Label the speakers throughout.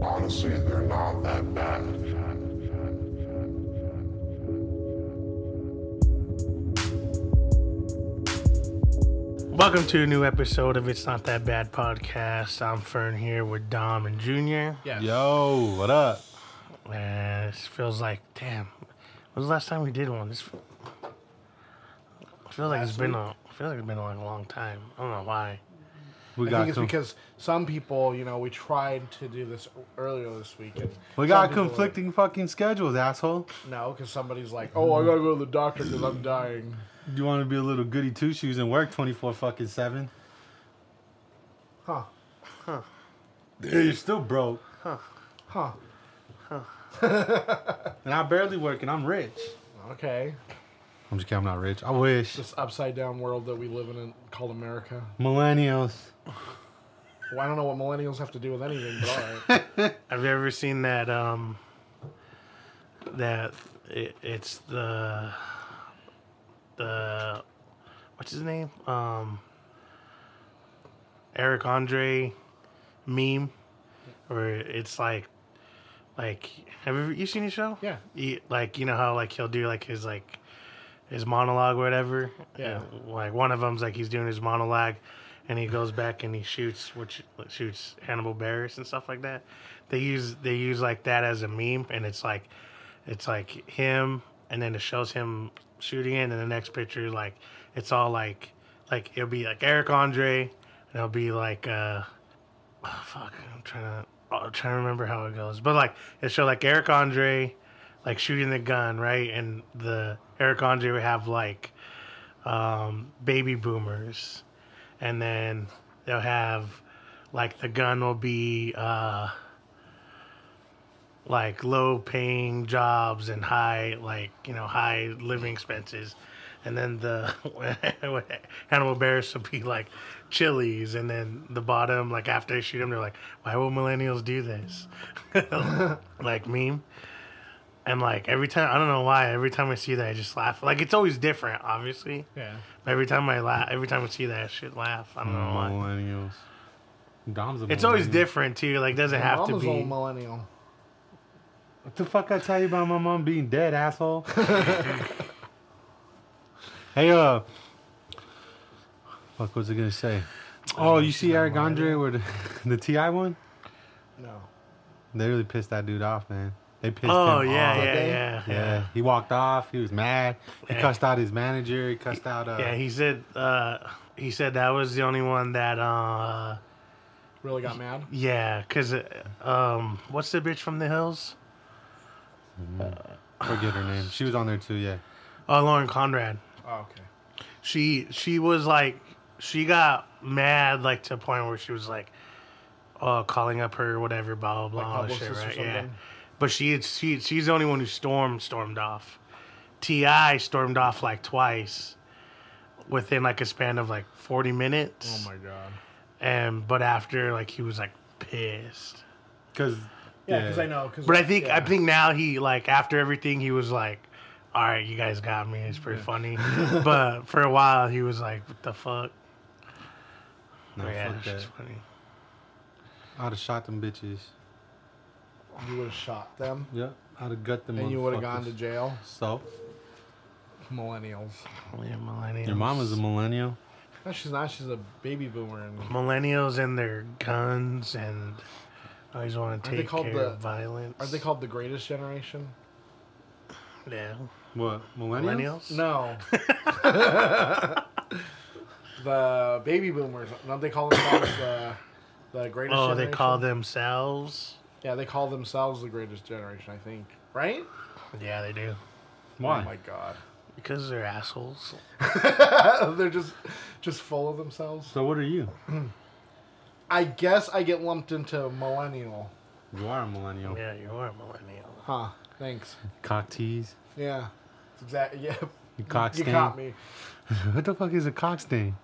Speaker 1: honestly, they're not that bad.
Speaker 2: Welcome to a new episode of It's Not That Bad podcast. I'm Fern here with Dom and Junior.
Speaker 3: Yes.
Speaker 4: Yo, what up?
Speaker 2: Uh, this feels like, damn, when was the last time we did one? This fe- feels like it's been a feels like it's been like a long time. I don't know why.
Speaker 4: We
Speaker 3: I
Speaker 4: got
Speaker 3: think it's
Speaker 4: some-
Speaker 3: because some people, you know, we tried to do this earlier this week. And
Speaker 4: we
Speaker 3: some
Speaker 4: got
Speaker 3: people were-
Speaker 4: conflicting fucking schedules, asshole.
Speaker 3: No, because somebody's like, oh, I gotta go to the doctor because I'm dying.
Speaker 4: You want to be a little goody two shoes and work twenty four fucking seven?
Speaker 3: Huh.
Speaker 4: Yeah, you're still broke,
Speaker 3: Huh.
Speaker 4: and I barely work, and I'm rich.
Speaker 3: Okay.
Speaker 4: I'm just kidding. I'm not rich. I wish
Speaker 3: This upside down world that we live in and called America.
Speaker 4: millennials.
Speaker 3: Well, I don't know what millennials have to do with anything, but all right.
Speaker 2: Have you ever seen that? Um, that it, it's the the what's his name? Um, Eric Andre meme, where it's like, like have you, ever- you seen his show?
Speaker 3: Yeah.
Speaker 2: He- like you know how like he'll do like his like his monologue or whatever.
Speaker 3: Yeah.
Speaker 2: And, like one of them's like he's doing his monologue, and he goes back and he shoots which shoots Hannibal Barris and stuff like that. They use they use like that as a meme, and it's like it's like him, and then it shows him shooting it, and the next picture like it's all like like it'll be like Eric Andre, and it'll be like uh oh, fuck I'm trying to. I'm trying to remember how it goes, but like it show like Eric Andre, like shooting the gun, right? And the Eric Andre would have like um, baby boomers, and then they'll have like the gun will be uh, like low paying jobs and high like you know high living expenses. And then the Hannibal Barris would be like Chili's, and then the bottom, like after they shoot them, they're like, "Why will millennials do this?" like meme. And like every time, I don't know why. Every time I see that, I just laugh. Like it's always different, obviously.
Speaker 3: Yeah.
Speaker 2: Every time I laugh, every time I see that, I should laugh. I don't know why.
Speaker 4: Millennials. Dom's a
Speaker 2: It's always
Speaker 4: millennial.
Speaker 2: different too. Like doesn't
Speaker 3: My
Speaker 2: have
Speaker 3: mom
Speaker 2: to
Speaker 3: was a
Speaker 2: be.
Speaker 3: millennial.
Speaker 4: What the fuck I tell you about my mom being dead, asshole? hey, uh, fuck, was it gonna say? Oh, you see Eric Andre with the, the Ti one?
Speaker 3: No.
Speaker 4: They really pissed that dude off, man. They pissed
Speaker 2: Oh
Speaker 4: him
Speaker 2: yeah,
Speaker 4: off.
Speaker 2: yeah,
Speaker 3: they?
Speaker 2: yeah,
Speaker 4: Yeah,
Speaker 2: yeah,
Speaker 4: he walked off. He was mad. He
Speaker 2: Yeah.
Speaker 4: cussed out his manager. He cussed out. Uh,
Speaker 2: yeah. He said, uh, he said that was the only one that, uh,
Speaker 3: Really got mad?
Speaker 2: yeah, cause, uh, um, what's the bitch from the hills?
Speaker 4: forget her name. She was on there too. Yeah,
Speaker 2: Oh, Lauren Conrad.
Speaker 3: Oh, okay.
Speaker 2: she she was like she got mad like to a point where she was like uh calling up her whatever blah blah blah all this shit
Speaker 3: publicist or
Speaker 2: right yeah
Speaker 3: something?
Speaker 2: but she she she's the only one who stormed stormed off ti stormed off like twice within like a span of like 40 minutes
Speaker 3: Oh my god.
Speaker 2: and but after like he was like pissed
Speaker 4: because
Speaker 3: Yeah, because I know. Cause
Speaker 2: but i think i
Speaker 3: yeah.
Speaker 2: think now he like after everything he was like all right you guys got me it's pretty funny but for a while he was like what the fuck
Speaker 4: No,
Speaker 2: Oh, yeah,
Speaker 4: fuck
Speaker 2: she's
Speaker 4: that.
Speaker 2: funny.
Speaker 4: I'd have shot them bitches.
Speaker 3: you would have shot them
Speaker 4: Yep, I'd have gut them.
Speaker 3: and you would have gone
Speaker 4: motherfuckers.
Speaker 3: to jail.
Speaker 4: So
Speaker 3: Millennials.
Speaker 2: Yeah, millennials.
Speaker 4: your mom was a millennial.
Speaker 3: No, she's not. She's a baby boomer. And
Speaker 2: millennials and their guns and always want to
Speaker 3: they
Speaker 2: take
Speaker 3: called
Speaker 2: care
Speaker 3: the-
Speaker 2: of violence.
Speaker 3: Aren't they called the greatest generation?
Speaker 2: yeah.
Speaker 4: What millennials?
Speaker 2: millennials?
Speaker 3: No. the baby boomers. Don't they call themselves the, the greatest
Speaker 2: Oh, they
Speaker 3: generation?
Speaker 2: call themselves.
Speaker 3: Yeah, they call themselves the greatest generation, I think. Right?
Speaker 2: Yeah, they do
Speaker 4: Why?
Speaker 3: Oh my god.
Speaker 2: because they're assholes.
Speaker 3: They're just just full of themselves.
Speaker 4: so what are you?
Speaker 3: I guess I get lumped into millennial.
Speaker 4: You are a millennial.
Speaker 2: Yeah, you are a millennial.
Speaker 3: Huh. Thanks.
Speaker 4: Cock tease.
Speaker 3: Yeah. Exactly. Yeah.
Speaker 4: You cock
Speaker 3: You
Speaker 4: stain.
Speaker 3: caught me.
Speaker 4: What the fuck is a cock stain?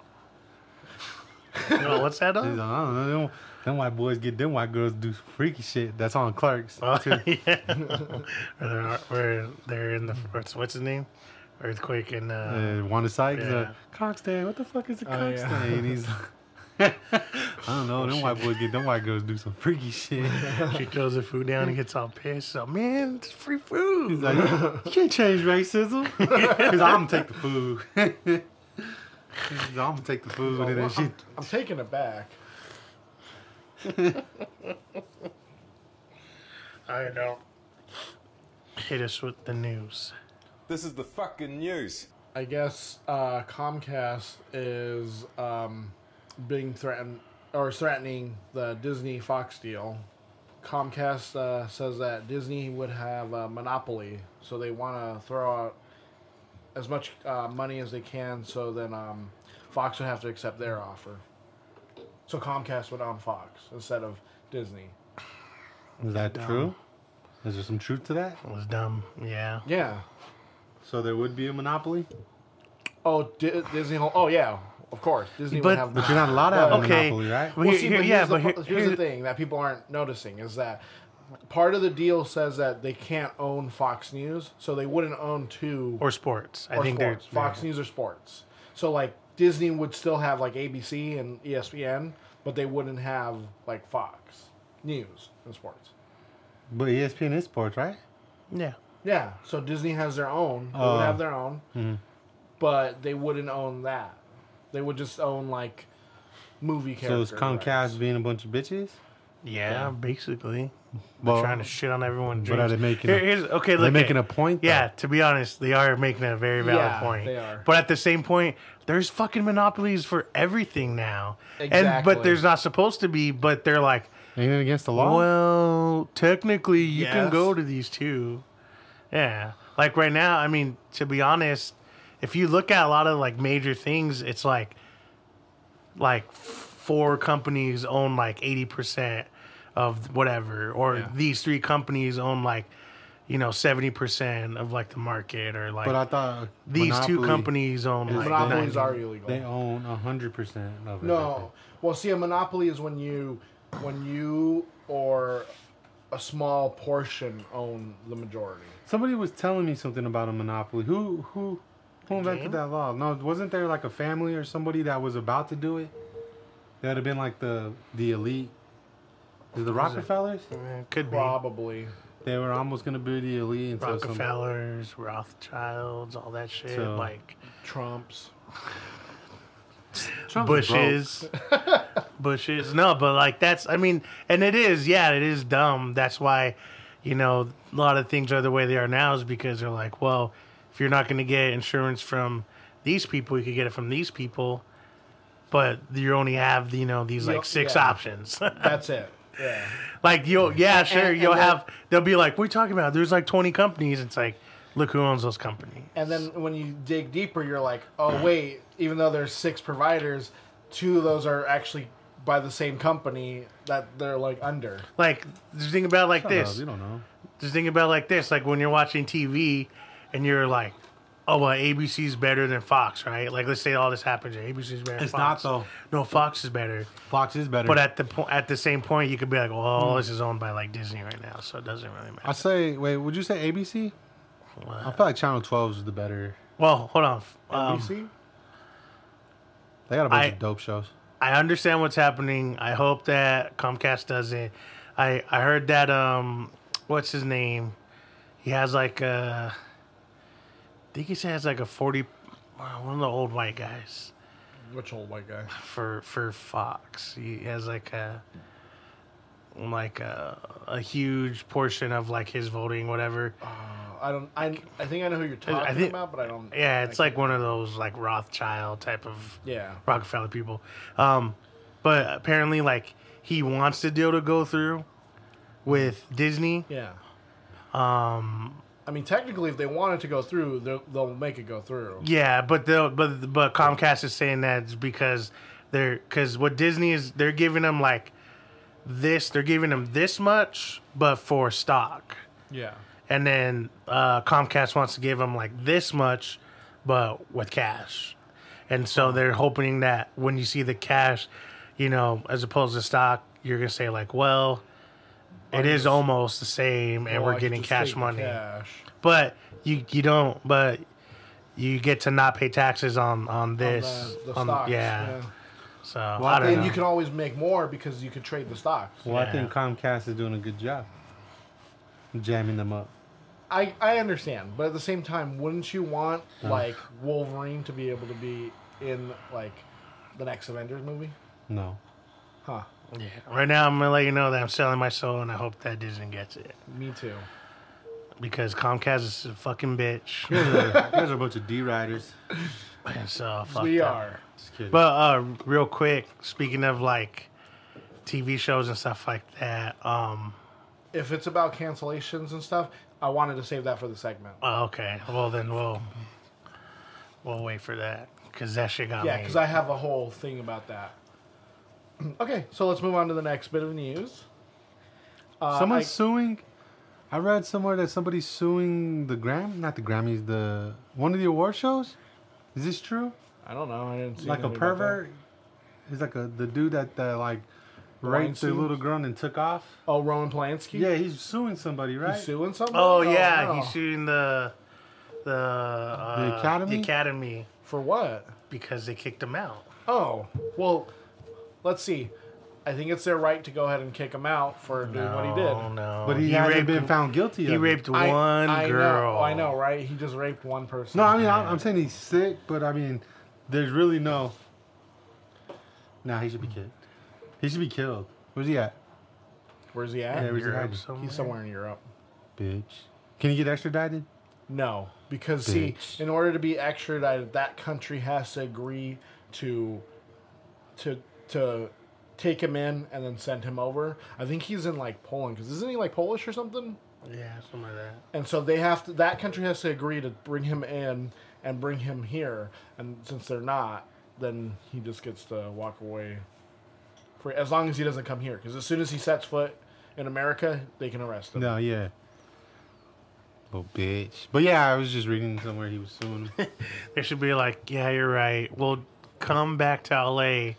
Speaker 2: No, what's that
Speaker 4: I don't
Speaker 2: on?
Speaker 4: know. Them, them white boys get them white girls do freaky shit. That's on Clerks.
Speaker 2: Oh,
Speaker 4: too.
Speaker 2: yeah. Or they're, or they're in the what's, what's his name? Earthquake and uh,
Speaker 4: Uh, Wanda Sykes,
Speaker 2: Yeah.
Speaker 4: uh, Cockstein, what the fuck is a
Speaker 3: Oh, yeah.
Speaker 4: Cockstein? He's I don't
Speaker 2: Oh,
Speaker 4: know. them white boys get them white girls do some freaky shit.
Speaker 2: She throws her food down and gets all pissed. So man, it's free
Speaker 4: He's
Speaker 2: food.
Speaker 4: like, you can't change racism. Cause I'm gonna take the food. I'm gonna take the food and then she.
Speaker 3: I'm taking it back.
Speaker 2: I don't. Hit us with the news.
Speaker 5: This is the fucking news.
Speaker 3: I guess uh, Comcast is um, being threatened or is threatening the Disney Fox deal. Comcast uh, says that Disney would have a monopoly, so they want to throw out as much uh, money as they can, so then um, Fox would have to accept their offer. So Comcast would own Fox instead of Disney.
Speaker 4: Is that true? Is there some truth to that?
Speaker 2: It was dumb. Yeah.
Speaker 3: Yeah.
Speaker 4: So there would be a monopoly,
Speaker 3: Oh, Di- Disney. Hol- Oh, yeah. Of course, Disney
Speaker 2: But-
Speaker 3: would have.
Speaker 4: but you're not allowed to have a
Speaker 2: Okay.
Speaker 4: monopoly, right?
Speaker 2: Well,
Speaker 3: Well,
Speaker 2: here-
Speaker 3: see,
Speaker 2: here-
Speaker 3: but here's,
Speaker 2: yeah,
Speaker 3: the,
Speaker 2: but here-
Speaker 3: here's the
Speaker 2: here's-
Speaker 3: thing that people aren't noticing is that part of the deal says that they can't own Fox News, so they wouldn't own two
Speaker 2: Or sports. I
Speaker 3: or
Speaker 2: think
Speaker 3: sports.
Speaker 2: they're
Speaker 3: Fox News or sports. So like Disney would still have like ABC and E ESPN, but they wouldn't have like Fox News and sports.
Speaker 4: But E ESPN is sports, right?
Speaker 2: Yeah.
Speaker 3: Yeah, so Disney has their own. They
Speaker 4: Oh.
Speaker 3: would have their own,
Speaker 2: Mm-hmm.
Speaker 3: but they wouldn't own that. They would just own like movie
Speaker 4: So
Speaker 3: characters.
Speaker 4: it's Comcast being a bunch of bitches.
Speaker 2: Yeah, basically.
Speaker 4: Well,
Speaker 2: trying to shit on everyone's
Speaker 4: but
Speaker 2: dreams.
Speaker 4: are they making
Speaker 2: Here-
Speaker 4: a-
Speaker 2: here's, okay,
Speaker 4: they're
Speaker 2: look,
Speaker 4: making
Speaker 2: it-
Speaker 4: a point.
Speaker 2: Yeah,
Speaker 4: though.
Speaker 2: to be honest, they are making a very valid
Speaker 3: Yeah,
Speaker 2: point.
Speaker 3: they are.
Speaker 2: But at the same point, there's fucking monopolies for everything now. And but
Speaker 3: Exactly.
Speaker 2: there's not supposed to be, but they're like,
Speaker 4: ain't it against the law?
Speaker 2: well, technically you can
Speaker 3: Yes.
Speaker 2: go to these two. Yeah. Like right now, I mean, to be honest, if you look at a lot of like major things, it's like like four companies own like 80% of whatever or
Speaker 3: Yeah.
Speaker 2: these three companies own like you know 70% of like the market or like
Speaker 4: but I thought
Speaker 2: these two
Speaker 4: Monopoly,
Speaker 2: companies own like
Speaker 3: Monopolies
Speaker 2: 90.
Speaker 3: are illegal.
Speaker 4: They own hundred percent of it. I think.
Speaker 3: No. Well, see, a monopoly is when you, when you or a small portion own the majority.
Speaker 4: Somebody was telling me something about a monopoly. Who who who invented
Speaker 2: game?
Speaker 4: that law? No, wasn't there like a family or somebody that was about to do it? That would have been like the the elite. Is it the Rockefellers?
Speaker 2: Yeah, could be
Speaker 3: Probably.
Speaker 4: They were almost gonna be the elite until some-
Speaker 2: Rockefellers, Rothschilds, all that shit
Speaker 4: So-
Speaker 2: like
Speaker 3: Trump's.
Speaker 4: Trump's
Speaker 2: bushes bushes no but like that's i mean and it is yeah it is dumb that's why you know a lot of things are the way they are now is because they're like well if you're not going to get insurance from these people you could get it from these people but you only have you know these
Speaker 3: Yeah.
Speaker 2: like six
Speaker 3: Yeah.
Speaker 2: options
Speaker 3: That's it. Yeah.
Speaker 2: like you'll yeah sure
Speaker 3: and
Speaker 2: you'll
Speaker 3: then-
Speaker 2: have they'll be like what are you talking about there's like 20 companies it's like look who owns those companies
Speaker 3: And then when you dig deeper, you're like, oh wait, even though there's six providers, two of those are actually by the same company that they're like under.
Speaker 2: like just think about it like
Speaker 4: Bro.
Speaker 2: this
Speaker 4: You don't know.
Speaker 2: just think about it like this like when you're watching tv and you're like oh well abc's better than fox right like let's say all this happens and abc's better than
Speaker 4: It's
Speaker 2: fox
Speaker 4: not,
Speaker 2: no fox is better
Speaker 4: Fox is better.
Speaker 2: but at the po- at the same point you could be like well this is owned by like disney right now so it doesn't really
Speaker 4: I
Speaker 2: matter
Speaker 4: say, wait, would you say ABC? I feel like Channel 12 is the better.
Speaker 2: well hold on um,
Speaker 3: NBC?
Speaker 4: They got a bunch
Speaker 2: I-
Speaker 4: of dope shows.
Speaker 2: I understand what's happening. I hope that Comcast does it. I I heard that um what's his name? He has like a I think he has like a 40 wow, one of the old white guys
Speaker 3: Which old white guy?
Speaker 2: for for Fox. He has like a like a, a huge portion of like his voting whatever.
Speaker 3: I don't. I, I think I know who you're talking
Speaker 2: think-
Speaker 3: about, but I don't.
Speaker 2: Yeah, it's like one of those like Rothschild type of
Speaker 3: Yeah.
Speaker 2: Rockefeller people. Um, but apparently, like he wants the deal to go through with Disney.
Speaker 3: Yeah.
Speaker 2: Um,
Speaker 3: I mean, technically, if they want it to go through, they'll, they'll make it go through.
Speaker 2: yeah, but they'll but but Comcast is saying that's because they're because what Disney is they're giving them like this they're giving them this much, but for stock,
Speaker 3: Yeah.
Speaker 2: and then uh, Comcast wants to give them like this much, but with cash, and so they're hoping that when you see the cash, you know, as opposed to stock, you're gonna say like, well. It is almost the same, and
Speaker 3: Well, I
Speaker 2: we're
Speaker 3: could
Speaker 2: getting
Speaker 3: just
Speaker 2: cash
Speaker 3: take the
Speaker 2: money.
Speaker 3: cash.
Speaker 2: but you you don't but you get to not pay taxes on on
Speaker 3: on
Speaker 2: this
Speaker 3: the, the
Speaker 2: on-
Speaker 3: stocks.
Speaker 2: um, yeah.
Speaker 3: yeah.
Speaker 2: So
Speaker 4: Well,
Speaker 2: I don't
Speaker 3: and
Speaker 2: know.
Speaker 3: you can always make more because you can trade the stocks.
Speaker 4: Well,
Speaker 2: Yeah.
Speaker 4: I think Comcast is doing a good job jamming them up.
Speaker 3: I, I understand, but at the same time, wouldn't you want like Wolverine to be able to be in like the next Avengers movie?
Speaker 4: No.
Speaker 3: Huh.
Speaker 2: yeah. Right now, I'm gonna let you know that I'm selling my soul, and I hope that Disney gets it
Speaker 3: Me too.
Speaker 2: because Comcast is a fucking bitch.
Speaker 4: You guys are, you guys are a bunch of D riders.
Speaker 2: and so fuck
Speaker 3: we
Speaker 2: them.
Speaker 3: are.
Speaker 4: Just kidding.
Speaker 2: But uh, real quick, speaking of like TV shows and stuff like that. Um.
Speaker 3: If it's about cancellations and stuff, I wanted to save that for the segment.
Speaker 2: oh, okay. Well, then we'll we'll wait for that because that shit got
Speaker 3: Yeah,
Speaker 2: me.
Speaker 3: because I have a whole thing about that. okay, so let's move on to the next bit of news. Uh,
Speaker 4: Someone's
Speaker 3: I-
Speaker 4: suing. I read somewhere that somebody's suing the Gram, not the Grammys, the one of the award shows. Is this true?
Speaker 3: I don't know. I didn't see
Speaker 4: like a
Speaker 3: anything about that.
Speaker 4: pervert. He's like a the dude that uh, like raped the
Speaker 3: Weinstein?
Speaker 4: little girl and took off.
Speaker 3: Oh, Rowan Polanski.
Speaker 4: Yeah, he's suing somebody, right?
Speaker 3: he's suing somebody.
Speaker 2: Oh, yeah,
Speaker 3: no.
Speaker 2: he's shooting the the uh,
Speaker 4: The Academy?
Speaker 2: the academy
Speaker 3: for what?
Speaker 2: because they kicked him out.
Speaker 3: Oh, well, let's see. I think it's their right to go ahead and kick him out for doing what he
Speaker 2: Oh
Speaker 3: did.
Speaker 2: no!
Speaker 4: but he, hasn't
Speaker 2: raped-
Speaker 4: been found guilty.
Speaker 2: He
Speaker 4: of it.
Speaker 2: raped
Speaker 3: I-
Speaker 2: one
Speaker 3: I
Speaker 2: girl.
Speaker 3: Know, I know, right? He just raped one person.
Speaker 4: No, I mean I'm, I'm saying he's sick, but I mean there's really no. Nah, he should be kicked. He should be killed. Where's he at?
Speaker 3: Where's he at?
Speaker 4: Yeah, where's he
Speaker 2: Europe
Speaker 4: hiding?
Speaker 2: somewhere.
Speaker 3: He's somewhere in Europe.
Speaker 4: Bitch. Can he get extradited?
Speaker 3: No, because
Speaker 4: Bitch.
Speaker 3: see, in order to be extradited, that country has to agree to to to take him in and then send him over. I think he's in like Poland because isn't he like Polish or something?
Speaker 2: Yeah, something like that.
Speaker 3: And so they have to. That country has to agree to bring him in and bring him here. And since they're not, then he just gets to walk away. For, as long as he doesn't come here, because as soon as he sets foot in America, they can arrest him.
Speaker 4: No, yeah. Little bitch. But yeah, I was just reading somewhere he was suing. him.
Speaker 2: They should be like, yeah, you're right. We'll come back to L.A.,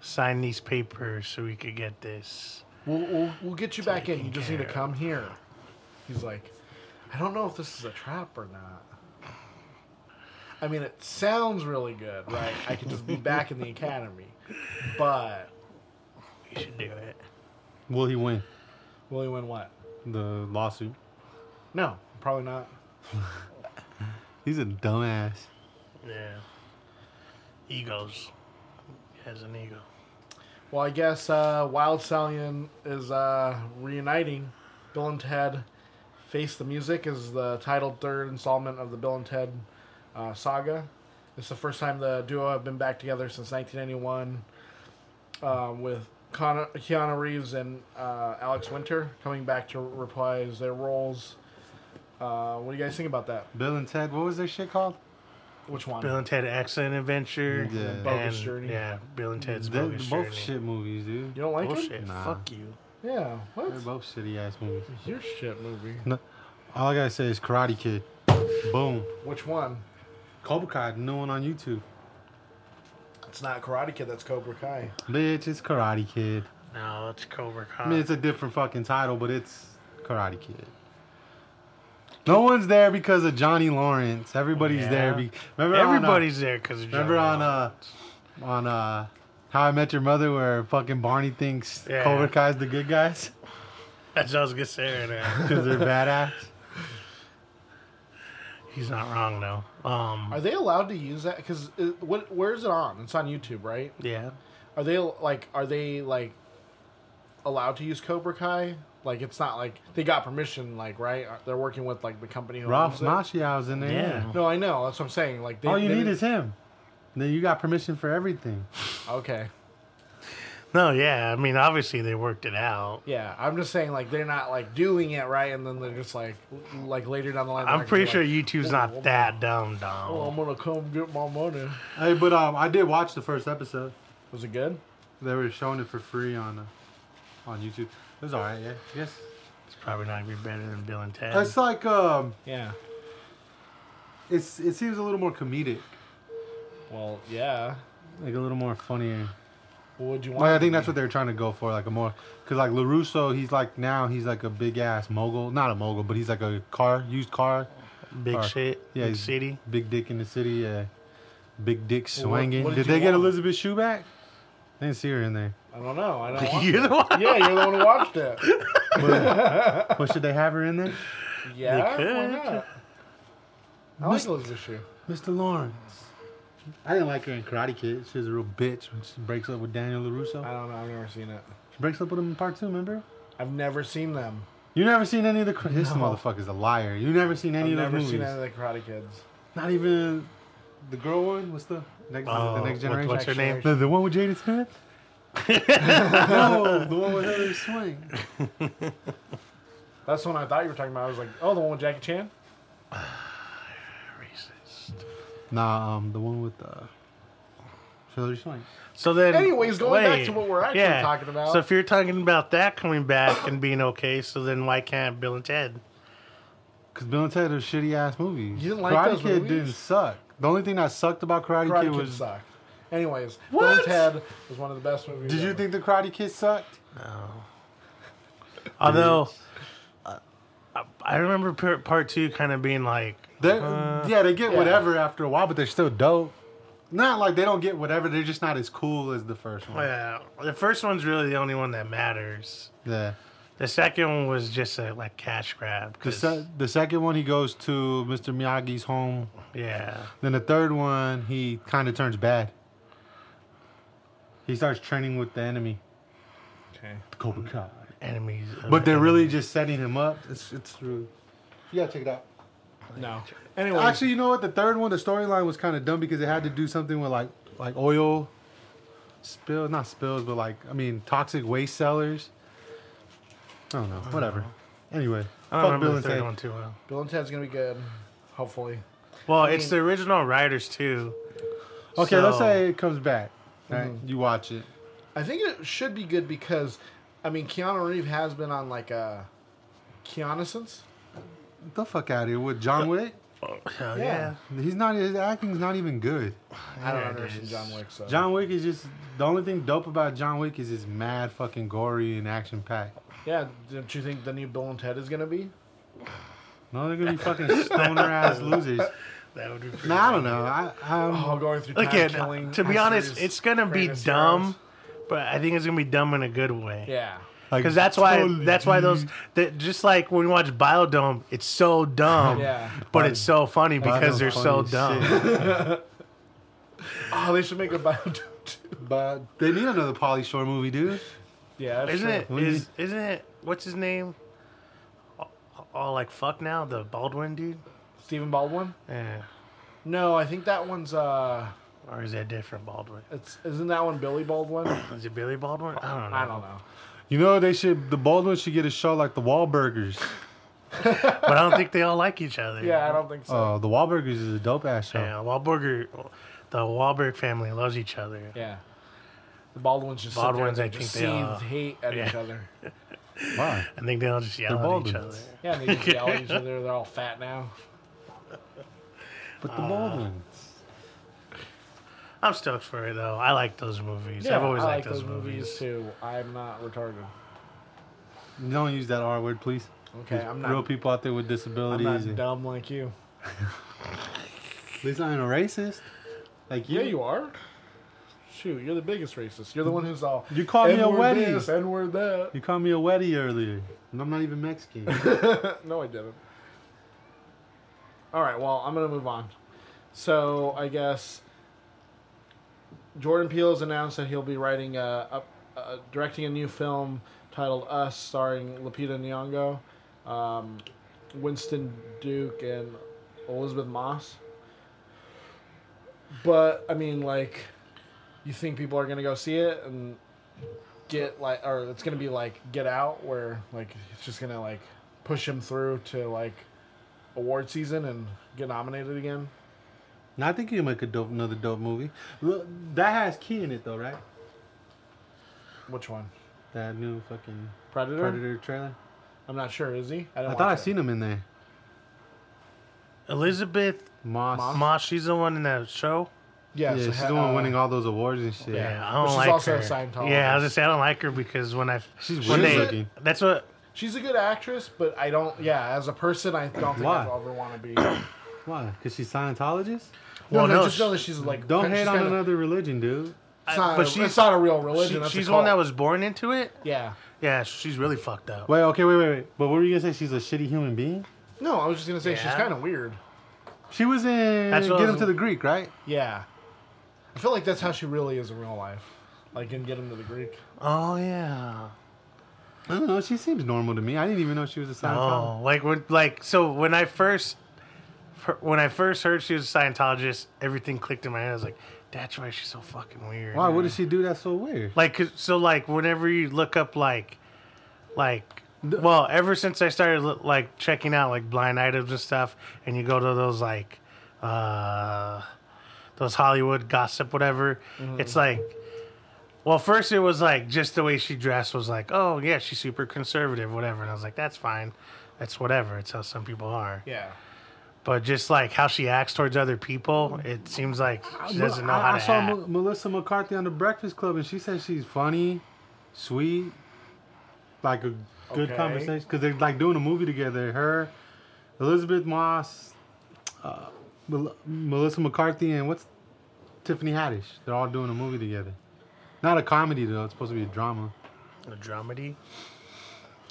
Speaker 2: sign these papers so we could get this.
Speaker 3: We'll, we'll, we'll get you back in. You just need to
Speaker 2: care.
Speaker 3: come here. He's like, I don't know if this is a trap or not. I mean, it sounds really good, right? I could just be back in the academy. But
Speaker 2: We should do it.
Speaker 4: Will he win
Speaker 3: will he win what?
Speaker 4: the lawsuit?
Speaker 3: No, probably not.
Speaker 4: He's a dumbass.
Speaker 2: Yeah. Egos. He has an ego.
Speaker 3: Well, I guess uh, Wild Stallion is uh, reuniting. Bill and Ted Face the Music is the titled third installment of the Bill and Ted uh, saga. It's the first time the duo have been back together since 1991 um, with Con- Keanu Reeves and uh, Alex Winter coming back to reprise their roles. Uh, what do you guys think about that?
Speaker 4: Bill and Ted, what was their shit called?
Speaker 3: Which one?
Speaker 2: Bill and Ted Excellent Adventure.
Speaker 4: Yeah.
Speaker 2: and-
Speaker 3: Bogus Journey.
Speaker 2: Yeah, Bill and Ted's
Speaker 4: They're
Speaker 2: Bogus
Speaker 4: both
Speaker 2: Journey.
Speaker 4: shit movies, dude.
Speaker 3: you don't like it?
Speaker 2: Bullshit.
Speaker 4: Nah.
Speaker 2: Fuck you.
Speaker 3: Yeah.
Speaker 4: They're
Speaker 3: What?
Speaker 4: both shitty ass movies.
Speaker 3: Your shit movie.
Speaker 4: No, all I gotta say is Karate Kid. Boom.
Speaker 3: Which one?
Speaker 4: Cobra Kai, new one on YouTube.
Speaker 3: It's not Karate Kid. That's Cobra Kai.
Speaker 4: Bitch, it's Karate Kid.
Speaker 2: No, it's Cobra Kai.
Speaker 4: I mean, it's a different fucking title, but it's Karate Kid. No one's there because of Johnny Lawrence. Everybody's
Speaker 2: Yeah.
Speaker 4: there. Be- remember On,
Speaker 2: Everybody's there because
Speaker 4: uh, remember on uh, on uh, How I Met Your Mother, where fucking Barney thinks
Speaker 2: Yeah.
Speaker 4: Cobra Kai's the good guys
Speaker 2: That's what I was gonna say right now.
Speaker 4: because they're badass.
Speaker 2: He's not wrong though. Um,
Speaker 3: Are they allowed to use that? Because what? Where is it on? It's on YouTube, right?
Speaker 2: yeah,
Speaker 3: Are they like? Are they like allowed to use Cobra Kai? Like, it's not like they got permission. Like, right? Uh, They're working with like the company. Who
Speaker 4: Ralph
Speaker 3: owns it.
Speaker 4: Macchio's in there.
Speaker 2: Yeah.
Speaker 3: No, I know. That's what I'm saying. Like, they,
Speaker 4: All you
Speaker 3: they
Speaker 4: need
Speaker 3: didn't-
Speaker 4: is him. Then you got permission for everything.
Speaker 3: okay.
Speaker 2: no, yeah. I mean, obviously they worked it out.
Speaker 3: Yeah, I'm just saying like they're not like doing it right, and then they're just like l- like later down the line. they're
Speaker 2: I'm
Speaker 3: like-
Speaker 2: pretty
Speaker 3: like,
Speaker 2: sure YouTube's
Speaker 3: oh,
Speaker 2: not that dumb,
Speaker 3: Oh,
Speaker 2: dumb.
Speaker 3: I'm gonna come get my money.
Speaker 4: Hey, but um, I did watch the first episode.
Speaker 3: Was it good?
Speaker 4: They were showing it for free on uh, on YouTube. It was alright, yeah. Yes.
Speaker 2: It's probably not gonna be better than Bill and Ted.
Speaker 4: It's like um,
Speaker 3: Yeah.
Speaker 4: it's it seems a little more comedic,
Speaker 3: Well, yeah.
Speaker 4: like a little more funnier.
Speaker 3: What would you want?
Speaker 4: Like I
Speaker 3: it to
Speaker 4: think that's
Speaker 3: be?
Speaker 4: what they were trying to go for, like a more, cause like Larusso, he's like now he's like a big ass mogul, not a mogul, but he's like a car used car,
Speaker 2: Big
Speaker 4: or-
Speaker 2: shit.
Speaker 4: yeah,
Speaker 2: Big
Speaker 4: he's-
Speaker 2: city.
Speaker 4: big dick in the city, yeah, big dick
Speaker 3: what-
Speaker 4: swinging.
Speaker 3: what did
Speaker 4: did
Speaker 3: you
Speaker 4: they get
Speaker 3: want?
Speaker 4: Elizabeth Shue back? didn't see her in there.
Speaker 3: I don't know. I don't. watch
Speaker 2: You're the one.
Speaker 3: it. yeah, you're the one who watched it.
Speaker 4: But should they have her in there?
Speaker 3: Yeah, why
Speaker 2: could.
Speaker 3: not? I like Elizabeth Shue.
Speaker 4: Mr. Lawrence. I didn't like her in Karate Kid. She was a real bitch when she breaks up with Daniel
Speaker 3: I
Speaker 4: LaRusso.
Speaker 3: don't know. I've never seen it.
Speaker 4: She breaks up with him in part two, remember?
Speaker 3: I've never seen them.
Speaker 4: You never seen any of the. Kar- This motherfucker's a liar. You never seen
Speaker 3: I've
Speaker 4: any of
Speaker 3: never
Speaker 4: the movies.
Speaker 3: seen any of the Karate Kids.
Speaker 4: Not even the girl one. What's the next?
Speaker 2: Oh,
Speaker 4: the next
Speaker 2: what-
Speaker 4: generation.
Speaker 2: what's her name?
Speaker 4: The, the one with Jaden Smith? no, the one with Heather Swing.
Speaker 3: That's the one I thought you were talking about. I was like, oh, the one with Jackie Chan.
Speaker 2: Racist.
Speaker 4: Nah, um, the one with uh, Hillary Swank.
Speaker 2: So then,
Speaker 3: Anyways, going back
Speaker 2: wait,
Speaker 3: to what we're actually talking about.
Speaker 2: So if you're talking about that coming back and being okay, so then why can't Bill and Ted?
Speaker 4: Because Bill and Ted are shitty ass movies.
Speaker 3: You didn't like
Speaker 4: Karate
Speaker 3: those
Speaker 4: Kid
Speaker 3: movies?
Speaker 4: didn't suck. The only thing that sucked about Karate,
Speaker 3: Karate
Speaker 4: Kid
Speaker 3: Kid
Speaker 4: was.
Speaker 3: sucked. Anyways, Bill
Speaker 4: What?
Speaker 3: and Ted was one of the best movies.
Speaker 4: Did you
Speaker 3: ever.
Speaker 4: think the Karate Kid sucked?
Speaker 2: Although, uh, I I remember par- part two kind of being like,
Speaker 4: They, yeah, they get
Speaker 3: Uh, yeah.
Speaker 4: whatever after a while, but they're still dope. Not like they don't get whatever. They're just not as cool as the first one.
Speaker 2: yeah, the first one's really the only one that matters.
Speaker 4: Yeah.
Speaker 2: The second one was just a like cash grab.
Speaker 4: The,
Speaker 2: 'cause-
Speaker 4: se- the second one, he goes to Mr. Miyagi's home.
Speaker 2: yeah,
Speaker 4: Then the third one, he kind of turns bad. He starts training with the enemy,
Speaker 3: Okay.
Speaker 4: the Cobra Kai.
Speaker 2: enemies. of
Speaker 4: But they're
Speaker 2: enemies.
Speaker 4: really just setting him up. It's it's really, you gotta check it out.
Speaker 3: No. Anyway,
Speaker 4: Actually, you know what? The third one, the storyline was kind of dumb because it had to do something with like like oil spills, not spills, but like I mean toxic waste sellers. I don't know. Whatever. Anyway,
Speaker 2: I
Speaker 4: fuck
Speaker 2: don't remember
Speaker 4: Bill
Speaker 2: the
Speaker 4: and
Speaker 2: third
Speaker 4: Ted.
Speaker 2: one too well.
Speaker 3: Bill and Ted's gonna be good. Hopefully.
Speaker 2: Well, it's the original writers too.
Speaker 4: Okay, let's
Speaker 2: So-
Speaker 4: say it comes back. right? You watch it.
Speaker 3: I think it should be good because, I mean, Keanu Reeves has been on like uh, a Keanisons.
Speaker 4: Get the fuck out of here with John Wick.
Speaker 2: Hell
Speaker 3: Yeah.
Speaker 2: Oh, yeah.
Speaker 4: He's not. His acting's not even good.
Speaker 3: I don't
Speaker 2: Yeah, it
Speaker 3: understand
Speaker 2: is.
Speaker 3: John Wick. So.
Speaker 4: John Wick is just the only thing dope about John Wick is his mad fucking gory and action packed.
Speaker 3: Yeah. Don't you think the new Bill and Ted is gonna be?
Speaker 4: No, they're gonna be fucking stoner ass losers.
Speaker 2: That would be pretty
Speaker 4: Nah, I don't know. I, I'm,
Speaker 3: Oh, going through time
Speaker 2: Again,
Speaker 3: killing.
Speaker 2: to be honest, it's gonna be
Speaker 3: greatest
Speaker 2: dumb,
Speaker 3: heroes.
Speaker 2: but I think it's gonna be dumb in a good way.
Speaker 3: Yeah.
Speaker 4: like,
Speaker 2: Because that's why
Speaker 4: totally.
Speaker 2: that's why those that just like when we watch Biodome, it's so dumb,
Speaker 3: Yeah.
Speaker 2: but it's so funny because
Speaker 4: Biodome
Speaker 2: they're so
Speaker 4: funny as
Speaker 2: dumb.
Speaker 3: Oh, they should make a bio too.
Speaker 4: But they need another Polly Shore movie, dude.
Speaker 3: Yeah. that's
Speaker 2: Isn't
Speaker 3: true.
Speaker 2: it?
Speaker 4: What do you
Speaker 2: Is isn't it? What's his name? All- All like fuck now the Baldwin dude.
Speaker 3: Stephen Baldwin?
Speaker 2: Yeah.
Speaker 3: No, I think that one's uh,
Speaker 2: Or is that different Baldwin?
Speaker 3: it's isn't that one Billy Baldwin?
Speaker 2: Is it Billy Baldwin? I don't know.
Speaker 3: I don't know.
Speaker 4: You know they should. The Baldwin should get a show like the Wahlburgers.
Speaker 2: But I don't think they all like each other.
Speaker 3: Yeah, I don't think so.
Speaker 4: Oh, the Wahlburgers is a dope ass
Speaker 3: Oh.
Speaker 4: show.
Speaker 2: Yeah, Wahlberger, the Wahlberg family loves each other.
Speaker 3: yeah. The Baldwins just
Speaker 2: Baldwins,
Speaker 3: Baldwins,
Speaker 2: I
Speaker 3: sit there and they
Speaker 2: think they all-
Speaker 3: just seethe hate at
Speaker 2: Yeah.
Speaker 3: each other.
Speaker 4: Why?
Speaker 2: I think they all just yell
Speaker 4: They're
Speaker 2: at each other.
Speaker 4: Baldwins.
Speaker 3: Yeah, and they just yell at each other. They're all fat now.
Speaker 4: But the Baldwins.
Speaker 2: I'm stoked for it though. I like those movies.
Speaker 3: Yeah,
Speaker 2: I've always
Speaker 3: I
Speaker 2: liked
Speaker 3: like
Speaker 2: those, movies.
Speaker 3: too. I'm not retarded.
Speaker 4: Don't use that R word, please.
Speaker 3: Okay, I'm not.
Speaker 4: Real people out there with
Speaker 3: I'm
Speaker 4: disabilities.
Speaker 3: not
Speaker 4: and-
Speaker 3: dumb like you.
Speaker 4: At least I ain't a racist. Like you.
Speaker 3: Yeah, you are. Shoot, you're the biggest racist. You're the one who's all.
Speaker 4: You called me a
Speaker 3: "N-word
Speaker 4: wedding.
Speaker 3: This, N-word that.
Speaker 4: You called me a wetty earlier. And I'm not even Mexican.
Speaker 3: no, I didn't. All right, well, I'm going to move on. So, I guess Jordan Peele has announced that he'll be writing a, a, a directing a new film titled Us, starring Lupita Nyong'o, um, Winston Duke, and Elizabeth Moss. But I mean, like, you think people are going to go see it and get like, or it's going to be like Get Out, where like it's just going to like push him through to like award season and get nominated again.
Speaker 4: now I think you can make a dope, another dope movie. Look, that has Key in it though, right?
Speaker 3: Which one?
Speaker 4: That new fucking
Speaker 3: Predator.
Speaker 4: Predator trailer.
Speaker 3: I'm not sure. Is he? didn't
Speaker 4: I thought
Speaker 3: watch
Speaker 4: I
Speaker 3: it.
Speaker 4: seen him in there.
Speaker 2: Elizabeth
Speaker 4: Moss.
Speaker 2: Ma, she's the one in that show.
Speaker 3: Yeah, so
Speaker 4: Yeah, she's
Speaker 3: ha-
Speaker 4: the one
Speaker 3: uh,
Speaker 4: winning all those awards and shit.
Speaker 2: Yeah, I
Speaker 3: But
Speaker 2: don't
Speaker 3: she's
Speaker 2: like
Speaker 3: also
Speaker 2: her.
Speaker 3: a Scientologist.
Speaker 2: Yeah, I was gonna say I don't like her because when I
Speaker 4: She's
Speaker 2: when
Speaker 4: weird
Speaker 2: they-
Speaker 4: looking.
Speaker 2: that's what
Speaker 3: She's a good actress, but I don't. Yeah, as a person, I don't think I'd
Speaker 4: Why?
Speaker 3: ever want to be. No,
Speaker 4: Why? Because she's Scientologist?
Speaker 2: well
Speaker 3: no,
Speaker 2: no,
Speaker 3: just
Speaker 2: she-
Speaker 3: know that she's like.
Speaker 4: Don't
Speaker 3: she's
Speaker 4: hate on
Speaker 3: kinda-
Speaker 4: another religion, dude.
Speaker 3: It's not,
Speaker 2: but
Speaker 3: a,
Speaker 2: she's-
Speaker 3: it's not a real
Speaker 2: She-
Speaker 3: religion. that's a
Speaker 2: she's the one that
Speaker 3: cult.
Speaker 2: was born into it.
Speaker 3: Yeah.
Speaker 2: Yeah, she's really fucked up.
Speaker 4: Wait, okay, wait, wait, wait. But what were you gonna say? She's a shitty human being.
Speaker 3: No, I was just gonna say she's
Speaker 2: Yeah.
Speaker 3: kind of weird.
Speaker 4: She was in
Speaker 2: That's what I
Speaker 4: Get Him
Speaker 2: was-
Speaker 4: to the Greek, right?
Speaker 3: Yeah. I feel like that's how she really is in real life. Like in Get Him to the Greek.
Speaker 2: Oh yeah.
Speaker 4: I don't know. She seems normal to me. I didn't even know she was a Scientologist.
Speaker 2: Oh, like when like so when I first fir- when I first heard she was a Scientologist, everything clicked in my head. I was like, that's why she's so fucking weird.
Speaker 4: Why? What did she do that's so weird?
Speaker 2: Like 'cause- so like whenever you look up like like well, ever since I started li- like checking out like blind items and stuff and you go to those like uh those Hollywood gossip whatever,
Speaker 4: Mm-hmm.
Speaker 2: it's like well, first it was like just the way she dressed was like, oh yeah, she's super conservative, whatever. And I was like, that's fine, that's whatever. It's how some people are.
Speaker 3: Yeah.
Speaker 2: But just like how she acts towards other people, it seems like she doesn't know
Speaker 4: I,
Speaker 2: how
Speaker 4: I
Speaker 2: to
Speaker 4: saw
Speaker 2: act.
Speaker 4: Mel- Melissa McCarthy on the Breakfast Club, and she said she's funny, sweet, like a good
Speaker 3: Okay.
Speaker 4: conversation because they're like doing a movie together. Her, Elizabeth Moss, uh, Mel- Melissa McCarthy, and what's Tiffany Haddish? They're all doing a movie together. Not a comedy though; it's supposed to be a drama.
Speaker 2: A dramedy.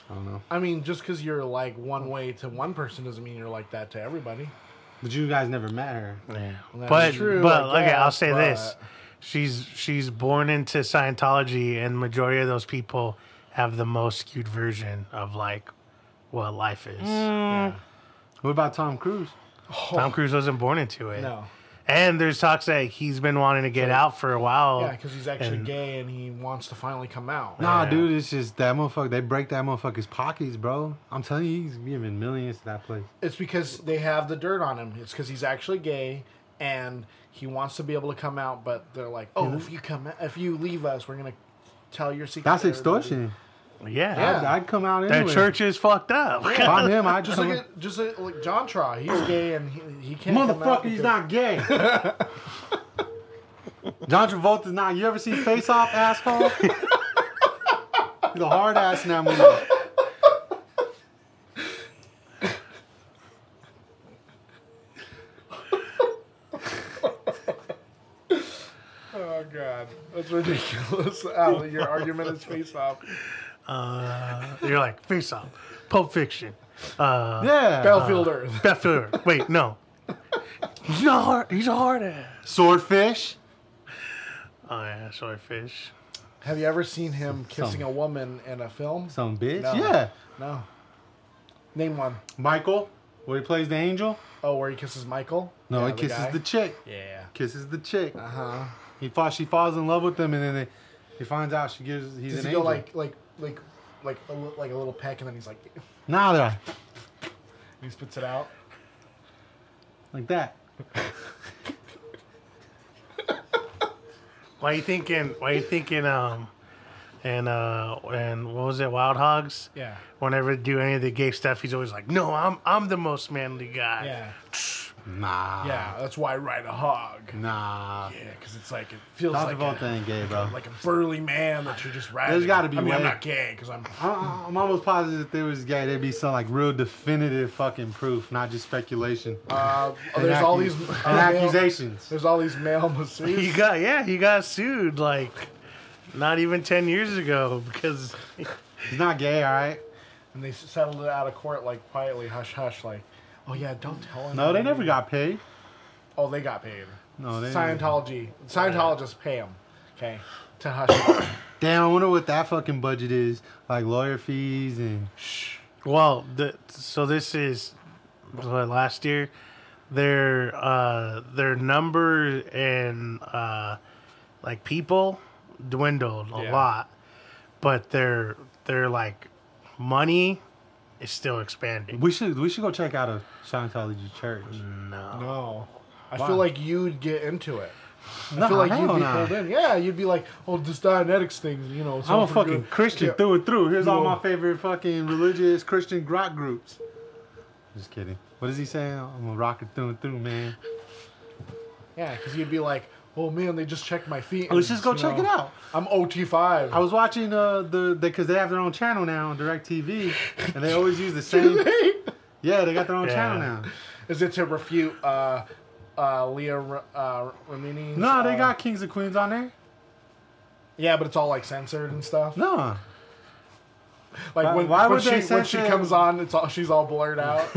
Speaker 4: I don't know.
Speaker 3: I mean, just because you're like one way to one person doesn't mean you're like that to everybody.
Speaker 4: But you guys never met her.
Speaker 2: Yeah,
Speaker 3: That's
Speaker 2: but
Speaker 3: true,
Speaker 2: but
Speaker 3: I
Speaker 2: okay, I'll
Speaker 3: guess,
Speaker 2: say this:
Speaker 3: but-
Speaker 2: she's she's born into Scientology, and majority of those people have the most skewed version of like what life is.
Speaker 3: Mm.
Speaker 4: What about Tom Cruise?
Speaker 2: Tom Cruise wasn't born into it.
Speaker 3: No.
Speaker 2: And there's talks that he's been wanting to get out for a while.
Speaker 3: Yeah, because he's actually
Speaker 2: And-
Speaker 3: gay and he wants to finally come out.
Speaker 4: Nah,
Speaker 2: Yeah.
Speaker 4: dude, it's just that motherfucker. They break that motherfucker's pockets, bro. I'm telling you, he's giving millions to that place.
Speaker 3: It's because they have the dirt on him. It's because he's actually gay and he wants to be able to come out, but they're like, "Oh, if you come, if you leave us, we're gonna tell your secret."
Speaker 4: That's
Speaker 3: to everybody."
Speaker 4: extortion.
Speaker 2: yeah.
Speaker 3: Yeah.
Speaker 4: I'd, I'd come out
Speaker 2: That
Speaker 4: anyway.
Speaker 2: church is fucked up.
Speaker 4: If I'm him, I'd
Speaker 3: Just
Speaker 4: come
Speaker 3: look at just look, like John Tra. He's gay and he, he can't. come out
Speaker 4: Motherfucker, he's
Speaker 3: because-
Speaker 4: not gay. John Travolta's not. You ever seen Face Off, asshole? he's a hard ass in that movie.
Speaker 3: Uh, Oh god, that's ridiculous. Al, your argument is face off.
Speaker 2: You're like, face off. Pulp Fiction. Uh,
Speaker 4: Yeah.
Speaker 3: Battlefield Earth.
Speaker 2: Beth Fuhrer. Wait, no. He's a hard, he's a hard ass.
Speaker 4: Uh, Swordfish.
Speaker 2: Oh, yeah, swordfish.
Speaker 3: Have you ever seen him kissing a woman in a film?
Speaker 4: Some bitch.
Speaker 3: No.
Speaker 4: Yeah.
Speaker 3: No. Name one.
Speaker 4: Michael, where he plays the angel.
Speaker 3: Oh, where he kisses Michael?
Speaker 4: No,
Speaker 3: Yeah,
Speaker 4: he kisses
Speaker 3: guy.
Speaker 4: the Uh-huh. chick.
Speaker 3: Yeah.
Speaker 4: Kisses the chick.
Speaker 3: Uh huh.
Speaker 4: He falls. She falls in love with him, and then they, he finds out she gives. He's
Speaker 3: Does
Speaker 4: an
Speaker 3: he
Speaker 4: angel.
Speaker 3: go like like like like a, li- like a little peck and then he's like and
Speaker 4: nah, they're like,
Speaker 3: he spits it out?
Speaker 4: like that.
Speaker 2: Why you thinking? Why you thinking? Um, and uh, and what was it? Wild Hogs.
Speaker 3: Yeah.
Speaker 2: Whenever they do any of the gay stuff, he's always like, "No, I'm I'm the most manly guy."
Speaker 3: Yeah.
Speaker 4: Nah.
Speaker 3: Yeah. That's why I ride a hog.
Speaker 4: Nah.
Speaker 3: Yeah, because it's like it feels
Speaker 4: John
Speaker 3: like
Speaker 4: Travolta
Speaker 3: a,
Speaker 4: ain't gay, bro.
Speaker 3: like a burly man that you're just riding.
Speaker 4: gotta be
Speaker 3: I mean, I'm
Speaker 4: way-
Speaker 3: not gay because I'm.
Speaker 4: I- I'm almost positive if they was gay, there'd be some like real definitive fucking proof, not just speculation.
Speaker 3: Uh,
Speaker 4: And
Speaker 3: there's all
Speaker 4: accu-
Speaker 3: these
Speaker 4: and
Speaker 3: uh, male-
Speaker 4: accusations.
Speaker 3: There's all these male masseuses.
Speaker 2: He got yeah, he got sued like not even ten years ago because
Speaker 4: He's not gay, all right?
Speaker 3: And they settled it out of court, like quietly, hush hush, like, oh yeah, don't tell him.
Speaker 4: No, they never got paid.
Speaker 3: Oh, they got paid.
Speaker 4: No, they.
Speaker 3: Scientology, Scientologists pay them, okay, to hush. it.
Speaker 4: Damn, I wonder what that fucking budget is, like lawyer fees and.
Speaker 2: well, the, so this is what, last year. Their uh, their number and uh, like people dwindled a
Speaker 3: Yeah.
Speaker 2: lot, but their their like money is still expanding.
Speaker 4: We should we should go check out a Scientology church.
Speaker 2: No.
Speaker 3: No, I
Speaker 4: Why?
Speaker 3: feel like you'd get into it. I
Speaker 4: Nah,
Speaker 3: feel like you'd
Speaker 4: hell
Speaker 3: be
Speaker 4: nah.
Speaker 3: pulled in. Yeah, you'd be like, oh, this Dianetics thing, you know. it's
Speaker 4: I'm
Speaker 3: all
Speaker 4: a
Speaker 3: for
Speaker 4: fucking
Speaker 3: good.
Speaker 4: Christian
Speaker 3: Yeah.
Speaker 4: through and through. Here's all
Speaker 3: No.
Speaker 4: my favorite fucking religious Christian rock groups. Just kidding. What is he saying? I'm a rocker through and through, man.
Speaker 3: Yeah, because you'd be like, oh man, they just checked my feet.
Speaker 4: Oh, Let's
Speaker 3: and,
Speaker 4: just go
Speaker 3: you
Speaker 4: check
Speaker 3: know,
Speaker 4: it out.
Speaker 3: I'm OT five.
Speaker 4: I was watching uh, the because they have their own channel now on DirecTV, and they always use the same. Yeah, they got their own
Speaker 2: Yeah.
Speaker 4: channel now.
Speaker 3: Is it to refute uh, uh, Leah uh, Ramini?
Speaker 4: No, they got Kings of Queens on there.
Speaker 3: Yeah, but it's all like censored and stuff.
Speaker 4: No.
Speaker 3: Like
Speaker 4: Why-
Speaker 3: when,
Speaker 4: why
Speaker 3: when
Speaker 4: would
Speaker 3: she
Speaker 4: they
Speaker 3: when she
Speaker 4: censor-
Speaker 3: comes on, it's all she's all blurred out.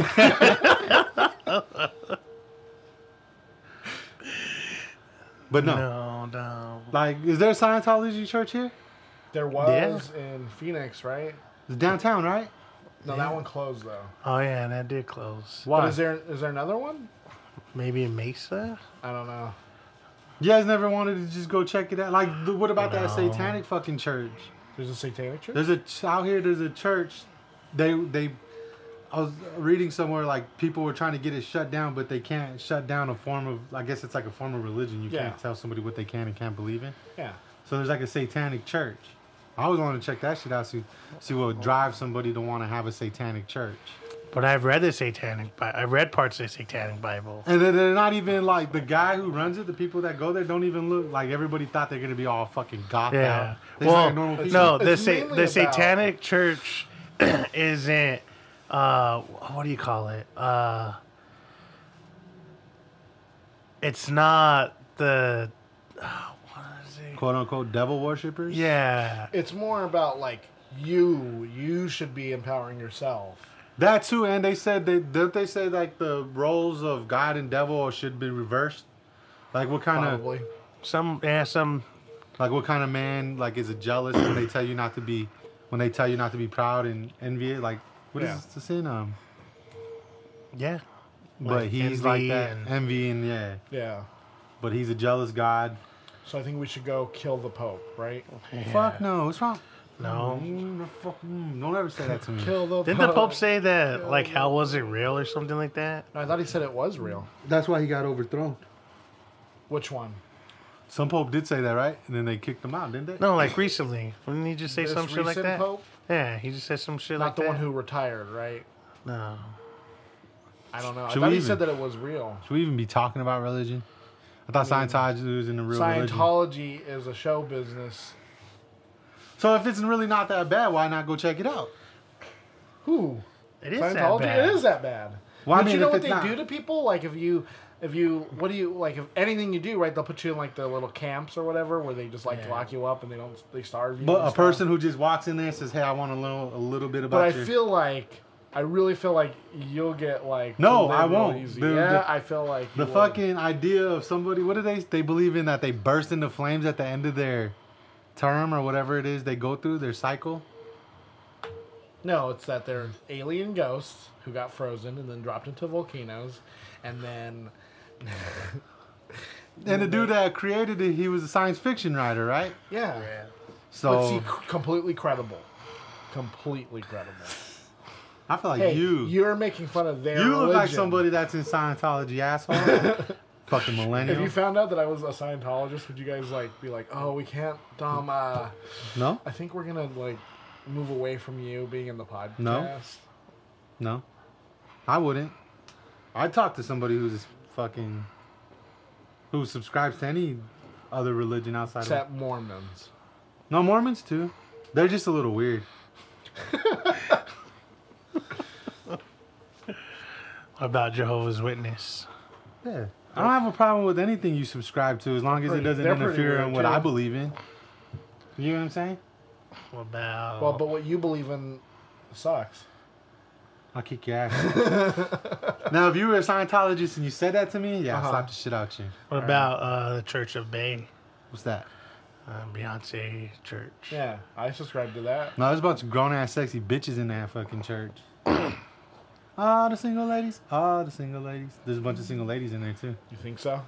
Speaker 4: But no.
Speaker 2: No, no.
Speaker 4: Like, is there a Scientology church here?
Speaker 3: there was in Phoenix, right?
Speaker 4: It's downtown, right?
Speaker 3: No, that one closed though.
Speaker 2: Oh yeah, that did close.
Speaker 4: Why?
Speaker 3: But is there is there another one?
Speaker 2: Maybe in Mesa.
Speaker 3: I don't know.
Speaker 4: you guys never wanted to just go check it out? Like, the- what about that
Speaker 2: No.
Speaker 4: satanic fucking church?
Speaker 3: There's a satanic church.
Speaker 4: There's a ch- out here. There's a church. They they, I was reading somewhere like people were trying to get it shut down, but they can't shut down a form of. I guess it's like a form of religion. You
Speaker 3: Yeah.
Speaker 4: can't tell somebody what they can and can't believe in.
Speaker 3: yeah.
Speaker 4: So there's like a satanic church. I always wanted to check that shit out. See, see what would drive somebody to want to have a satanic church.
Speaker 2: But I've read the Satanic. Bi- I've read parts of the Satanic Bible.
Speaker 4: And then they're not even like the guy who runs it. The people that go there don't even look like everybody thought they're gonna be all fucking goth
Speaker 2: Yeah.
Speaker 4: out. They just
Speaker 2: Well,
Speaker 4: like normal people.
Speaker 2: no, the
Speaker 3: It's
Speaker 2: sa-
Speaker 3: mainly
Speaker 2: the
Speaker 3: about-
Speaker 2: Satanic Church isn't. Uh, what do you call it? Uh, it's not the. Uh, what is it?
Speaker 4: quote unquote devil worshippers.
Speaker 2: Yeah.
Speaker 3: It's more about like you. You should be empowering yourself.
Speaker 4: That too, and they said they didn't they say like the roles of God and devil should be reversed. Like what kind of
Speaker 3: Probably.
Speaker 2: Some. Yeah. Some.
Speaker 4: like what kind of man like is a jealous when they tell you not to be when they tell you not to be proud and envious? Like what is
Speaker 3: Yeah.
Speaker 4: the sin? Um,
Speaker 2: Yeah.
Speaker 4: but
Speaker 2: Like
Speaker 4: he's
Speaker 2: envy
Speaker 4: like that
Speaker 2: and-
Speaker 4: envy and yeah.
Speaker 3: Yeah.
Speaker 4: But he's a jealous God.
Speaker 3: So I think we should go kill the Pope, right?
Speaker 4: Fuck no, what's wrong?
Speaker 2: No.
Speaker 4: Mm, no, fuck, mm, don't ever say that to me.
Speaker 3: Kill the
Speaker 2: Didn't the Pope say that like hell wasn't real or something like that?
Speaker 3: No, I thought he said it was real.
Speaker 4: That's why he got overthrown.
Speaker 3: Which one?
Speaker 4: Some pope did say that, right? And then they kicked him out, didn't they?
Speaker 2: No, like recently. Didn't he just say
Speaker 3: This
Speaker 2: some shit like
Speaker 3: recent
Speaker 2: that?
Speaker 3: Pope?
Speaker 2: Yeah, he just said some shit
Speaker 3: Not
Speaker 2: like
Speaker 3: the
Speaker 2: that.
Speaker 3: one who retired, right?
Speaker 2: No.
Speaker 3: I don't know.
Speaker 4: Should
Speaker 3: I thought
Speaker 4: we
Speaker 3: he said that
Speaker 4: even-
Speaker 3: it was real.
Speaker 4: Should we even be talking about religion? I thought Scientology was in the real religion.
Speaker 3: Scientology is a show business.
Speaker 4: So if it's really not that bad, why not go check it out?
Speaker 3: Who?
Speaker 2: It is that
Speaker 3: Scientology
Speaker 2: bad.
Speaker 3: it is that bad.
Speaker 4: Well, I
Speaker 3: but
Speaker 4: mean,
Speaker 3: you know
Speaker 4: if
Speaker 3: what
Speaker 4: it's
Speaker 3: they
Speaker 4: not-
Speaker 3: do to people? Like if you, if you, what do you like? If anything you do, right? They'll put you in like the little camps or whatever, where they just like
Speaker 2: Yeah.
Speaker 3: lock you up and they don't, they starve you. and
Speaker 4: But a
Speaker 3: stuff.
Speaker 4: person who just walks in there and says, "Hey, I want to learn a little bit about
Speaker 3: But I
Speaker 4: your-"
Speaker 3: feel like I really feel like you'll get like
Speaker 4: No,
Speaker 3: belittled
Speaker 4: I won't.
Speaker 3: easy.
Speaker 4: The-
Speaker 3: yeah,
Speaker 4: the-
Speaker 3: I feel like you
Speaker 4: the
Speaker 3: will.
Speaker 4: fucking idea of somebody. What do they? They believe in that they burst into flames at the end of their term or whatever it is they go through their cycle.
Speaker 3: No, it's that they're alien ghosts who got frozen and then dropped into volcanoes, and then
Speaker 4: And the dude that created it, he was a science fiction writer, right?
Speaker 3: yeah,
Speaker 2: Yeah.
Speaker 3: but see,
Speaker 4: So
Speaker 3: c- completely credible, completely credible.
Speaker 4: I feel like
Speaker 3: Hey,
Speaker 4: you, you,
Speaker 3: you're making fun of their.
Speaker 4: look like
Speaker 3: religion.
Speaker 4: somebody that's in Scientology, asshole. fucking
Speaker 3: If
Speaker 4: millennial.
Speaker 3: you found out that I was a Scientologist, would you guys like be like, "Oh, we can't, Dom. Uh,
Speaker 4: no,
Speaker 3: I think we're gonna like move away from you being in the podcast."
Speaker 4: no, I wouldn't. I'd talk to somebody who's a fucking who subscribes to any other religion outside of
Speaker 3: except Mormons.
Speaker 4: no Mormons too. They're just a little weird.
Speaker 2: What about Jehovah's Witness?
Speaker 4: Yeah. I don't have a problem with anything you subscribe to as long as it
Speaker 3: pretty-
Speaker 4: doesn't
Speaker 3: they're pretty
Speaker 4: interfere
Speaker 3: weird,
Speaker 4: in what
Speaker 3: too.
Speaker 4: I believe in. You know what I'm saying?
Speaker 2: What about
Speaker 3: Well, but what you believe in sucks.
Speaker 4: I'll kick your ass. now, if you were a Scientologist and you said that to me, yeah,
Speaker 3: Uh-huh.
Speaker 4: I'll slap the shit out you.
Speaker 2: what about uh, the Church of Bay,
Speaker 4: What's that?
Speaker 2: uh, Beyonce Church?
Speaker 3: Yeah, I subscribe to that.
Speaker 4: No, there's a bunch of grown ass sexy bitches in that fucking church. all the single ladies. All the single ladies. There's a bunch of single ladies in there too.
Speaker 3: You think so?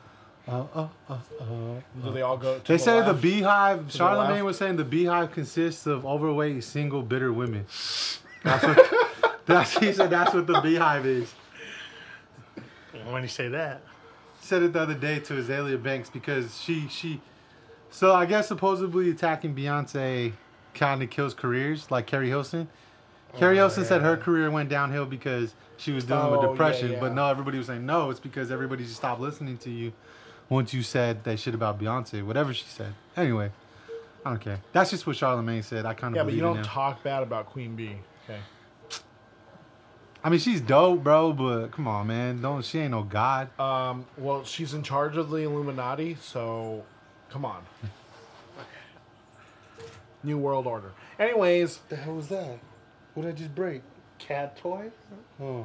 Speaker 4: Oh, oh, oh, oh.
Speaker 3: Do they all go? To
Speaker 4: They
Speaker 3: the
Speaker 4: say the
Speaker 3: left?
Speaker 4: beehive. Charlemagne
Speaker 3: left.
Speaker 4: was saying the beehive consists of overweight, single, bitter women. That's what. that's, he said that's what the beehive is.
Speaker 2: When you say that,
Speaker 4: said it the other day to Azalea Banks because she she so I guess supposedly attacking Beyonce kind of kills careers like Carrie Hilson. Carrie Hilson said her career went downhill because she was dealing
Speaker 3: Oh,
Speaker 4: with
Speaker 3: yeah,
Speaker 4: depression,
Speaker 3: yeah.
Speaker 4: but no, everybody was saying no, it's because everybody just stopped listening to you once you said that shit about Beyonce, whatever she said. Anyway, I don't care. That's just what Charlamagne said. I kind of
Speaker 3: Yeah, but you don't
Speaker 4: Talk-
Speaker 3: talk bad about Queen Bee. Okay.
Speaker 4: I mean, she's dope, bro, but come on, man, don't she ain't no god.
Speaker 3: Um. Well, she's in charge of the Illuminati, so come on. New World Order. Anyways,
Speaker 4: The hell was that? What did I just break?
Speaker 2: Cat toy?
Speaker 4: Oh,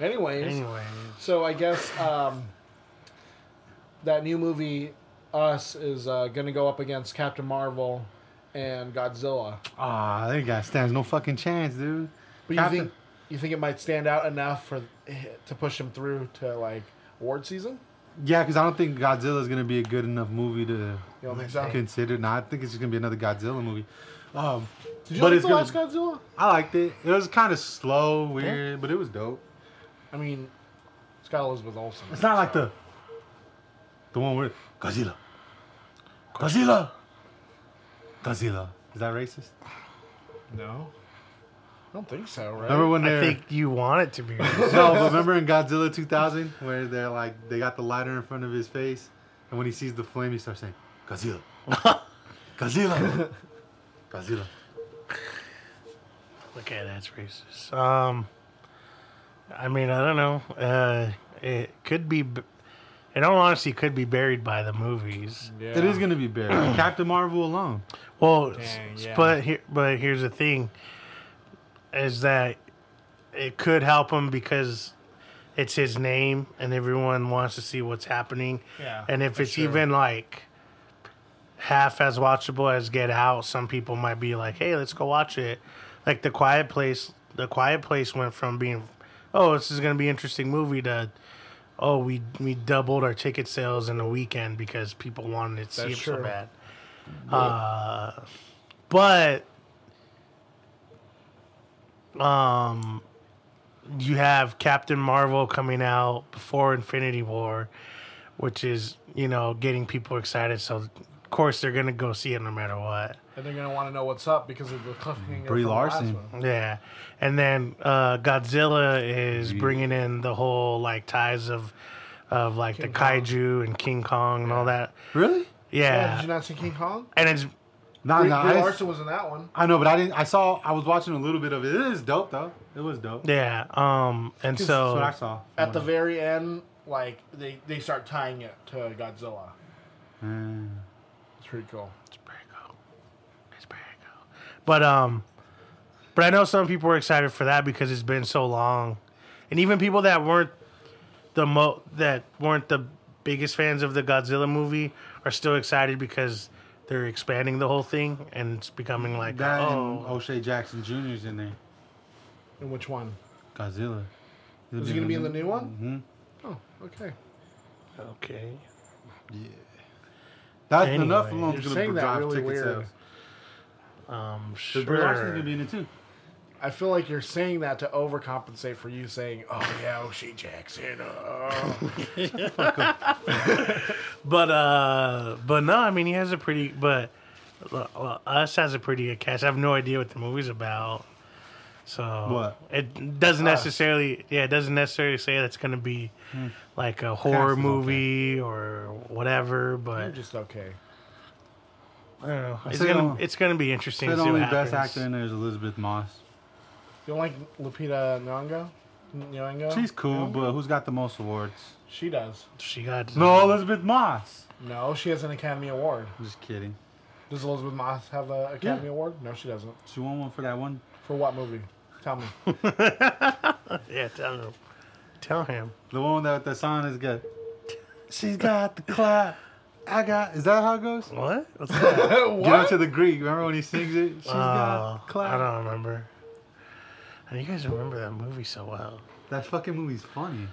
Speaker 3: anyways,
Speaker 2: Anyway,
Speaker 3: so I guess um, that new movie, Us, is uh, going to go up against Captain Marvel and Godzilla.
Speaker 4: ah, that guy stands no fucking chance, dude.
Speaker 3: But
Speaker 4: Captain-
Speaker 3: you think you think it might stand out enough for to push him through to like award season?
Speaker 4: Yeah, because I don't think Godzilla is gonna be a good enough movie to
Speaker 3: You don't think so?
Speaker 4: consider. No, I think it's just gonna be another Godzilla movie. Um,
Speaker 3: Did you
Speaker 4: but
Speaker 3: like
Speaker 4: it's
Speaker 3: the
Speaker 4: gonna-
Speaker 3: last Godzilla?
Speaker 4: I liked it. It was kind of slow, weird, but it was dope.
Speaker 3: I mean, it's got Elizabeth Olsen.
Speaker 4: It's not like the the one where Godzilla, Godzilla, Godzilla. Is that racist?
Speaker 3: No, I don't think so. Right?
Speaker 4: Remember when
Speaker 2: I
Speaker 4: they
Speaker 2: think you want it to be.
Speaker 4: no, but remember in Godzilla 2000 where they're like they got the lighter in front of his face, and when he sees the flame, he starts saying Godzilla, Godzilla, Godzilla.
Speaker 2: Okay, that's racist. Um, I mean, I don't know. Uh, it could be. b- It all honesty could be buried by the movies.
Speaker 3: Yeah.
Speaker 4: It is gonna be buried. Captain Marvel alone.
Speaker 2: Well, s-
Speaker 3: Dang,
Speaker 2: s-
Speaker 3: yeah.
Speaker 2: but here, but here's the thing: is that it could help him because it's his name, and everyone wants to see what's happening.
Speaker 3: Yeah,
Speaker 2: and if
Speaker 3: for
Speaker 2: it's
Speaker 3: sure.
Speaker 2: even like half as watchable as Get Out, some people might be like, "Hey, let's go watch it." Like the Quiet Place. The Quiet Place went from being, "Oh, this is gonna be an interesting movie," to Oh, we we doubled our ticket sales in a weekend because people wanted to see it
Speaker 3: That's
Speaker 2: so
Speaker 3: true.
Speaker 2: bad. Uh, But um you have Captain Marvel coming out before Infinity War, which is, you know, getting people excited, so of course they're gonna go see it no matter what.
Speaker 3: And they're gonna want to know what's up because of the cliffhanger. from
Speaker 4: Brie
Speaker 3: the last
Speaker 4: Larson.
Speaker 3: one.
Speaker 2: Yeah. And then uh Godzilla is bringing in the whole like ties of of like the
Speaker 3: Kong.
Speaker 2: kaiju and King Kong and all that.
Speaker 4: Really?
Speaker 3: Yeah.
Speaker 2: Yeah.
Speaker 3: Did you not see King Kong?
Speaker 2: and it's
Speaker 4: Nah,
Speaker 3: Brie,
Speaker 4: nah.
Speaker 3: Brie
Speaker 4: I,
Speaker 3: Larson was in that one.
Speaker 4: I know, but I didn't. I saw. I was watching a little bit of it. It is dope though. It was dope.
Speaker 2: yeah, um and so
Speaker 4: That's what I saw.
Speaker 3: At the very end, like they they start tying it to Godzilla.
Speaker 4: Mm.
Speaker 3: It's pretty cool.
Speaker 2: It's pretty cool. It's pretty cool. But um, but I know some people were excited for that because it's been so long, and even people that weren't the mo that weren't the biggest fans of the Godzilla movie are still excited because they're expanding the whole thing and it's becoming like
Speaker 4: That
Speaker 2: oh
Speaker 4: and O'Shea Jackson Jr.'s in there.
Speaker 3: And which one?
Speaker 4: Godzilla.
Speaker 3: Is he gonna be in the new one?
Speaker 4: hmm
Speaker 3: Oh, okay.
Speaker 2: oh, okay.
Speaker 4: That's
Speaker 2: Anyway,
Speaker 4: enough alone
Speaker 3: you're
Speaker 4: is gonna
Speaker 3: saying that
Speaker 4: drive
Speaker 3: really
Speaker 4: ticket
Speaker 3: weird.
Speaker 4: sales.
Speaker 2: Um,
Speaker 4: Sure. Brie Larson's
Speaker 2: sure.
Speaker 4: gonna be in it too.
Speaker 3: I feel like you're saying that to overcompensate for you saying, "Oh yeah, oh she Jackson." Oh.
Speaker 2: But uh, but no, I mean he has a pretty but uh, uh, us has a pretty good cast. I have no idea what the movie's about. So
Speaker 4: What?
Speaker 2: it doesn't necessarily yeah it doesn't necessarily say that's going to be like a
Speaker 4: Hmm. is
Speaker 2: horror
Speaker 4: okay.
Speaker 2: movie or whatever.
Speaker 3: You're
Speaker 2: But
Speaker 3: just okay.
Speaker 2: I don't know. It's
Speaker 4: said
Speaker 2: gonna
Speaker 4: only-
Speaker 2: it's gonna be interesting.
Speaker 4: Said
Speaker 2: to see
Speaker 4: only
Speaker 2: what
Speaker 4: best
Speaker 2: happens.
Speaker 4: actor in there is Elizabeth Moss.
Speaker 3: You don't like Lupita Nyong'o? Nyong'o?
Speaker 4: She's cool,
Speaker 3: Nyong'o?
Speaker 4: but who's got the most awards?
Speaker 3: she does.
Speaker 2: She got
Speaker 4: No, Elizabeth Moss.
Speaker 3: No, she has an Academy Award.
Speaker 4: I'm just kidding.
Speaker 3: Does Elizabeth Moss have an Academy
Speaker 4: Yeah.
Speaker 3: Award? No, she doesn't.
Speaker 4: She won one for that one.
Speaker 3: For what movie? Tell me.
Speaker 2: Yeah, tell him. Tell him.
Speaker 4: The one that the song is good. She's got the clap. I got. Is that how it goes?
Speaker 2: What? What's that?
Speaker 4: Get out to the Greek. Remember when he sings it? She's
Speaker 2: oh,
Speaker 4: got the clap.
Speaker 2: I don't remember. And you guys remember that movie so well.
Speaker 4: That fucking movie's funny.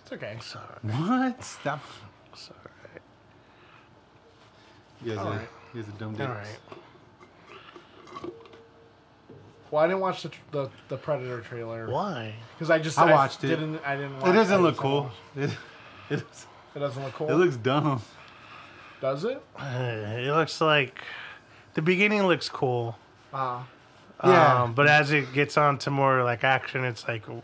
Speaker 3: It's okay.
Speaker 2: It's all right.
Speaker 4: What? Stop.
Speaker 2: It's all right.
Speaker 4: You guys, are,
Speaker 3: Alright.
Speaker 4: you guys are dumb
Speaker 2: All
Speaker 4: dudes.
Speaker 2: right.
Speaker 3: Well, I didn't watch the tr- the, the Predator trailer
Speaker 2: Why?
Speaker 3: because I just
Speaker 4: I watched it.
Speaker 3: Didn't, I didn't. Watch,
Speaker 4: It
Speaker 3: I
Speaker 4: doesn't look
Speaker 3: just-
Speaker 4: cool. It, it,
Speaker 3: It doesn't look cool.
Speaker 4: it looks dumb.
Speaker 3: Does it?
Speaker 2: Uh, it looks like the beginning looks cool.
Speaker 3: Uh,
Speaker 4: Yeah.
Speaker 2: Um, but as it gets on to more like action, it's like, like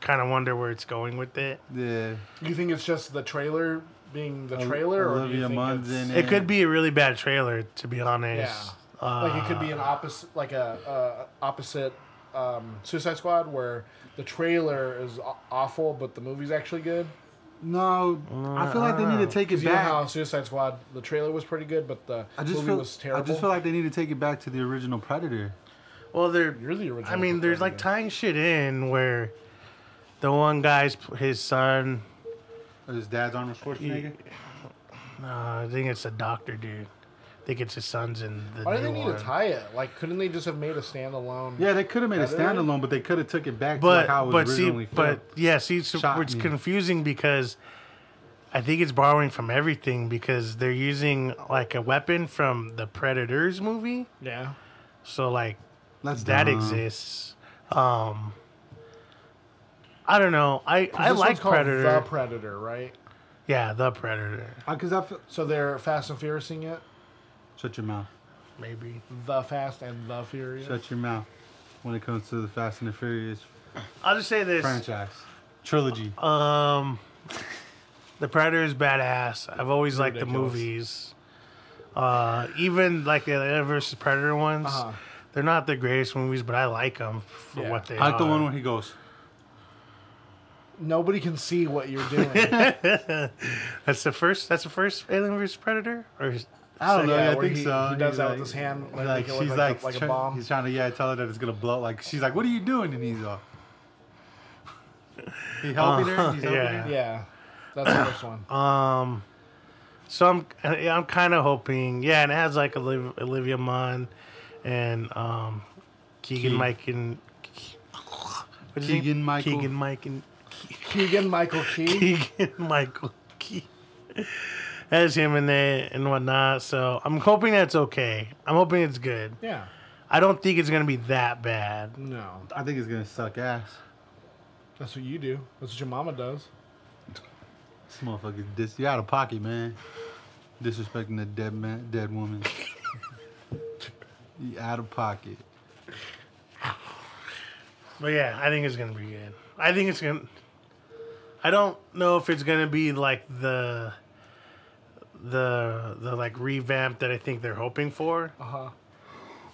Speaker 2: kind of wonder where it's going with it.
Speaker 4: Yeah.
Speaker 3: you think it's just the trailer being the
Speaker 4: Ol-
Speaker 3: trailer, or do you
Speaker 4: Olivia
Speaker 3: think
Speaker 4: Munn's
Speaker 3: it's-
Speaker 4: in
Speaker 2: It could be a really bad trailer, to be honest.
Speaker 3: Yeah. like it could be an opposite, like a uh, opposite um, Suicide Squad, where the trailer is aw- awful but the movie's actually good.
Speaker 4: No, I feel like they need to take it
Speaker 3: You know how
Speaker 4: back.
Speaker 3: Suicide Squad the trailer was pretty good, but the
Speaker 4: I just
Speaker 3: movie
Speaker 4: feel
Speaker 3: was terrible.
Speaker 4: I just feel like they need to take it back to the original Predator.
Speaker 2: Uh, Well, they're
Speaker 3: You're the original
Speaker 2: I mean, there's like
Speaker 3: Predator.
Speaker 2: tying shit in where the one guy's his son.
Speaker 4: Or his dad's Arnold Schwarzenegger.
Speaker 2: Uh, I think it's a doctor dude. I think it's his son's in the.
Speaker 3: Why do
Speaker 2: new
Speaker 3: they need
Speaker 2: one.
Speaker 3: to tie it? Like, couldn't they just have made a standalone?
Speaker 4: Yeah, they could have made a
Speaker 3: Predator?
Speaker 4: standalone, but they could have took it back to
Speaker 2: But
Speaker 4: like how it was
Speaker 2: but see
Speaker 4: originally
Speaker 2: but
Speaker 4: filmed.
Speaker 2: yeah see so
Speaker 4: Shot
Speaker 2: it's
Speaker 4: me.
Speaker 2: confusing because I think it's borrowing from everything because they're using like a weapon from the Predators movie.
Speaker 3: Yeah.
Speaker 2: So like
Speaker 4: That's
Speaker 2: that
Speaker 4: dumb.
Speaker 2: exists. Um I don't know. I I
Speaker 3: This
Speaker 2: like
Speaker 3: one's called
Speaker 2: Predator.
Speaker 3: The Predator, right?
Speaker 2: yeah, the Predator.
Speaker 4: Because I feel.
Speaker 3: So they're Fast and Furiousing it.
Speaker 4: Shut your mouth.
Speaker 2: Maybe.
Speaker 3: The Fast and the Furious.
Speaker 4: Shut your mouth. When it comes to the Fast and the Furious
Speaker 2: I'll just say this.
Speaker 4: franchise trilogy,
Speaker 2: Um, the Predator is badass. I've always liked
Speaker 3: Ridiculous.
Speaker 2: the movies. Uh, even like the Alien versus Predator ones,
Speaker 3: Uh-huh.
Speaker 2: they're not the greatest movies, but I like them for
Speaker 3: Yeah.
Speaker 2: what they
Speaker 4: I like the
Speaker 2: are.
Speaker 4: one where he goes.
Speaker 3: Nobody can see what you're doing.
Speaker 2: That's the first. That's the first Alien versus Predator, or is-
Speaker 4: I
Speaker 3: So,
Speaker 4: don't know.
Speaker 3: yeah,
Speaker 4: Yeah, I
Speaker 3: where
Speaker 4: think
Speaker 3: he-
Speaker 4: so.
Speaker 3: he does
Speaker 4: He's
Speaker 3: that with his hand, like,
Speaker 4: like
Speaker 3: make it
Speaker 4: she's
Speaker 3: look like
Speaker 4: like,
Speaker 3: a- like a
Speaker 4: try-
Speaker 3: bomb.
Speaker 4: He's trying to yeah tell her that it's gonna blow. Like she's like, "What are you doing?" And he's all. He helping her. He's helping
Speaker 2: yeah.
Speaker 4: her.
Speaker 3: yeah, that's the first one.
Speaker 2: Um, so I'm I- I'm kind of hoping, yeah, and it has like Olivia, Olivia Munn and um, Keegan
Speaker 4: Key-
Speaker 2: Mike and what's his name?
Speaker 4: Keegan-Michael.
Speaker 2: Keegan Mike and
Speaker 3: Keegan Michael Key.
Speaker 2: Keegan Michael Key as him in there and whatnot. So I'm hoping that's okay. I'm hoping it's good.
Speaker 3: Yeah.
Speaker 2: I don't think it's gonna be that bad.
Speaker 3: No,
Speaker 4: I think it's gonna suck ass.
Speaker 3: that's what you do. That's what your mama does.
Speaker 4: This motherfucker, dis- you out of pocket, man. Disrespecting a dead man, dead woman. you out of pocket.
Speaker 2: But yeah, I think it's gonna be good. I think it's gonna. I don't know if it's gonna be like the, the the like revamp that I think they're hoping for,
Speaker 3: Uh huh.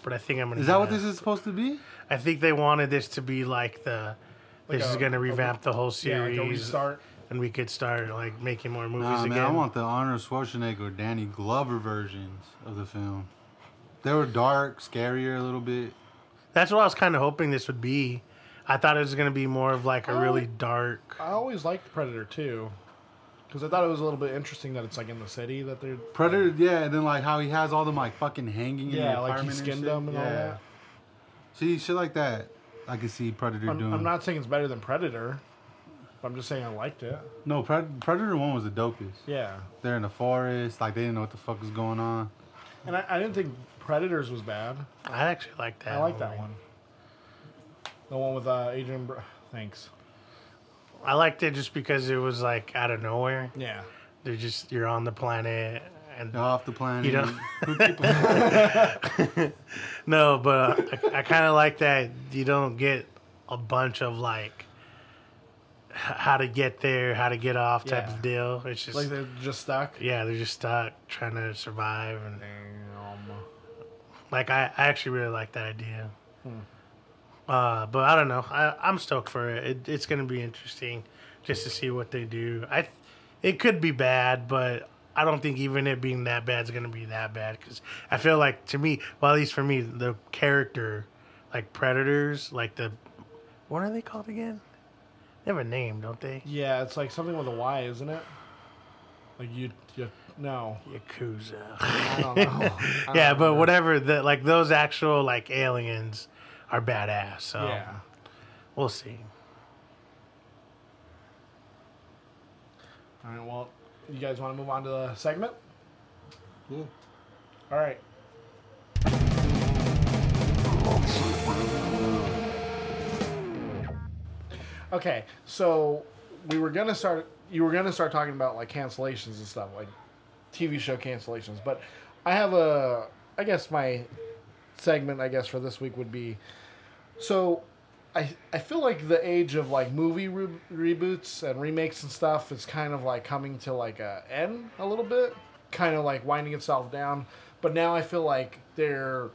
Speaker 2: but I think I'm gonna.
Speaker 4: Is that
Speaker 2: get
Speaker 4: what
Speaker 2: it.
Speaker 4: this is supposed to be?
Speaker 2: I think they wanted this to be like the. This
Speaker 3: Like
Speaker 2: is
Speaker 3: a-
Speaker 2: gonna
Speaker 3: a-
Speaker 2: revamp the whole
Speaker 3: Yeah,
Speaker 2: series,
Speaker 3: like a restart.
Speaker 2: and we could start like making more movies
Speaker 4: Nah, man,
Speaker 2: again.
Speaker 4: I want the Arnold Schwarzenegger, or Danny Glover versions of the film. They were dark, scarier a little bit.
Speaker 2: That's what I was kind of hoping this would be. I thought it was gonna be more of like a really dark.
Speaker 3: I always liked Predator too, because I thought it was a little bit interesting that it's like in the city that they're
Speaker 4: Predator, yeah, and then like how he has all them like fucking hanging in
Speaker 3: yeah,
Speaker 4: the
Speaker 3: like he
Speaker 4: apartment
Speaker 3: skinned
Speaker 4: and shit.
Speaker 3: them and all
Speaker 4: Yeah.
Speaker 3: that.
Speaker 4: See, shit like that, I can see Predator
Speaker 3: I'm,
Speaker 4: doing.
Speaker 3: I'm not saying it's better than Predator, but I'm just saying I liked it.
Speaker 4: No, Pred- Predator One was the dopest.
Speaker 3: Yeah,
Speaker 4: They're in the forest, like they didn't know what the fuck was going on.
Speaker 3: and I, I didn't think Predators was bad.
Speaker 2: I actually like that.
Speaker 3: I like that
Speaker 2: movie.
Speaker 3: one. The one with uh, Adrian. Br- Thanks.
Speaker 2: I liked it just because it was like out of nowhere.
Speaker 3: Yeah.
Speaker 2: They're just you're on the planet and
Speaker 4: They're off the planet.
Speaker 2: you don't. no, but uh, I, I kind of like that you don't get a bunch of like h- how to get there, how to get off type
Speaker 3: Yeah.
Speaker 2: of deal. It's just
Speaker 3: Like they're just stuck.
Speaker 2: yeah, they're just stuck trying to survive and
Speaker 3: Damn.
Speaker 2: like I, I actually really like that idea.
Speaker 3: Hmm.
Speaker 2: Uh, but I don't know. I, I'm stoked for it. it. It's going to be interesting just to see what they do. I, th- it could be bad, but I don't think even it being that bad is going to be that bad because I feel like to me, well at least for me, the character, like predators, like the, what are they called again? They have a name, don't they?
Speaker 3: Yeah, it's like something with a Y, isn't it? Like you, you no,
Speaker 2: Yakuza.
Speaker 3: I don't know. I don't
Speaker 2: yeah, but
Speaker 3: remember.
Speaker 2: whatever. The, like those actual like aliens are badass. So
Speaker 3: Yeah,
Speaker 2: we'll see.
Speaker 3: all right. Well, you guys want to move on to the segment?
Speaker 4: Yeah.
Speaker 3: All right. Okay, so we were gonna start. You were gonna start talking about like cancellations and stuff, like TV show cancellations. But I have a, I guess my segment, I guess for this week would be, so I I feel like the age of like movie re- reboots and remakes and stuff is kind of like coming to like a end a little bit, kind of like winding itself down. But now I feel like they're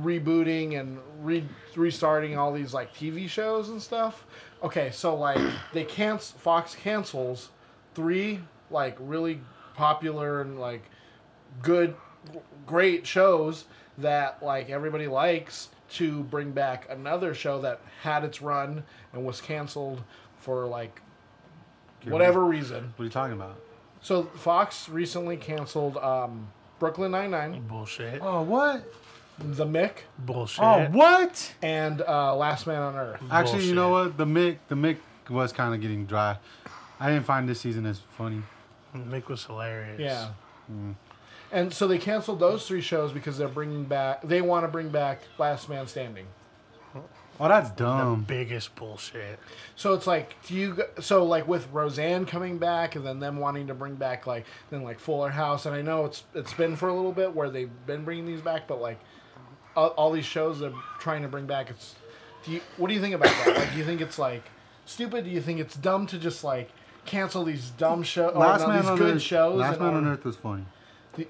Speaker 3: rebooting and re- restarting all these like TV shows and stuff. Okay, so like they can't Fox cancels three like really popular and like good, g- great shows that like everybody likes to bring back another show that had its run and was canceled for like whatever reason.
Speaker 4: What are you talking about?
Speaker 3: So Fox recently canceled um, Brooklyn Nine Nine,
Speaker 2: Bullshit.
Speaker 4: Oh what?
Speaker 3: The Mick,
Speaker 2: Bullshit.
Speaker 4: Oh what?
Speaker 3: and uh, Last Man on Earth.
Speaker 4: Actually, you know
Speaker 2: Bullshit.
Speaker 4: what? The Mick, the Mick was kind of getting dry. I didn't find this season as funny.
Speaker 2: Mick was hilarious.
Speaker 3: Yeah. And so they canceled those three shows because they're bringing back. They want to bring back Last Man Standing.
Speaker 4: Oh, that's dumb.
Speaker 2: Biggest bullshit.
Speaker 3: So it's like, do you? g- So like with Roseanne coming back, and then them wanting to bring back like then like Fuller House, and I know it's it's been for a little bit where they've been bringing these back, but like all, all these shows they're trying to bring back. It's do you? What do you think about that? Like, do you think it's like stupid? Do you think it's dumb to just like cancel these dumb shows?
Speaker 4: Last
Speaker 3: no,
Speaker 4: Man
Speaker 3: these
Speaker 4: on
Speaker 3: good
Speaker 4: Earth.
Speaker 3: shows.
Speaker 4: Last
Speaker 3: in
Speaker 4: Man on
Speaker 3: order-
Speaker 4: Earth was funny.
Speaker 3: the-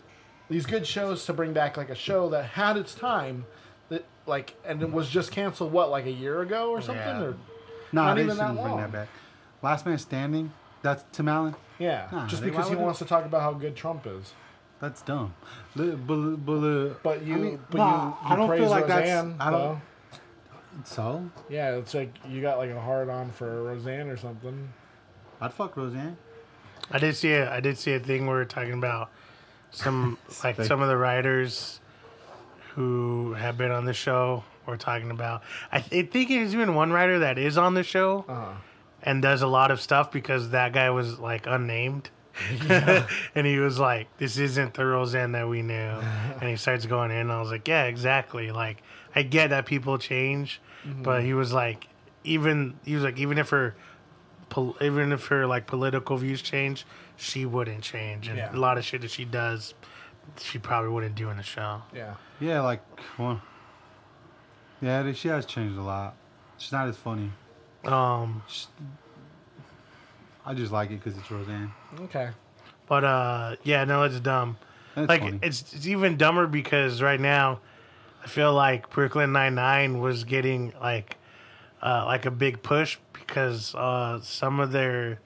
Speaker 3: these good shows to bring back like a show that had its time that like and it was just canceled what like a year ago or something
Speaker 2: Yeah.
Speaker 3: or
Speaker 4: No,
Speaker 3: Not
Speaker 4: they
Speaker 3: even that
Speaker 4: shouldn't bring
Speaker 3: long.
Speaker 4: that back. Last Man Standing. That's Tim Allen.
Speaker 3: yeah
Speaker 4: Nah,
Speaker 3: just
Speaker 4: they-
Speaker 3: because
Speaker 4: why
Speaker 3: he
Speaker 4: would they-
Speaker 3: wants to talk about how good Trump is
Speaker 4: That's dumb. Li- bu- bu- li-
Speaker 3: but you
Speaker 4: I mean,
Speaker 3: but
Speaker 4: nah,
Speaker 3: you, you I don't praise feel like Roseanne,
Speaker 4: I don't.
Speaker 3: though.
Speaker 4: So
Speaker 3: yeah it's like you got like a hard on for Roseanne or something
Speaker 4: I'd fuck Roseanne.
Speaker 2: I did see a I did see a thing where we are talking about some like some of the writers who have been on the show were talking about. I, th- I think there's even one writer that is on the show and does a lot of stuff because that guy was like unnamed. and he was like, "This isn't the Roseanne that we knew." And he starts going in. And I was like, "Yeah, exactly." Like, I get that people change, but he was like, even he was like, even if her pol- even if her like political views change, she wouldn't change, and
Speaker 3: Yeah.
Speaker 2: a lot of shit that she does, she probably wouldn't do in the show.
Speaker 3: yeah
Speaker 4: Yeah, like well, yeah, they- she has changed a lot. She's not as funny.
Speaker 2: Um,
Speaker 4: I just like it because it's Roseanne.
Speaker 3: okay
Speaker 2: but uh, yeah, no, it's dumb.
Speaker 4: And it's
Speaker 2: like
Speaker 4: funny.
Speaker 2: it's it's even dumber because right now, I feel like Brooklyn Nine Nine was getting like, uh, like a big push because uh, some of their,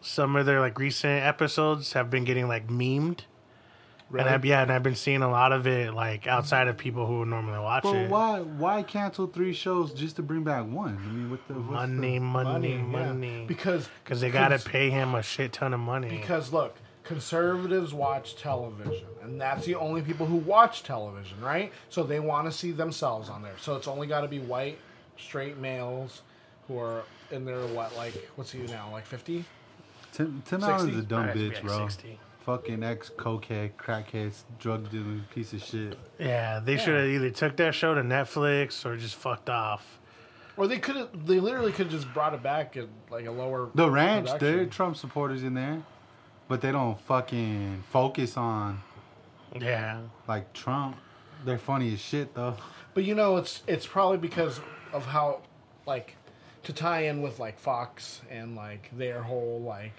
Speaker 2: some of their like recent episodes have been getting like memed. And I've, yeah, and I've been seeing a lot of it like outside of people who would normally watch
Speaker 4: but
Speaker 2: it.
Speaker 4: why why cancel three shows just to bring back one? I mean, what the what's
Speaker 2: Money, money,
Speaker 3: money yeah.
Speaker 2: money.
Speaker 3: because
Speaker 2: Because they got to
Speaker 3: because-
Speaker 2: pay him a shit ton of money.
Speaker 3: Because look, conservatives watch television, and that's the only people who watch television, right? So they want to see themselves on there. So it's only got to be white, straight males who are in their what, like what's he now, like fifty?
Speaker 4: The, Tim, Tim Allen's a
Speaker 3: 60?
Speaker 4: dumb
Speaker 2: Alright, it's like
Speaker 4: bitch, bro.
Speaker 2: 60.
Speaker 4: Fucking ex cokehead, crackhead, drug dealing piece of shit.
Speaker 2: yeah, they should have either took that show to Netflix or just fucked off.
Speaker 3: Or they could, have they literally could have just brought it back at like a lower.
Speaker 4: The ranch,
Speaker 3: production.
Speaker 4: there are Trump supporters in there, but they don't fucking focus on
Speaker 2: Yeah.
Speaker 4: like Trump. They're funny as shit though.
Speaker 3: But you know, it's it's probably because of how, like, to tie in with like Fox and like their whole like.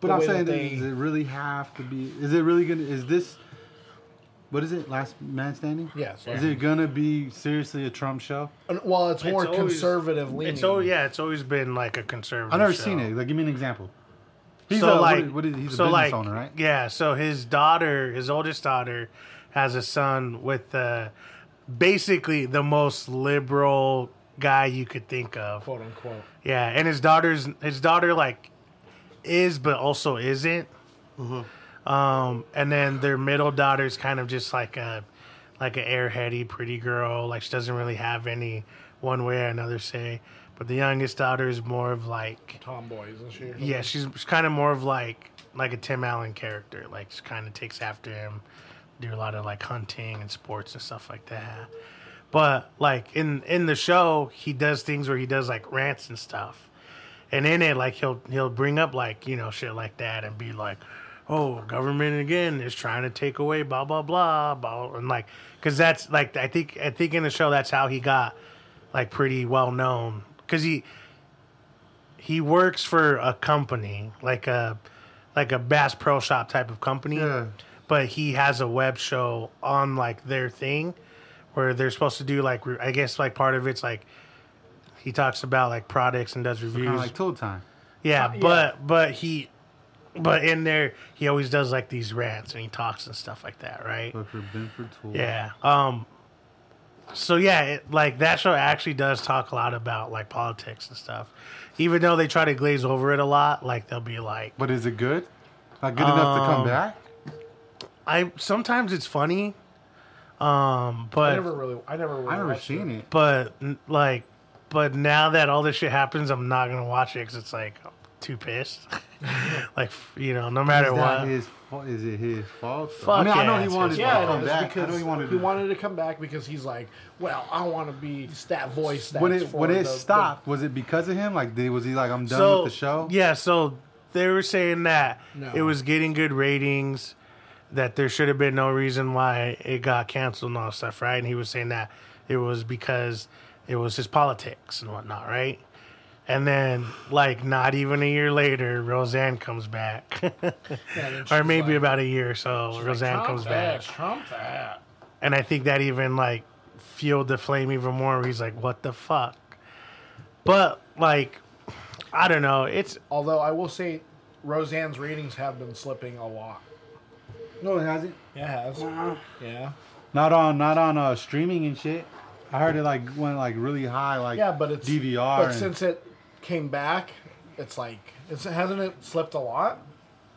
Speaker 4: But
Speaker 3: the
Speaker 4: I'm
Speaker 3: way that they-
Speaker 4: saying, does it really have to be? Is it really gonna? Is this? What is it? Last man standing?
Speaker 3: Yes.
Speaker 4: Is it gonna be seriously a Trump show?
Speaker 3: And- Well, it's more
Speaker 2: always-
Speaker 3: conservative leaning.
Speaker 2: It's oh yeah, it's always been like a conservative.
Speaker 4: I've never
Speaker 2: show.
Speaker 4: seen it. Like, give me an example. He's
Speaker 2: so
Speaker 4: a,
Speaker 2: like,
Speaker 4: what is, what is, he's
Speaker 2: so
Speaker 4: a business
Speaker 2: like,
Speaker 4: owner, right?
Speaker 2: Yeah. So his daughter, his oldest daughter, has a son with uh, basically the most liberal guy you could think of.
Speaker 3: quote unquote.
Speaker 2: Yeah, and his daughter's his daughter like is but also isn't. Um, and then their middle daughter's kind of just like a like a airheady pretty girl. Like she doesn't really have any one way or another say. But the youngest daughter is more of like
Speaker 3: tomboys and shit.
Speaker 2: yeah, she's, she's kind of more of like like a Tim Allen character. Like she kind of takes after him, do a lot of like hunting and sports and stuff like that. But like in in the show, he does things where he does like rants and stuff. And in it, like he'll he'll bring up like you know shit like that and be like, "Oh, government again is trying to take away blah blah blah blah," and like because that's like I think I think in the show that's how he got like pretty well known because he he works for a company like a like a Bass Pro Shop type of company.
Speaker 4: Yeah.
Speaker 2: But he has a web show on like their thing where they're supposed to do like re- I guess like part of it's like he talks about like products and does reviews.
Speaker 4: Kind of like Tool Time.
Speaker 2: Yeah,
Speaker 3: Uh, yeah.
Speaker 2: but but he, but in there he always does like these rants and he talks and stuff like that,
Speaker 3: Hmm.
Speaker 2: right?
Speaker 4: But for Benford Tool.
Speaker 2: Yeah. Um. So yeah, it, like that show actually does talk a lot about like politics and stuff, even though they try to glaze over it a lot. Like they'll be like,
Speaker 4: But is it good? Not good enough to come
Speaker 2: Um,
Speaker 4: back?
Speaker 2: I sometimes it's funny, um,
Speaker 3: I
Speaker 2: but
Speaker 3: never really, I never really.
Speaker 4: I've never
Speaker 3: watched
Speaker 4: seen it.
Speaker 2: but n- like, but now that all this shit happens, I'm not gonna watch it because it's like I'm too pissed. like f- you know, no matter
Speaker 4: Is
Speaker 2: what.
Speaker 4: that his fault? Is it his fault? though?
Speaker 2: Fuck
Speaker 4: I mean, I know
Speaker 2: yeah,
Speaker 4: he
Speaker 2: it's
Speaker 4: wanted
Speaker 2: his
Speaker 4: to
Speaker 2: fault.
Speaker 3: Yeah,
Speaker 4: come
Speaker 3: it is
Speaker 4: back. I
Speaker 3: because
Speaker 4: know he wanted
Speaker 3: he
Speaker 4: to.
Speaker 3: wanted to come back because he's like, well, I want to be that voice. That's
Speaker 4: when it when
Speaker 3: for
Speaker 4: it
Speaker 3: the- the-
Speaker 4: stopped, was it because of him? Like, did, was he like, I'm done with the show?
Speaker 2: Yeah, so they were saying that
Speaker 3: No.
Speaker 2: it was getting good ratings, that there should have been no reason why it got canceled and all that stuff, right? And he was saying that it was because it was his politics and whatnot, right? And then, like, not even a year later, Roseanne comes back.
Speaker 3: then
Speaker 2: or
Speaker 3: she's
Speaker 2: maybe
Speaker 3: like-
Speaker 2: about a year or so, Roseanne
Speaker 3: Trump
Speaker 2: comes
Speaker 3: that,
Speaker 2: back.
Speaker 3: Trump that.
Speaker 2: And I think that even, like, fueled the flame even more. Where he's like, what the fuck? But, like, I don't know. It's
Speaker 3: Although I will say, Roseanne's ratings have been slipping a lot.
Speaker 4: No, it hasn't.
Speaker 3: Yeah, it has. Yeah.
Speaker 4: Not on not on uh, streaming and shit. I heard it like went like really high, like
Speaker 3: Yeah, but it's
Speaker 4: DVR.
Speaker 3: But
Speaker 4: and
Speaker 3: since it came back, it's like it's hasn't it slipped a lot?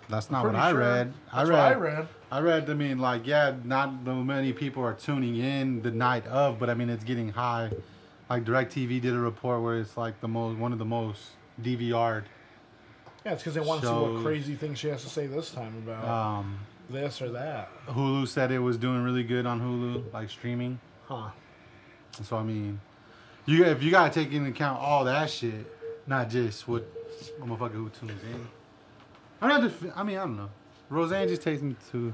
Speaker 4: that's not what
Speaker 3: Pretty
Speaker 4: I
Speaker 3: sure.
Speaker 4: read. I
Speaker 3: That's
Speaker 4: read.
Speaker 3: what I read.
Speaker 4: I read. I mean, like, yeah, not that many people are tuning in the night of, but I mean, it's getting high. Like Directv did a report where it's like the most one of the most DVR'd.
Speaker 3: Yeah, it's because they want to see
Speaker 4: So-
Speaker 3: what crazy thing she has to say this time about
Speaker 4: Um,
Speaker 3: this or that.
Speaker 4: Hulu said it was doing really good on Hulu, like streaming.
Speaker 3: Huh.
Speaker 4: So I mean, you if you gotta take into account all that shit, not just what a motherfucker who tunes in. I'm not. Def- I mean, I don't know. Roseanne just takes me to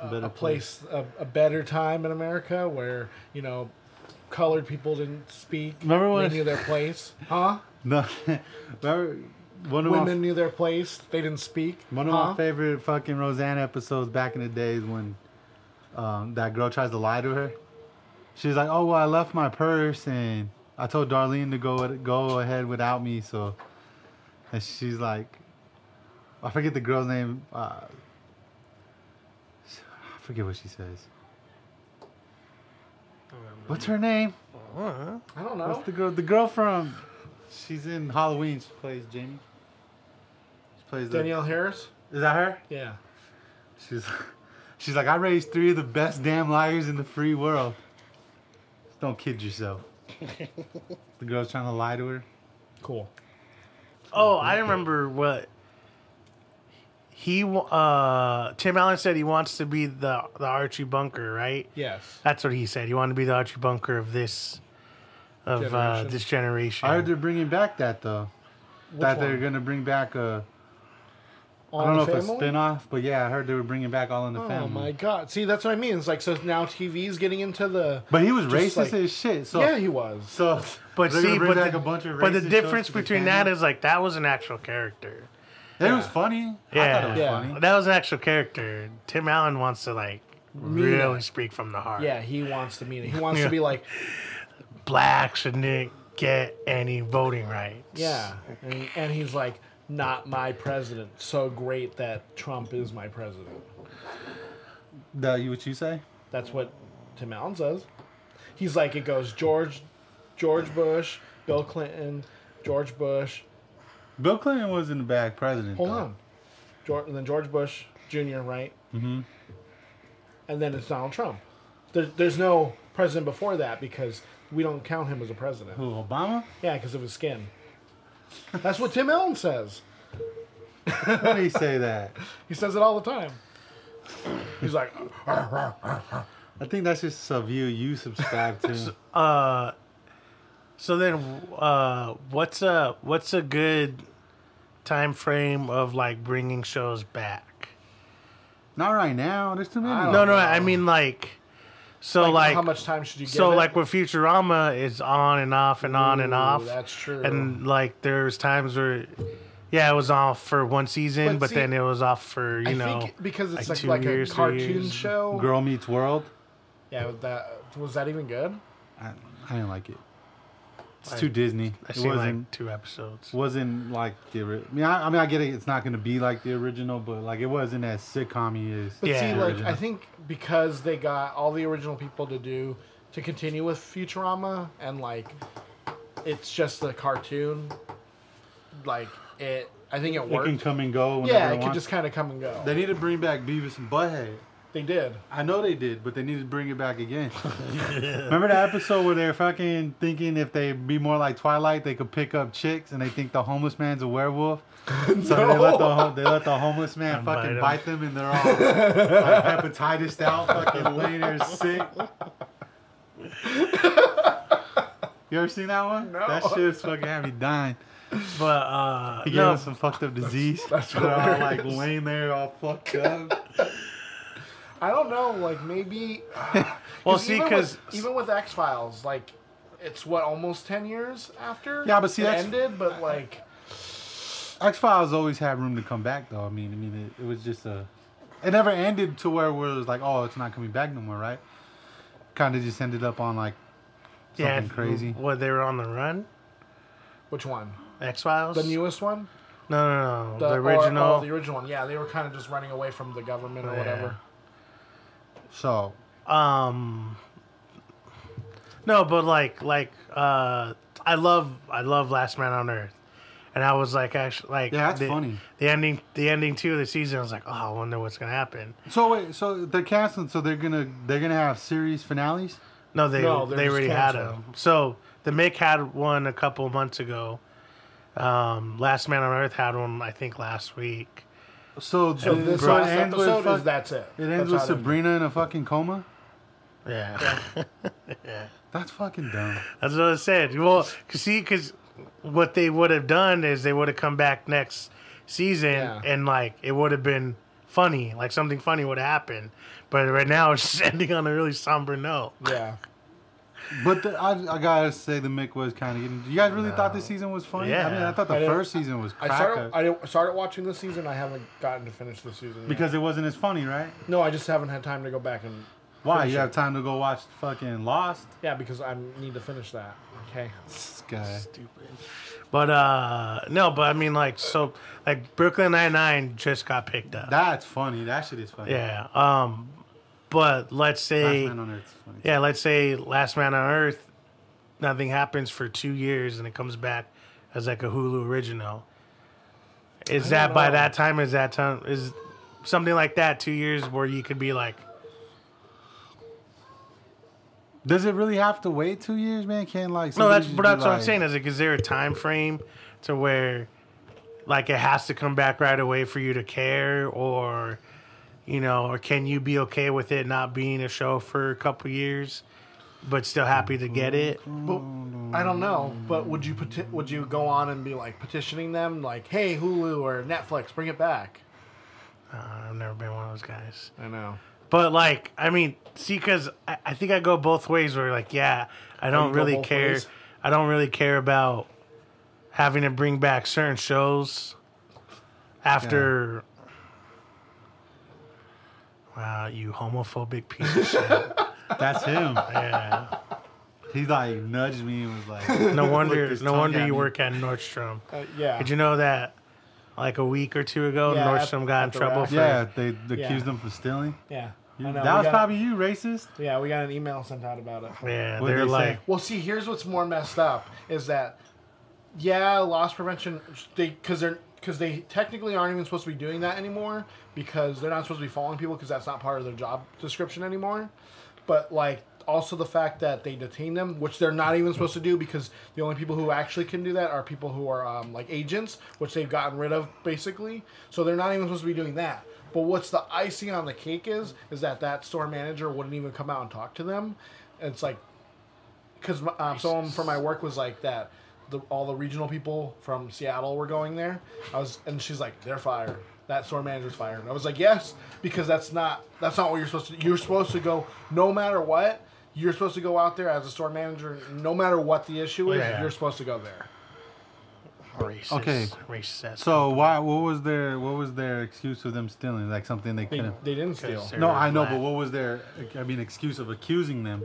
Speaker 4: a better
Speaker 3: a place, a, a better time in America where you know colored people didn't speak.
Speaker 4: Remember when-
Speaker 3: they knew their place, huh?
Speaker 4: No, remember one of
Speaker 3: Women
Speaker 4: my
Speaker 3: knew their place. They didn't speak.
Speaker 4: one of
Speaker 3: huh?
Speaker 4: my favorite fucking Roseanne episodes back in the days when um, that girl tries to lie to her. She's like, "Oh well, I left my purse and I told Darlene to go go ahead without me." So, and she's like, I forget the girl's name. Uh, I forget what she says. What's her name?
Speaker 3: I don't
Speaker 4: What's
Speaker 3: know.
Speaker 4: the girl? The girl from? She's in Halloween. She plays Jamie. She plays the-
Speaker 3: Danielle Harris.
Speaker 4: Is that her?
Speaker 3: Yeah.
Speaker 4: She's she's like, I raised three of the best damn liars in the free world. Don't kid yourself. the girl's trying to lie to her.
Speaker 3: Cool.
Speaker 2: Oh, I remember what he wa- uh Tim Allen said he wants to be the the Archie Bunker, right?
Speaker 3: Yes.
Speaker 2: That's what he said. He wanted to be the Archie Bunker of this of Uh,
Speaker 3: Generation.
Speaker 2: this generation.
Speaker 4: I heard they're bringing back that though. that they're
Speaker 3: one?
Speaker 4: gonna bring back a.
Speaker 3: All
Speaker 4: I don't
Speaker 3: in
Speaker 4: know
Speaker 3: the
Speaker 4: if
Speaker 3: Family?
Speaker 4: a spin-off, but yeah, I heard they were bringing back All in the
Speaker 3: Oh
Speaker 4: Family.
Speaker 3: my god! See, that's what I mean. It's like so now TV's getting into the.
Speaker 4: But he was
Speaker 3: Just
Speaker 4: racist
Speaker 3: like-
Speaker 4: as shit. So
Speaker 3: yeah, he was.
Speaker 4: so
Speaker 2: but
Speaker 4: they're gonna
Speaker 2: see,
Speaker 4: bring
Speaker 2: but
Speaker 4: back
Speaker 2: the,
Speaker 4: a bunch of
Speaker 2: but the
Speaker 4: racist shows
Speaker 2: difference
Speaker 4: to the
Speaker 2: between
Speaker 4: family.
Speaker 2: that is like that was an actual character.
Speaker 4: it was funny. I thought it was
Speaker 2: Yeah.
Speaker 4: funny.
Speaker 2: That was an actual character. Tim Allen wants to like
Speaker 3: Mean it.
Speaker 2: really speak from the heart.
Speaker 3: Yeah, he wants to meet it. He wants
Speaker 2: Yeah.
Speaker 3: to be like,
Speaker 2: Blacks shouldn't get any voting rights.
Speaker 3: yeah, and, and he's like, not my president. So great that Trump is my president.
Speaker 4: That you what you say?
Speaker 3: That's what Tim Allen says. He's like, it goes George, George Bush, Bill Clinton, George Bush.
Speaker 4: Bill Clinton wasn't a bad president.
Speaker 3: Hold
Speaker 4: though.
Speaker 3: on, George, and then George Bush Jr. Right? Mm-hmm. And then it's Donald Trump. There, there's no president before that because we don't count him as a president.
Speaker 4: Who, Obama?
Speaker 3: Yeah, because of his skin. That's what Tim Allen says.
Speaker 4: Why do you say that?
Speaker 3: He says it all the time. He's like,
Speaker 4: I think that's just a view you subscribe to.
Speaker 2: So then, uh, what's a what's a good time frame of like bringing shows back?
Speaker 4: Not right now. There's too many.
Speaker 2: No, no, I mean like, so like,
Speaker 3: Oh, how much time should you give?
Speaker 2: so
Speaker 3: it?
Speaker 2: like with Futurama, it's on and off and on and
Speaker 3: Ooh,
Speaker 2: off.
Speaker 3: That's true.
Speaker 2: And like, there's times where, yeah, it was off for one season,
Speaker 3: But
Speaker 2: but
Speaker 3: see,
Speaker 2: then it was off for you
Speaker 3: I
Speaker 2: know.
Speaker 3: think because
Speaker 2: like
Speaker 3: it's like
Speaker 2: two
Speaker 3: like,
Speaker 2: years,
Speaker 3: a
Speaker 2: three
Speaker 3: cartoon
Speaker 2: years.
Speaker 3: show.
Speaker 4: Girl Meets World.
Speaker 3: Yeah, was that was that even good?
Speaker 4: I, I didn't like it. It's too Disney.
Speaker 2: I
Speaker 4: It
Speaker 2: seen
Speaker 4: wasn't
Speaker 2: like two episodes.
Speaker 4: wasn't like the. ori- I mean, I, I mean, I get it. It's not gonna be like the original, but like it wasn't as sitcom-y as.
Speaker 3: But see,
Speaker 2: Yeah.
Speaker 3: like I
Speaker 4: Original.
Speaker 3: think because they got all the original people to do to continue with Futurama, and like it's just a cartoon, like it. I think it
Speaker 4: It
Speaker 3: worked.
Speaker 4: can come and go. Whenever
Speaker 3: yeah,
Speaker 4: I
Speaker 3: it could
Speaker 4: want.
Speaker 3: just kind of come and go.
Speaker 4: They need to bring back Beavis and Butthead.
Speaker 3: they did.
Speaker 4: I know they did, but they need to bring it back again. Remember the episode where they're fucking thinking if they be more like Twilight, they could pick up chicks, and they think the homeless man's a werewolf. So they let the ho- they let the homeless man
Speaker 2: And
Speaker 4: fucking
Speaker 2: bite
Speaker 4: bite them. and they're all like, hepatitis out, fucking laying there sick. You ever seen that one?
Speaker 3: No.
Speaker 4: That shit's fucking had me dying.
Speaker 2: But uh,
Speaker 4: He gave
Speaker 2: no,
Speaker 4: us some fucked up disease. they're all like laying there all fucked up.
Speaker 3: I don't know. Like maybe.
Speaker 2: well, see,
Speaker 3: even
Speaker 2: because
Speaker 3: with- even with X Files, like it's what almost ten years after.
Speaker 4: Yeah, but see,
Speaker 3: it
Speaker 4: that's-
Speaker 3: ended, but like
Speaker 4: X Files always had room to come back, though. I mean, I mean, it, it was just a, it never ended to where, where it was like, oh, it's not coming back no more, right? Kind of just ended up on like something
Speaker 2: yeah,
Speaker 4: crazy.
Speaker 2: What they were on the run?
Speaker 3: which one?
Speaker 2: X Files?
Speaker 3: The newest one.
Speaker 2: No, no, no. The,
Speaker 3: or- oh,
Speaker 2: original.
Speaker 3: the original one. Yeah, they were kind of just running away from the government or
Speaker 2: Yeah.
Speaker 3: whatever.
Speaker 4: So
Speaker 2: um no but like like uh i love i love last man on earth and i was like actually like
Speaker 4: Yeah, that's
Speaker 2: the,
Speaker 4: funny.
Speaker 2: the ending the ending two of the season i was like oh i wonder what's gonna happen
Speaker 4: so wait, so they're canceling, so they're gonna they're gonna have series finales.
Speaker 2: no they
Speaker 3: No, they're
Speaker 2: they
Speaker 3: just
Speaker 2: already had
Speaker 3: canceling.
Speaker 2: them so the mick had one a couple months ago um last man on earth had one i think last week
Speaker 4: So,
Speaker 3: So
Speaker 4: the-
Speaker 3: this
Speaker 4: so
Speaker 3: last episode
Speaker 4: fuck-
Speaker 3: is that's it.
Speaker 4: It ends
Speaker 3: That's
Speaker 4: with
Speaker 3: how they-
Speaker 4: Sabrina in a fucking coma.
Speaker 2: yeah.
Speaker 4: That's fucking dumb.
Speaker 2: That's what I said. Well, cause see, because what they would have done is they would have come back next season
Speaker 3: Yeah.
Speaker 2: and like it would have been funny, like something funny would have happened. But right now it's just ending on a really somber note.
Speaker 3: Yeah.
Speaker 4: But the, I, I gotta say, the Mick was kind of getting. You guys really thought this season was funny? I
Speaker 2: Yeah.
Speaker 4: mean, I thought the
Speaker 3: I didn't-
Speaker 4: first season was
Speaker 3: I
Speaker 4: cracker
Speaker 3: started. I don't- started watching this season. I haven't gotten to finish the season yet.
Speaker 4: because it wasn't as funny, right?
Speaker 3: no, I just haven't had time to go back and
Speaker 4: Why?
Speaker 3: Finish
Speaker 4: You
Speaker 3: it.
Speaker 4: have time to go watch fucking Lost?
Speaker 3: yeah, because I need to finish that. Okay.
Speaker 4: This guy.
Speaker 2: Stupid. But uh no, but I mean like so like Brooklyn Nine Nine just got picked up.
Speaker 4: That's funny. That shit is funny.
Speaker 2: yeah. Um, but let's
Speaker 4: Last
Speaker 2: say
Speaker 4: Man on Earth's funny.
Speaker 2: yeah, let's say Last Man on Earth, nothing happens for two years and it comes back as like a Hulu original. Is that by
Speaker 3: know.
Speaker 2: that time? Is that time? Is something like that two years where you could be like,
Speaker 4: Does it really have to wait two years, man? Can't like.
Speaker 2: no,
Speaker 4: somebody
Speaker 2: that's
Speaker 4: just
Speaker 2: but
Speaker 4: be
Speaker 2: that's what I'm
Speaker 4: like-
Speaker 2: saying. Is like, is there a time frame to where, like, it has to come back right away for you to care, or, you know, or can you be okay with it not being a show for a couple years, but still happy to get it?
Speaker 4: Mm-hmm.
Speaker 3: But I don't know. But would you peti- would you go on and be like petitioning them like, hey Hulu or Netflix, bring it back?
Speaker 2: Uh, I've never been one of those guys.
Speaker 3: I know.
Speaker 2: But like, I mean, see, because I, I think I go both ways. Where like, yeah,
Speaker 4: Oh,
Speaker 2: I don't
Speaker 3: you go
Speaker 2: really
Speaker 3: both
Speaker 2: care.
Speaker 3: ways?
Speaker 2: I don't really care about having to bring back certain shows after. Wow, you homophobic piece of shit!
Speaker 4: That's him.
Speaker 2: Yeah.
Speaker 4: He like nudged me and was like,
Speaker 2: No wonder,
Speaker 4: his
Speaker 2: no
Speaker 4: tongue
Speaker 2: wonder
Speaker 4: at
Speaker 2: you
Speaker 4: me.
Speaker 2: work at Nordstrom.
Speaker 3: Uh, yeah.
Speaker 2: Did you know that, like a week or two ago,
Speaker 3: Yeah, at-
Speaker 2: Nordstrom got
Speaker 3: at
Speaker 2: in
Speaker 3: the
Speaker 2: trouble
Speaker 3: rack.
Speaker 2: for
Speaker 4: "Yeah, they, they
Speaker 3: Yeah.
Speaker 4: accused him for stealing."
Speaker 3: yeah. I know,
Speaker 4: That
Speaker 3: we
Speaker 4: was
Speaker 3: got-
Speaker 4: probably you, racist.
Speaker 3: Yeah, we got an email sent out about it.
Speaker 2: yeah.
Speaker 4: What'd
Speaker 2: They're
Speaker 4: they say?
Speaker 2: like,
Speaker 3: Well, see, here's what's more messed up is that, yeah, loss prevention, they because they're because they technically aren't even supposed to be doing that anymore because they're not supposed to be following people because that's not part of their job description anymore. But like also the fact that they detain them, which they're not even supposed to do because the only people who actually can do that are people who are um, like agents, which they've gotten rid of basically. So they're not even supposed to be doing that. But what's the icing on the cake is is that that store manager wouldn't even come out and talk to them. It's like because um, someone from my work was like that. The, all the regional people from Seattle were going there. I was, and she's like, "They're fired. That store manager's fired." And I was like, "Yes, because that's not that's not what you're supposed to. You're supposed to go no matter what. You're supposed to go out there as a store manager, no matter what the issue is.
Speaker 2: Yeah.
Speaker 3: You're supposed to go there.
Speaker 2: racist,
Speaker 4: Okay.
Speaker 2: racist.
Speaker 4: So why? What was their what was their excuse of them stealing? Like something they
Speaker 3: They,
Speaker 4: couldn't.
Speaker 3: they didn't steal.
Speaker 2: they're-
Speaker 4: No, I know,
Speaker 2: black.
Speaker 4: but what was their? I mean, excuse of accusing them.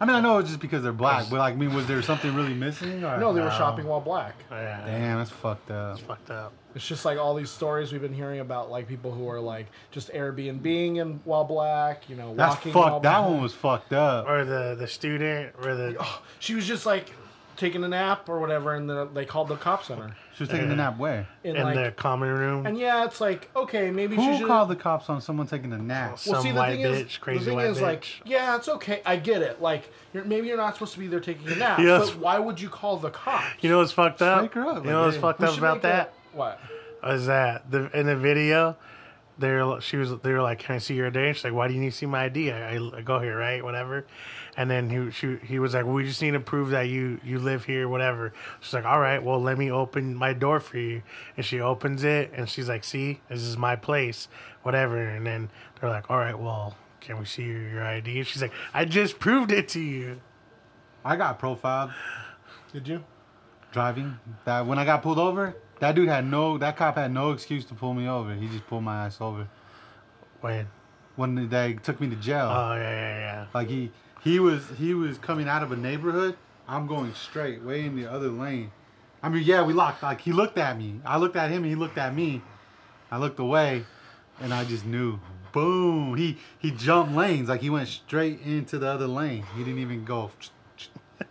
Speaker 4: I I mean, I know it's just because they're black, but like, I mean, was there something really missing? Or?
Speaker 3: No, they were shopping while black.
Speaker 2: Yeah,
Speaker 4: Damn, that's fucked up.
Speaker 2: fucked up.
Speaker 3: It's just like all these stories we've been hearing about, like people who are like just Airbnb and while black, you know,
Speaker 4: That's
Speaker 3: walking. while
Speaker 4: fucked. That
Speaker 3: black.
Speaker 4: one was fucked up.
Speaker 2: Or the the student, or the
Speaker 3: She was just like taking a nap or whatever, and then they called the cops on her.
Speaker 4: She was taking a nap where?
Speaker 3: And
Speaker 2: in
Speaker 3: like,
Speaker 2: the common room.
Speaker 3: and yeah, it's like okay, maybe she
Speaker 4: Who
Speaker 3: should.
Speaker 4: called the cops on someone taking a nap?
Speaker 2: Some white bitch,
Speaker 3: is,
Speaker 2: crazy
Speaker 3: the thing
Speaker 2: white
Speaker 3: is like,
Speaker 2: bitch.
Speaker 3: yeah, it's okay. I get it. Like, you're, maybe you're not supposed to be there taking a nap,
Speaker 2: Yes.
Speaker 3: but why would you call the cops?
Speaker 2: you know what's fucked up?
Speaker 4: wake her up,
Speaker 2: You know
Speaker 4: like,
Speaker 2: what's
Speaker 4: hey,
Speaker 2: fucked
Speaker 3: We
Speaker 2: up
Speaker 3: should
Speaker 2: about
Speaker 3: make a-
Speaker 2: that?
Speaker 3: what?
Speaker 2: Is that the in the video? They're she was they were like, "Can I see your ID?" And she's like, "Why do you need to see my ID? I, I go here, right? Whatever." And then he she he was like, "We just need to prove that you you live here, whatever." She's like, "All right, well, let me open my door for you." And she opens it, and she's like, "See, this is my place, whatever." And then they're like, "All right, well, can we see your, your ID?" And she's like, "I just proved it to you."
Speaker 4: I got profiled
Speaker 3: Did you?
Speaker 4: driving. That when I got pulled over, that dude had no. That cop had no excuse to pull me over. He just pulled my ass over
Speaker 2: When
Speaker 4: when they took me to jail.
Speaker 2: oh yeah yeah yeah.
Speaker 4: Like he he was he was coming out of a neighborhood. I'm going straight, way in the other lane. I mean, yeah, we locked. Like he looked at me. I looked at him. and He looked at me. I looked away, and I just knew. Boom! He he jumped lanes. Like he went straight into the other lane. He didn't even go.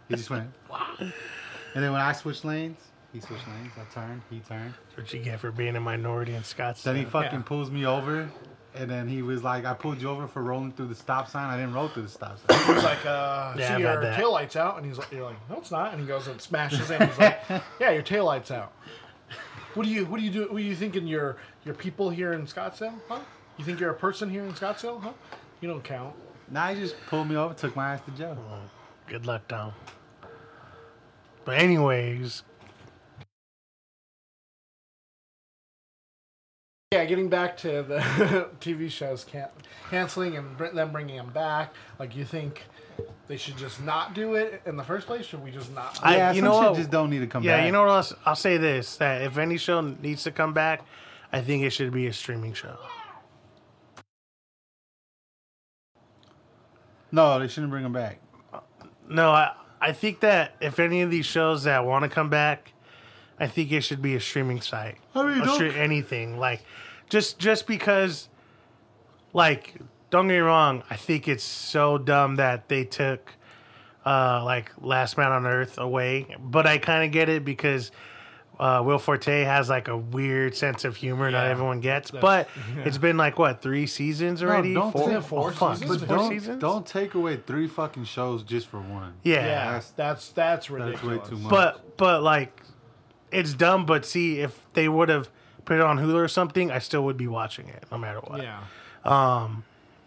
Speaker 4: He just went. Wow. And then when I switched lanes, he switched lanes. I turned. He turned.
Speaker 2: That's what you get for being a minority in Scottsdale.
Speaker 4: Then he fucking pulls me over, and then he was like, "I pulled you over for rolling through the stop sign. I didn't roll through the stop sign."
Speaker 3: He's like, uh,
Speaker 2: Yeah,
Speaker 3: see
Speaker 2: I've
Speaker 3: your
Speaker 2: had that.
Speaker 3: taillights out, and he's like, you're like, no, it's not, and he goes and smashes it. And he's like, yeah, your taillights out. What do you, what do you do? What are you thinking? Your, your people here in Scottsdale, huh? You think you're a person here in Scottsdale, huh? You don't count.
Speaker 4: Nah, he just pulled me over, took my ass to jail.
Speaker 2: Good luck, Tom. But anyways,
Speaker 3: Yeah, getting back to the TV shows can- canceling and br- them bringing them back. Like, you think they should just not do it in the first place? Should we just not?
Speaker 2: I-
Speaker 4: yeah,
Speaker 2: you
Speaker 4: some
Speaker 2: know
Speaker 4: shit
Speaker 2: what?
Speaker 4: just don't need to come
Speaker 2: yeah,
Speaker 4: back.
Speaker 2: you know what else? I'll say this: that if any show needs to come back, I think it should be a streaming show.
Speaker 4: No, they shouldn't bring him back.
Speaker 2: No, I I think that if any of these shows that want to come back, I think it should be a streaming site.
Speaker 4: I mean,
Speaker 2: Or
Speaker 4: don't-
Speaker 2: stre- anything like just just because, like, don't get me wrong. I think it's so dumb that they took. uh, like Last Man on Earth away, but I kind of get it because uh, Will Forte has like a weird sense of humor not everyone gets. But it's been like what three seasons already?
Speaker 4: don't
Speaker 2: four,
Speaker 4: say
Speaker 3: four
Speaker 2: oh, fuck,
Speaker 3: seasons,
Speaker 2: it's
Speaker 4: But
Speaker 2: four
Speaker 4: don't,
Speaker 2: seasons.
Speaker 4: don't take away three fucking shows just for one.
Speaker 2: yeah.
Speaker 3: yeah,
Speaker 4: that's-
Speaker 3: that's that's
Speaker 4: That's way
Speaker 3: ridiculous.
Speaker 4: too much.
Speaker 2: but but like it's dumb. But see, if they would have put it on Hulu or something, I still would be watching it no matter what.
Speaker 3: Yeah.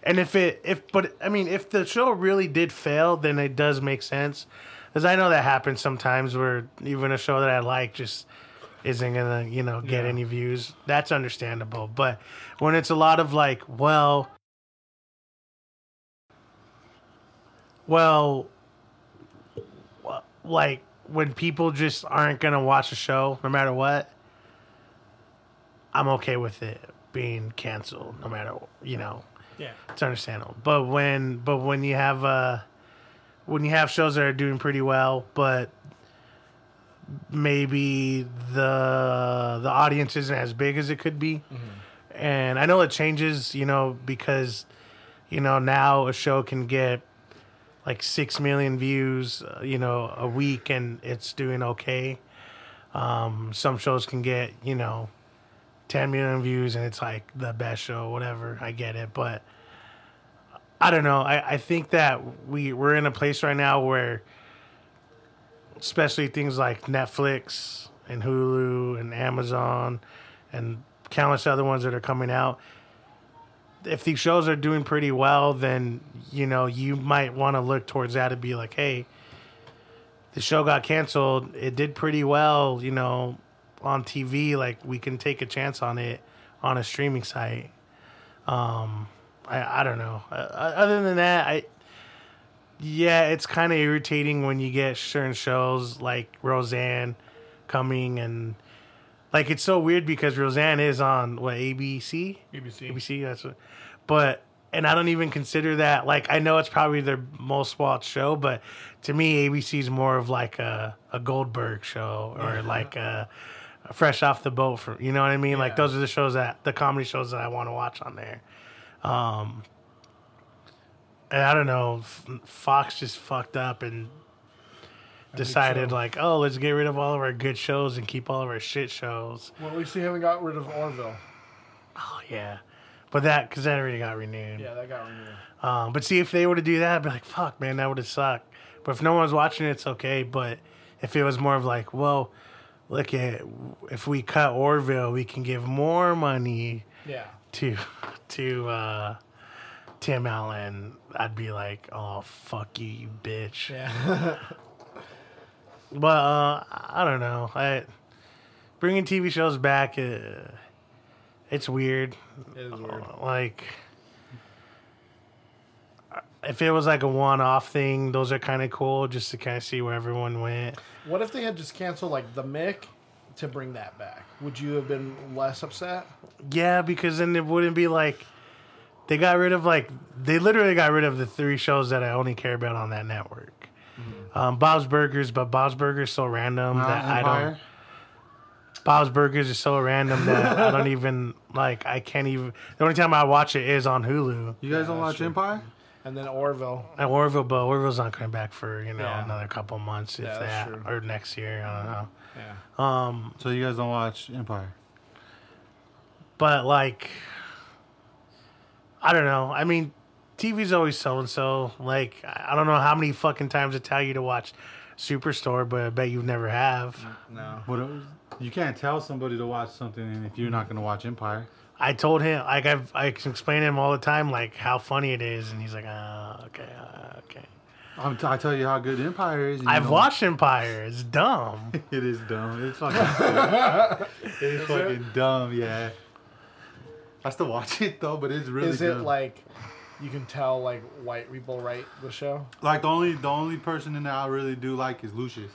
Speaker 2: And if it if but I mean if the show really did fail, then it does make sense. Because I know that happens sometimes where even a show that I like just isn't gonna, you know, get any views. That's understandable. But when it's a lot of like, well well wh- like when people just aren't gonna watch a show no matter what, I'm okay with it being canceled no matter you know
Speaker 3: Yeah.
Speaker 2: it's understandable. But when but when you have uh when you have shows that are doing pretty well, but maybe the the audience isn't as big as it could be, and I know it changes, you know, because you know now a show can get like six million views, uh, you know, a week, and it's doing okay. Um, some shows can get you know. 10 million views and it's like the best show whatever i get it but I don't know. I, I think that we we're in a place right now where, especially things like Netflix and Hulu and Amazon, and countless other ones that are coming out. If these shows are doing pretty well, then you know you might want to look towards that and be like, hey, the show got canceled. It did pretty well, you know, on TV. Like we can take a chance on it on a streaming site. I, I don't know. Uh, other than that, I yeah, it's kind of irritating when you get certain shows like Roseanne coming and like it's so weird because Roseanne is on what ABC,
Speaker 3: BBC.
Speaker 2: ABC. That's what, but and I don't even consider that like I know it's probably their most watched show, but to me, ABC's more of like a, a Goldberg show or like a, a Fresh Off the Boat from you know what I mean. Like
Speaker 3: Yeah.
Speaker 2: those are the shows that the comedy shows that I want to watch on there. Um, and I don't know, F- Fox just fucked up and decided
Speaker 3: so.
Speaker 2: like, oh, let's get rid of all of our good shows and keep all of our shit shows.
Speaker 3: Well, at least they haven't got rid of Orville.
Speaker 2: Oh yeah, but that because that already got renewed.
Speaker 3: Yeah, that got renewed.
Speaker 2: Um, but see, if they were to do that, I'd be like, fuck, man, that would have sucked. But if no one was watching it, it's okay. But if it was more of like, well, look at if we cut Orville, we can give more money
Speaker 3: Yeah.
Speaker 2: to to uh, Tim Allen. I'd be like, oh fuck you, you bitch.
Speaker 3: Yeah.
Speaker 2: But uh, I don't know. I bringing TV shows back, uh, it's weird.
Speaker 3: it is weird.
Speaker 2: like if it was like a one-off thing those are kind of cool just to kind of see where everyone went
Speaker 3: What if they had just canceled like the Mick to bring that back? Would you have been less upset?
Speaker 2: yeah because then it wouldn't be like they got rid of like they literally got rid of the three shows that i only care about on that network um, bob's burgers but bob's burgers so random that i don't
Speaker 4: Empire.
Speaker 2: Bob's Burgers is so random that I don't even like. I can't even. The only time I watch it is on Hulu
Speaker 4: You guys don't watch Empire?
Speaker 3: And then Orville.
Speaker 2: at Orville, but Orville's not coming back for you know
Speaker 3: Yeah.
Speaker 2: another couple months, if
Speaker 3: Yeah,
Speaker 2: that,
Speaker 3: that's true.
Speaker 2: or next year. I don't know.
Speaker 3: Yeah.
Speaker 4: So you guys don't watch Empire?
Speaker 2: But like, I don't know. I mean, TV's always so and so. Like, I I don't know how many fucking times I tell you to watch Superstore, but I bet you never have.
Speaker 3: Mm. No.
Speaker 4: What? it- You can't tell somebody to watch something if you're not gonna watch Empire.
Speaker 2: I told him, like, I've I can explain to him all the time, like how funny it is, and he's like, ah, okay, ah, okay.
Speaker 4: I'm t- I tell you how good Empire is. and you
Speaker 2: I've
Speaker 4: don't-
Speaker 2: watched Empire. It's dumb.
Speaker 4: It is dumb. It's fucking. it's fucking dumb. Yeah. I still watch it though, but it's really.
Speaker 3: Is it
Speaker 4: dumb.
Speaker 3: like you can tell like white people write the show?
Speaker 4: like the only the only person in there I really do like is Lucius.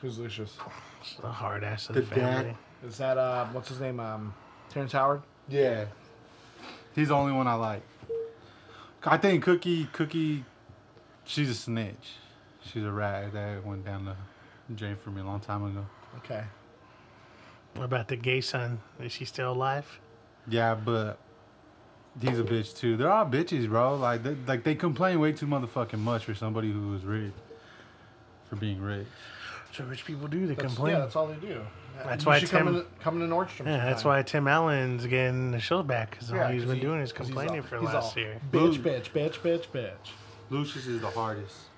Speaker 3: Who's Lucius?
Speaker 2: It's the hard ass of the,
Speaker 4: The dad.
Speaker 2: family.
Speaker 3: Is that uh what's his name? Um Terrence Howard?
Speaker 4: Yeah. He's the only one I like. I think Cookie Cookie, she's a snitch. She's a rat that went down the drain for me a long time ago.
Speaker 3: Okay.
Speaker 2: What about the gay son? Is he still alive?
Speaker 4: Yeah, but he's a bitch too. They're all bitches, bro. Like they, like they complain way too motherfucking much for somebody who was rich. For being rich.
Speaker 2: So rich people do. They
Speaker 3: That's,
Speaker 2: complain.
Speaker 3: yeah, that's all they do.
Speaker 2: That's
Speaker 3: you
Speaker 2: why
Speaker 3: should
Speaker 2: Tim-
Speaker 3: come in come into Nordstrom.
Speaker 2: Yeah, that's
Speaker 3: sometime.
Speaker 2: why Tim Allen's getting the show back because all
Speaker 3: Yeah,
Speaker 2: he's
Speaker 3: 'cause
Speaker 2: been
Speaker 3: he-
Speaker 2: doing is
Speaker 3: 'cause he's
Speaker 2: complaining
Speaker 3: all-
Speaker 2: for the
Speaker 3: he's
Speaker 2: last
Speaker 3: all,
Speaker 2: year.
Speaker 3: Bitch,
Speaker 4: Boom.
Speaker 3: bitch, bitch, bitch, bitch.
Speaker 4: Lucius is the hardest,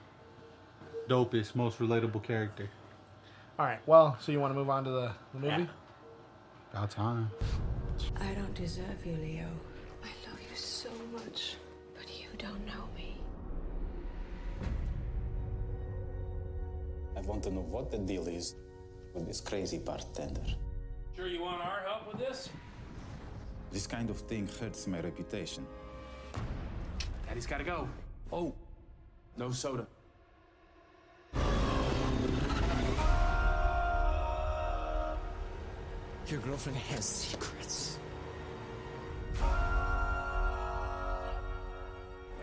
Speaker 4: dopest, most relatable character.
Speaker 3: All right. Well, so you want to move on to the, the movie?
Speaker 4: About time.
Speaker 6: I don't deserve you, Leo. I love you so much, but you don't know me.
Speaker 7: I want to know what the deal is with this crazy bartender.
Speaker 8: Sure you want our help with this?
Speaker 7: This kind of thing hurts my reputation.
Speaker 8: Daddy's gotta go. Oh, no soda.
Speaker 7: Your girlfriend has secrets.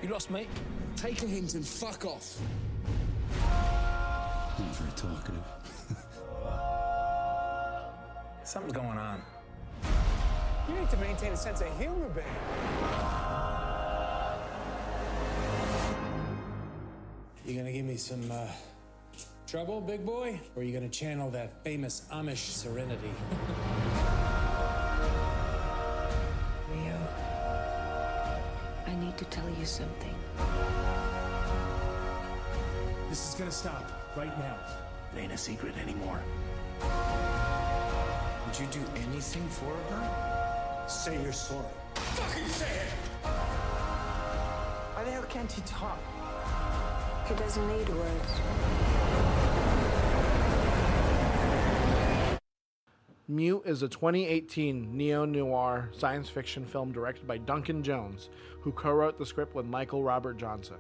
Speaker 8: You lost me? Take the hint and fuck off.
Speaker 7: Not very talkative.
Speaker 8: Something's going on.
Speaker 9: You need to maintain a sense of humor, babe.
Speaker 8: You gonna give me some uh, trouble, big boy? Or are you gonna channel that famous Amish serenity?
Speaker 6: Leo, I need to tell you something.
Speaker 8: This is gonna stop right now. It ain't a secret anymore.
Speaker 7: Would you do anything for her?
Speaker 8: Say you're sorry.
Speaker 9: Why the hell can't he talk?
Speaker 6: He doesn't need words.
Speaker 3: Mute is a 2018 neo noir science fiction film directed by Duncan Jones, who co wrote the script with Michael Robert Johnson.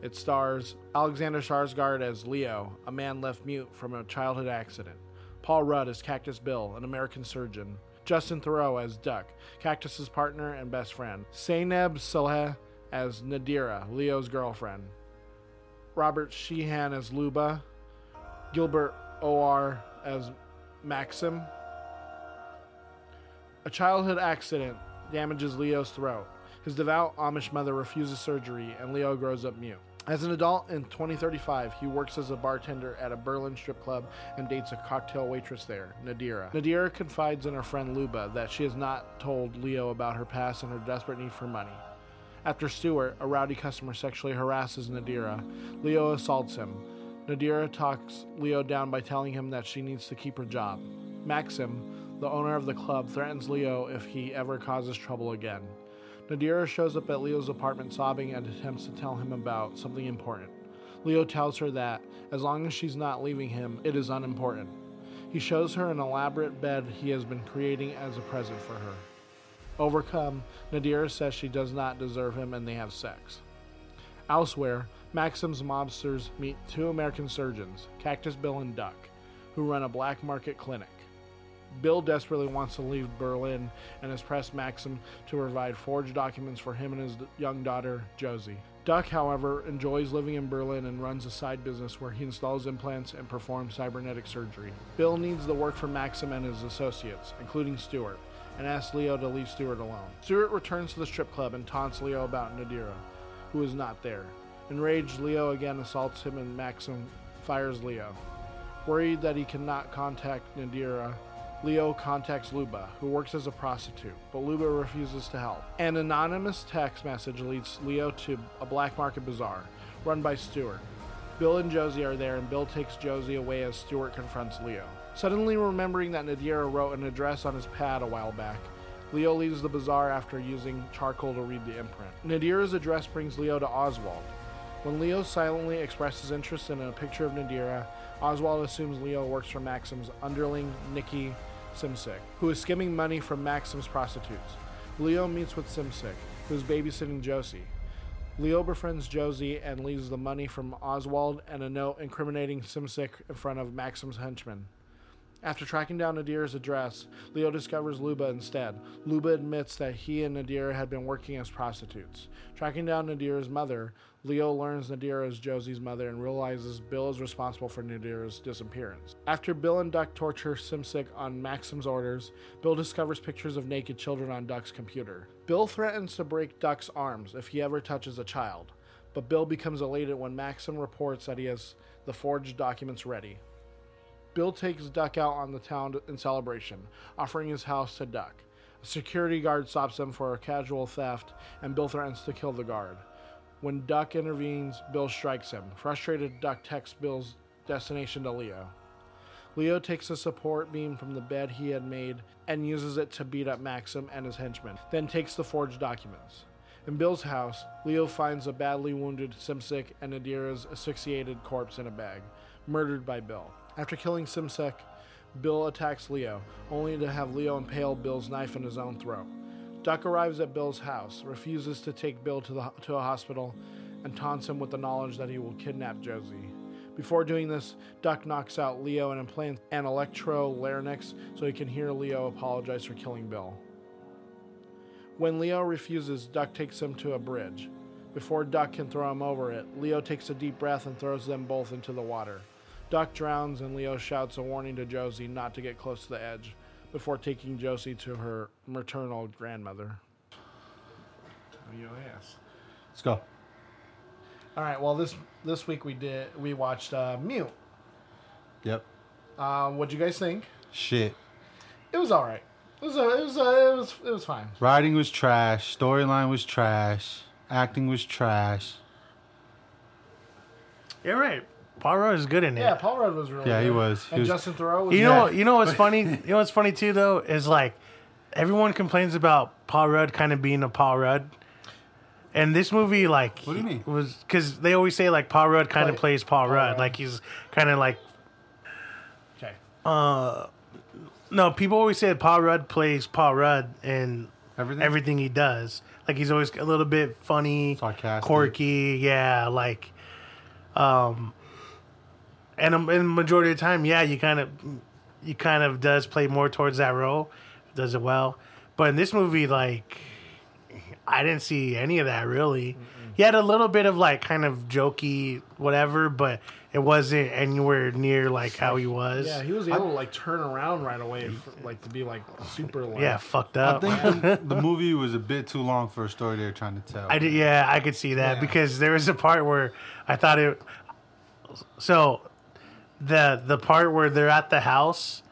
Speaker 3: It stars Alexander Sarsgaard as Leo, a man left mute from a childhood accident, Paul Rudd as Cactus Bill, an American surgeon, Justin Thoreau as Duck, Cactus's partner and best friend. Zainab Saleh as Nadira, Leo's girlfriend. Robert Sheehan as Luba. Gilbert O.R. as Maxim. A childhood accident damages Leo's throat. His devout Amish mother refuses surgery, and Leo grows up mute. As an adult in 2035, he works as a bartender at a Berlin strip club and dates a cocktail waitress there, Nadira. Nadira confides in her friend Luba that she has not told Leo about her past and her desperate need for money. After Stewart, a rowdy customer sexually harasses Nadira, Leo assaults him. Nadira talks Leo down by telling him that she needs to keep her job. Maxim, the owner of the club, threatens Leo if he ever causes trouble again. Nadira shows up at Leo's apartment sobbing and attempts to tell him about something important. Leo tells her that, as long as she's not leaving him, it is unimportant. He shows her an elaborate bed he has been creating as a present for her. Overcome, Nadira says she does not deserve him and they have sex. Elsewhere, Maxim's mobsters meet two American surgeons, Cactus Bill and Duck, who run a black market clinic. Bill desperately wants to leave Berlin and has pressed Maxim to provide forged documents for him and his young daughter, Josie. Duck, however, enjoys living in Berlin and runs a side business where he installs implants and performs cybernetic surgery. Bill needs the work from Maxim and his associates, including Stewart, and asks Leo to leave Stewart alone. Stewart returns to the strip club and taunts Leo about Nadira, who is not there. Enraged, Leo again assaults him and Maxim fires Leo. Worried that he cannot contact Nadira, Leo contacts Luba, who works as a prostitute, but Luba refuses to help. An anonymous text message leads Leo to a black market bazaar run by Stewart. Bill and Josie are there, and Bill takes Josie away as Stewart confronts Leo. Suddenly remembering that Nadira wrote an address on his pad a while back, Leo leaves the bazaar after using charcoal to read the imprint. Nadira's address brings Leo to Oswald. When Leo silently expresses interest in a picture of Nadira, Oswald assumes Leo works for Maxim's underling, Nikki Simsek, who is skimming money from Maxim's prostitutes. Leo meets with Simsek, who is babysitting Josie. Leo befriends Josie and leaves the money from Oswald and a note incriminating Simsek in front of Maxim's henchmen. After tracking down Nadir's address, Leo discovers Luba instead. Luba admits that he and Nadir had been working as prostitutes. Tracking down Nadir's mother, Leo learns Nadir is Josie's mother and realizes Bill is responsible for Nadir's disappearance. After Bill and Duck torture Simsek on Maxim's orders, Bill discovers pictures of naked children on Duck's computer. Bill threatens to break Duck's arms if he ever touches a child, but Bill becomes elated when Maxim reports that he has the forged documents ready. Bill takes Duck out on the town in celebration, offering his house to Duck. A security guard stops him for a casual theft, and Bill threatens to kill the guard. When Duck intervenes, Bill strikes him. Frustrated, Duck texts Bill's destination to Leo. Leo takes a support beam from the bed he had made and uses it to beat up Maxim and his henchmen, then takes the forged documents. In Bill's house, Leo finds a badly wounded Simsek and Nadira's asphyxiated corpse in a bag, murdered by Bill. After killing Simsek, Bill attacks Leo, only to have Leo impale Bill's knife in his own throat. Duck arrives at Bill's house, refuses to take Bill to, the, to a hospital, and taunts him with the knowledge that he will kidnap Josie. Before doing this, Duck knocks out Leo and implants an electro larynx so he can hear Leo apologize for killing Bill. When Leo refuses, Duck takes him to a bridge. Before Duck can throw him over it, Leo takes a deep breath and throws them both into the water. Duck drowns, and Leo shouts a warning to Josie not to get close to the edge before taking Josie to her maternal grandmother. Yo ass.
Speaker 4: Let's go.
Speaker 3: All right. Well, this this week we did we watched uh, Mute.
Speaker 4: Yep.
Speaker 3: Uh, what'd you guys think?
Speaker 4: Shit.
Speaker 3: It was all right. It was a, it was a, it was it was fine.
Speaker 4: Writing was trash. Storyline was trash. Acting was trash.
Speaker 2: You're right. Paul Rudd is good in it.
Speaker 3: Yeah, Paul Rudd was really.
Speaker 4: Yeah, he
Speaker 3: good.
Speaker 4: was. He
Speaker 3: And
Speaker 4: was-
Speaker 3: Justin Thoreau was.
Speaker 2: You know,
Speaker 3: good.
Speaker 2: you know what's funny? You know what's funny too, though, is like everyone complains about Paul Rudd kind of being a Paul Rudd, and this movie, like,
Speaker 4: What do you mean?
Speaker 2: was because they always say like Paul Rudd kind of
Speaker 3: Play-
Speaker 2: plays Paul, Rudd,
Speaker 3: Rudd.
Speaker 2: like he's kind of like
Speaker 3: okay.
Speaker 2: no people always say that Paul Rudd plays Paul Rudd in
Speaker 4: Everything?
Speaker 2: everything he does. Like he's always a little bit funny,
Speaker 4: Sarcastic.
Speaker 2: quirky, yeah, like, um. And um, and majority of the time, yeah, you kind of, you kind of does play more towards that role. does it well. But in this movie, like, I didn't see any of that really. He had a little bit of like kind of jokey whatever, but it wasn't anywhere near like how he was.
Speaker 3: Yeah, he was able to like turn around right away, for, like to be like super. Like,
Speaker 2: yeah, fucked
Speaker 4: I
Speaker 2: up.
Speaker 4: think the, the movie was a bit too long for a story they were trying to tell.
Speaker 2: I did, yeah, I could see that
Speaker 3: Yeah.
Speaker 2: because there was a part where I thought it. So, the the part where they're at the house,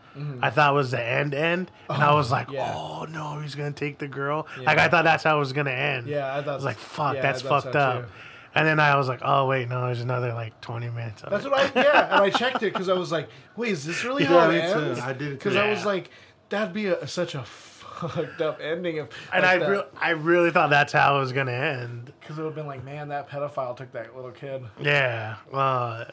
Speaker 2: I thought was the end end, and I was like,
Speaker 3: Mm-hmm. yeah.
Speaker 2: oh no, he's gonna take the girl.
Speaker 3: Yeah.
Speaker 2: Like I thought that's how it was gonna end.
Speaker 3: Yeah, I thought
Speaker 2: I was like,
Speaker 3: so-
Speaker 2: fuck,
Speaker 3: yeah, I
Speaker 2: that's
Speaker 3: thought so
Speaker 2: fucked up.
Speaker 3: too.
Speaker 2: And then I was like, oh wait, no, there's another like 20 minutes. Of
Speaker 3: That's
Speaker 2: it.
Speaker 3: what I yeah, and I checked it because I was like, wait, is this really
Speaker 4: Yeah,
Speaker 3: how it
Speaker 4: me too.
Speaker 3: ends?
Speaker 4: I did it
Speaker 3: because
Speaker 4: too.
Speaker 3: I was
Speaker 2: Yeah.
Speaker 3: like, that'd be a, such a fucked up ending if
Speaker 2: and I re- I really thought that's how it was gonna end.
Speaker 3: because it would have been like, man, that pedophile took that little kid.
Speaker 2: Yeah. Well,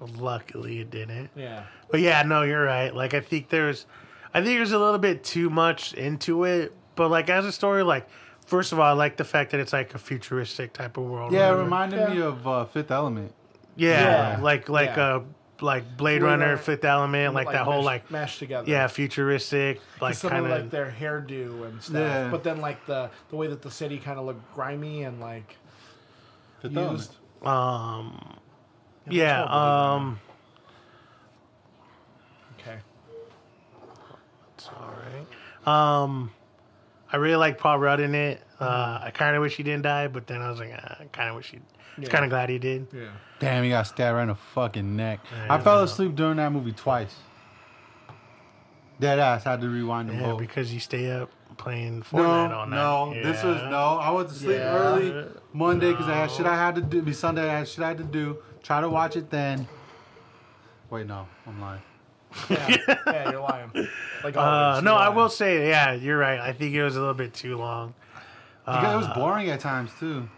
Speaker 2: luckily it didn't.
Speaker 3: Yeah,
Speaker 2: But yeah, no, you're right. Like I think there's, I think there's a little bit too much into it. But like as a story, like first of all, I like the fact that it's like a futuristic type of world.
Speaker 4: yeah, it
Speaker 2: whatever.
Speaker 4: reminded me
Speaker 3: Yeah.
Speaker 4: of uh, Fifth Element.
Speaker 2: yeah,
Speaker 3: Yeah.
Speaker 2: like like
Speaker 3: Yeah.
Speaker 2: uh like Blade
Speaker 3: Blade
Speaker 2: Runner,
Speaker 3: Runner.
Speaker 2: Fifth Element, like, that whole
Speaker 3: mashed-
Speaker 2: like
Speaker 3: mashed together.
Speaker 2: yeah futuristic like
Speaker 3: Some of
Speaker 2: kind
Speaker 3: like
Speaker 2: of
Speaker 3: their hairdo and stuff,
Speaker 4: Yeah.
Speaker 3: but then like the the way that the city kind of looked grimy and like
Speaker 4: Fifth
Speaker 3: Used-
Speaker 4: Element.
Speaker 2: um yeah
Speaker 3: called Blade Runner.
Speaker 2: um
Speaker 3: okay,
Speaker 2: it's all right um I really like Paul Rudd in it. Uh,
Speaker 3: Mm-hmm.
Speaker 2: I kind of wish he didn't die, but then I was like, ah, I kind of wish he.
Speaker 3: Yeah.
Speaker 2: Kind of glad he did.
Speaker 3: yeah,
Speaker 4: Damn, he got stabbed right in the fucking neck.
Speaker 2: Yeah,
Speaker 4: I
Speaker 2: yeah,
Speaker 4: fell
Speaker 2: yeah.
Speaker 4: asleep during that movie twice. Dead ass. Had to rewind them
Speaker 2: Yeah,
Speaker 4: both.
Speaker 2: because you stay up playing Fortnite
Speaker 4: Oh. no,
Speaker 2: all night.
Speaker 4: no, this was
Speaker 2: Yeah.
Speaker 4: no. I was asleep
Speaker 3: Yeah.
Speaker 4: early Monday because I had shit I had to do. Be Sunday, I had shit I had to do. Try to watch it then. Wait, no, I'm lying.
Speaker 3: yeah, yeah, you're lying. Like
Speaker 2: Uh,
Speaker 3: always,
Speaker 2: no,
Speaker 3: you're
Speaker 2: I
Speaker 3: lying.
Speaker 2: will say, yeah, you're right. I think it was a little bit too long.
Speaker 4: Because it was
Speaker 2: Uh.
Speaker 4: boring at times too.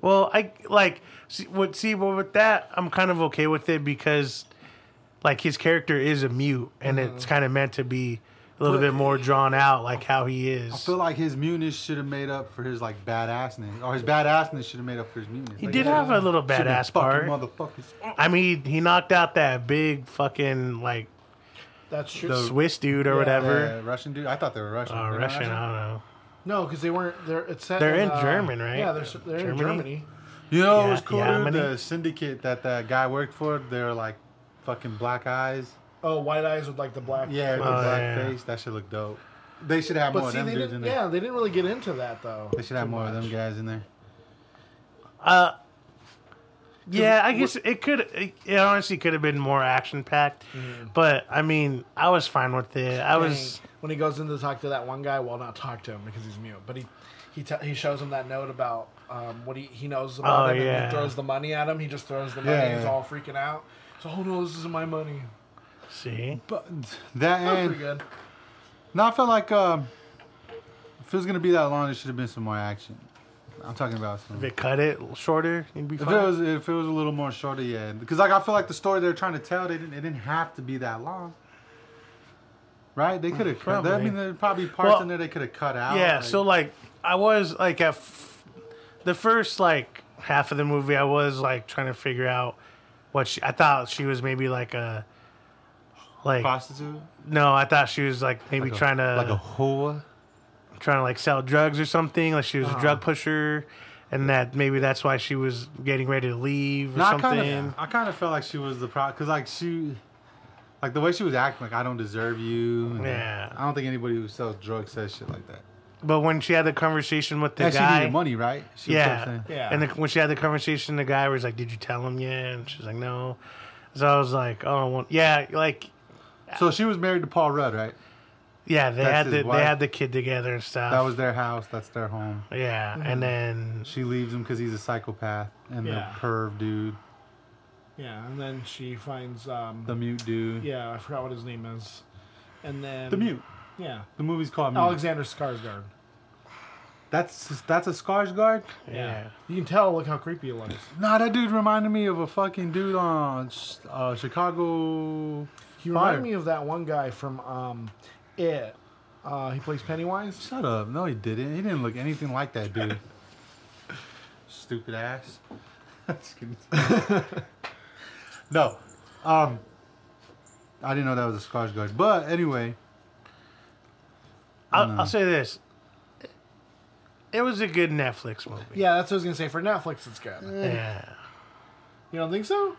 Speaker 2: Well, I like see, what see, but with that, I'm kind of okay with it because, like, his character is a mute, and it's
Speaker 4: Mm-hmm.
Speaker 2: kind of meant to be a little bit more drawn out, like how he is.
Speaker 4: I feel like his muteness should have made up for his like badassness, or his badassness should have made up for his muteness.
Speaker 2: he did have a little badass part.
Speaker 4: motherfuckers.
Speaker 2: I mean, he knocked out that big fucking like
Speaker 3: That's true.
Speaker 2: Swiss dude or
Speaker 4: Oh, Yeah,
Speaker 2: whatever.
Speaker 4: Russian dude. I thought they were Russian.
Speaker 2: Uh,
Speaker 4: They're not
Speaker 2: Russian, I don't know.
Speaker 3: No, because they weren't. They're it's set
Speaker 2: They're in
Speaker 3: uh,
Speaker 2: German, right?
Speaker 3: Yeah, they're, s- they're in
Speaker 2: Germany?
Speaker 3: Germany.
Speaker 4: You know,
Speaker 2: Yeah,
Speaker 4: it was cool.
Speaker 2: yeah,
Speaker 4: dude,
Speaker 2: many-
Speaker 4: the syndicate that that guy worked for, they were like fucking black eyes.
Speaker 3: Oh, white eyes with like the black.
Speaker 4: Yeah, with
Speaker 2: Oh,
Speaker 4: the black
Speaker 2: yeah.
Speaker 4: face. That should look dope. They should have more
Speaker 3: But see,
Speaker 4: of
Speaker 3: they
Speaker 4: Oh, them dudes in
Speaker 3: didn't.
Speaker 4: there.
Speaker 3: Yeah, they didn't really get into that though.
Speaker 4: They should have more of them guys in there.
Speaker 2: Yeah, I guess it could. It, it honestly could have been more action packed,
Speaker 4: Mm-hmm.
Speaker 2: but I mean, I was fine with it. I was.
Speaker 3: when he goes in to talk to that one guy. Well, not talk to him because he's mute. But he he te- he shows him that note about um, what he he knows about
Speaker 2: Oh,
Speaker 3: him and
Speaker 2: yeah.
Speaker 3: he throws the money at him. He just throws the money.
Speaker 4: Yeah,
Speaker 3: and He's
Speaker 4: yeah.
Speaker 3: all freaking out. So oh no, this isn't my money.
Speaker 2: See,
Speaker 4: But that
Speaker 3: That's pretty
Speaker 4: and
Speaker 3: good.
Speaker 4: now I felt like um, if it was gonna be that long, there should have been some more action. I'm talking about some.
Speaker 2: if it cut it shorter, it'd be
Speaker 4: If it
Speaker 2: fine.
Speaker 4: was if it was a little more shorter, yeah. Because like I feel like the story they're trying to tell, they didn't it didn't have to be that long. Right? They could have cut. I
Speaker 2: Probably.
Speaker 4: mean, there's probably parts
Speaker 2: Well,
Speaker 4: in there they could have cut out.
Speaker 2: yeah, so like I was like at f- the first like half of the movie, I was like trying to figure out what she. I thought she was maybe like a like
Speaker 4: prostitute,
Speaker 2: no, I thought she was like maybe trying to
Speaker 4: like a whore.
Speaker 2: trying to like sell drugs or something. Like she was
Speaker 4: Uh-huh.
Speaker 2: a drug pusher, and that maybe that's why she was getting ready to leave or
Speaker 4: No, I
Speaker 2: something.
Speaker 4: kind of I kind of felt like she was the pro because like she, like the way she was acting, like I don't deserve you. and
Speaker 2: Yeah.
Speaker 4: I don't think anybody who sells drugs says shit like that.
Speaker 2: But when she had the conversation with the
Speaker 4: and
Speaker 2: guy,
Speaker 4: she needed money, right? She kept
Speaker 2: yeah,
Speaker 4: saying-
Speaker 3: Yeah.
Speaker 2: And the, when she had the conversation, the guy was like, "Did you tell him yet?" And she's like, "No." So I was like, "Oh, well, yeah, like,
Speaker 4: So she was married to Paul Rudd, right?
Speaker 2: yeah." They
Speaker 4: That's
Speaker 2: had
Speaker 4: his
Speaker 2: the they
Speaker 4: wife?
Speaker 2: had the kid together and stuff.
Speaker 4: That was Mm-hmm. their house. That's their home.
Speaker 2: yeah. And then
Speaker 4: She leaves him because he's a psychopath and
Speaker 3: Yeah.
Speaker 4: the perv dude,
Speaker 3: Yeah, and then she finds um
Speaker 4: the mute dude,
Speaker 3: yeah I forgot what his name is, and then
Speaker 4: the mute.
Speaker 3: yeah
Speaker 4: The movie's called
Speaker 2: Oh,
Speaker 4: Mute.
Speaker 3: Alexander Skarsgård.
Speaker 4: That's that's a Skarsgård.
Speaker 2: yeah,
Speaker 3: You can tell. Look how creepy he looks.
Speaker 4: Nah, that dude reminded me of a fucking dude on uh, Chicago.
Speaker 3: He reminded
Speaker 4: Fire.
Speaker 3: me of that one guy from um, It. Uh, he plays Pennywise.
Speaker 4: Shut up. No, he didn't. He didn't look anything like that dude. Stupid ass. Just kidding. no. Um I didn't know that was a Scotch guard. But anyway,
Speaker 2: I'll, I'll say this. It was a good Netflix movie.
Speaker 3: Yeah, that's what I was gonna say. For Netflix, it's good.
Speaker 2: Yeah.
Speaker 3: You don't think so?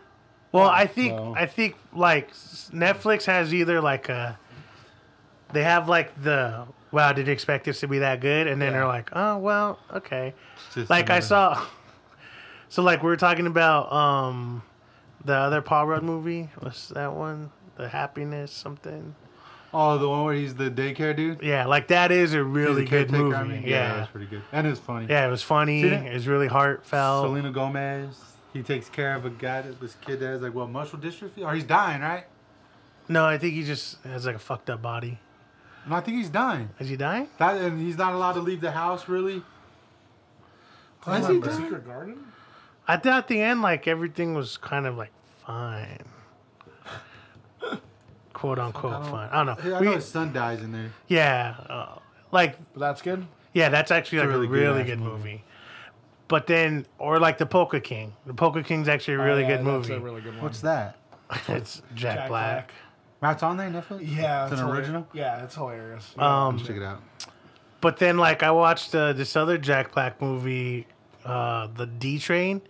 Speaker 2: Well, I think
Speaker 4: No.
Speaker 2: I think like s- Netflix has either like a they have like the wow, did you expect this to be that good? And then they're like, oh well, okay.
Speaker 4: just
Speaker 2: like I
Speaker 4: another-
Speaker 2: saw. So like we were talking about um the other Paul Rudd movie. What's that one? The Happiness something.
Speaker 4: Oh, the one where he's the daycare dude.
Speaker 2: Yeah, like that is a
Speaker 4: He's
Speaker 2: really
Speaker 4: the
Speaker 2: good
Speaker 4: caretaker,
Speaker 2: movie.
Speaker 4: I mean. yeah,
Speaker 2: yeah.
Speaker 4: that's pretty good, and it's funny.
Speaker 2: Yeah, it was funny.
Speaker 4: Seen it?
Speaker 2: It was really heartfelt.
Speaker 4: Selena Gomez. He takes care of a guy, that, this kid that has like what muscle dystrophy, or he's dying, right?
Speaker 2: No, I think he just has like a fucked up body.
Speaker 4: And I think he's dying.
Speaker 2: Is he dying?
Speaker 4: That and he's not allowed to leave the house really. Why is he
Speaker 3: Remember
Speaker 4: dying?
Speaker 3: Secret Garden?
Speaker 2: I thought at the end, like everything was kind of like fine, quote unquote fine. I don't know.
Speaker 4: Yeah, I
Speaker 2: We-
Speaker 4: know his son dies in there.
Speaker 2: yeah, uh, like
Speaker 3: But that's good.
Speaker 2: yeah, that's actually
Speaker 4: It's
Speaker 2: like
Speaker 4: a
Speaker 2: a really,
Speaker 4: really good
Speaker 2: good
Speaker 4: ass movie.
Speaker 2: movie. But then, or like the Polka King. The Polka King's actually a really
Speaker 3: Oh, Yeah,
Speaker 2: good
Speaker 3: that's
Speaker 2: movie.
Speaker 3: a really good one.
Speaker 4: What's that?
Speaker 2: it's Jack,
Speaker 3: Jack
Speaker 2: Black.
Speaker 3: Black.
Speaker 4: That's on there, Netflix.
Speaker 3: Yeah,
Speaker 4: it's an
Speaker 3: hilarious.
Speaker 4: original.
Speaker 3: Yeah, it's hilarious.
Speaker 2: Um,
Speaker 4: Let's check it out.
Speaker 2: But then, like, I watched uh, this other Jack Black movie, uh, The D Train,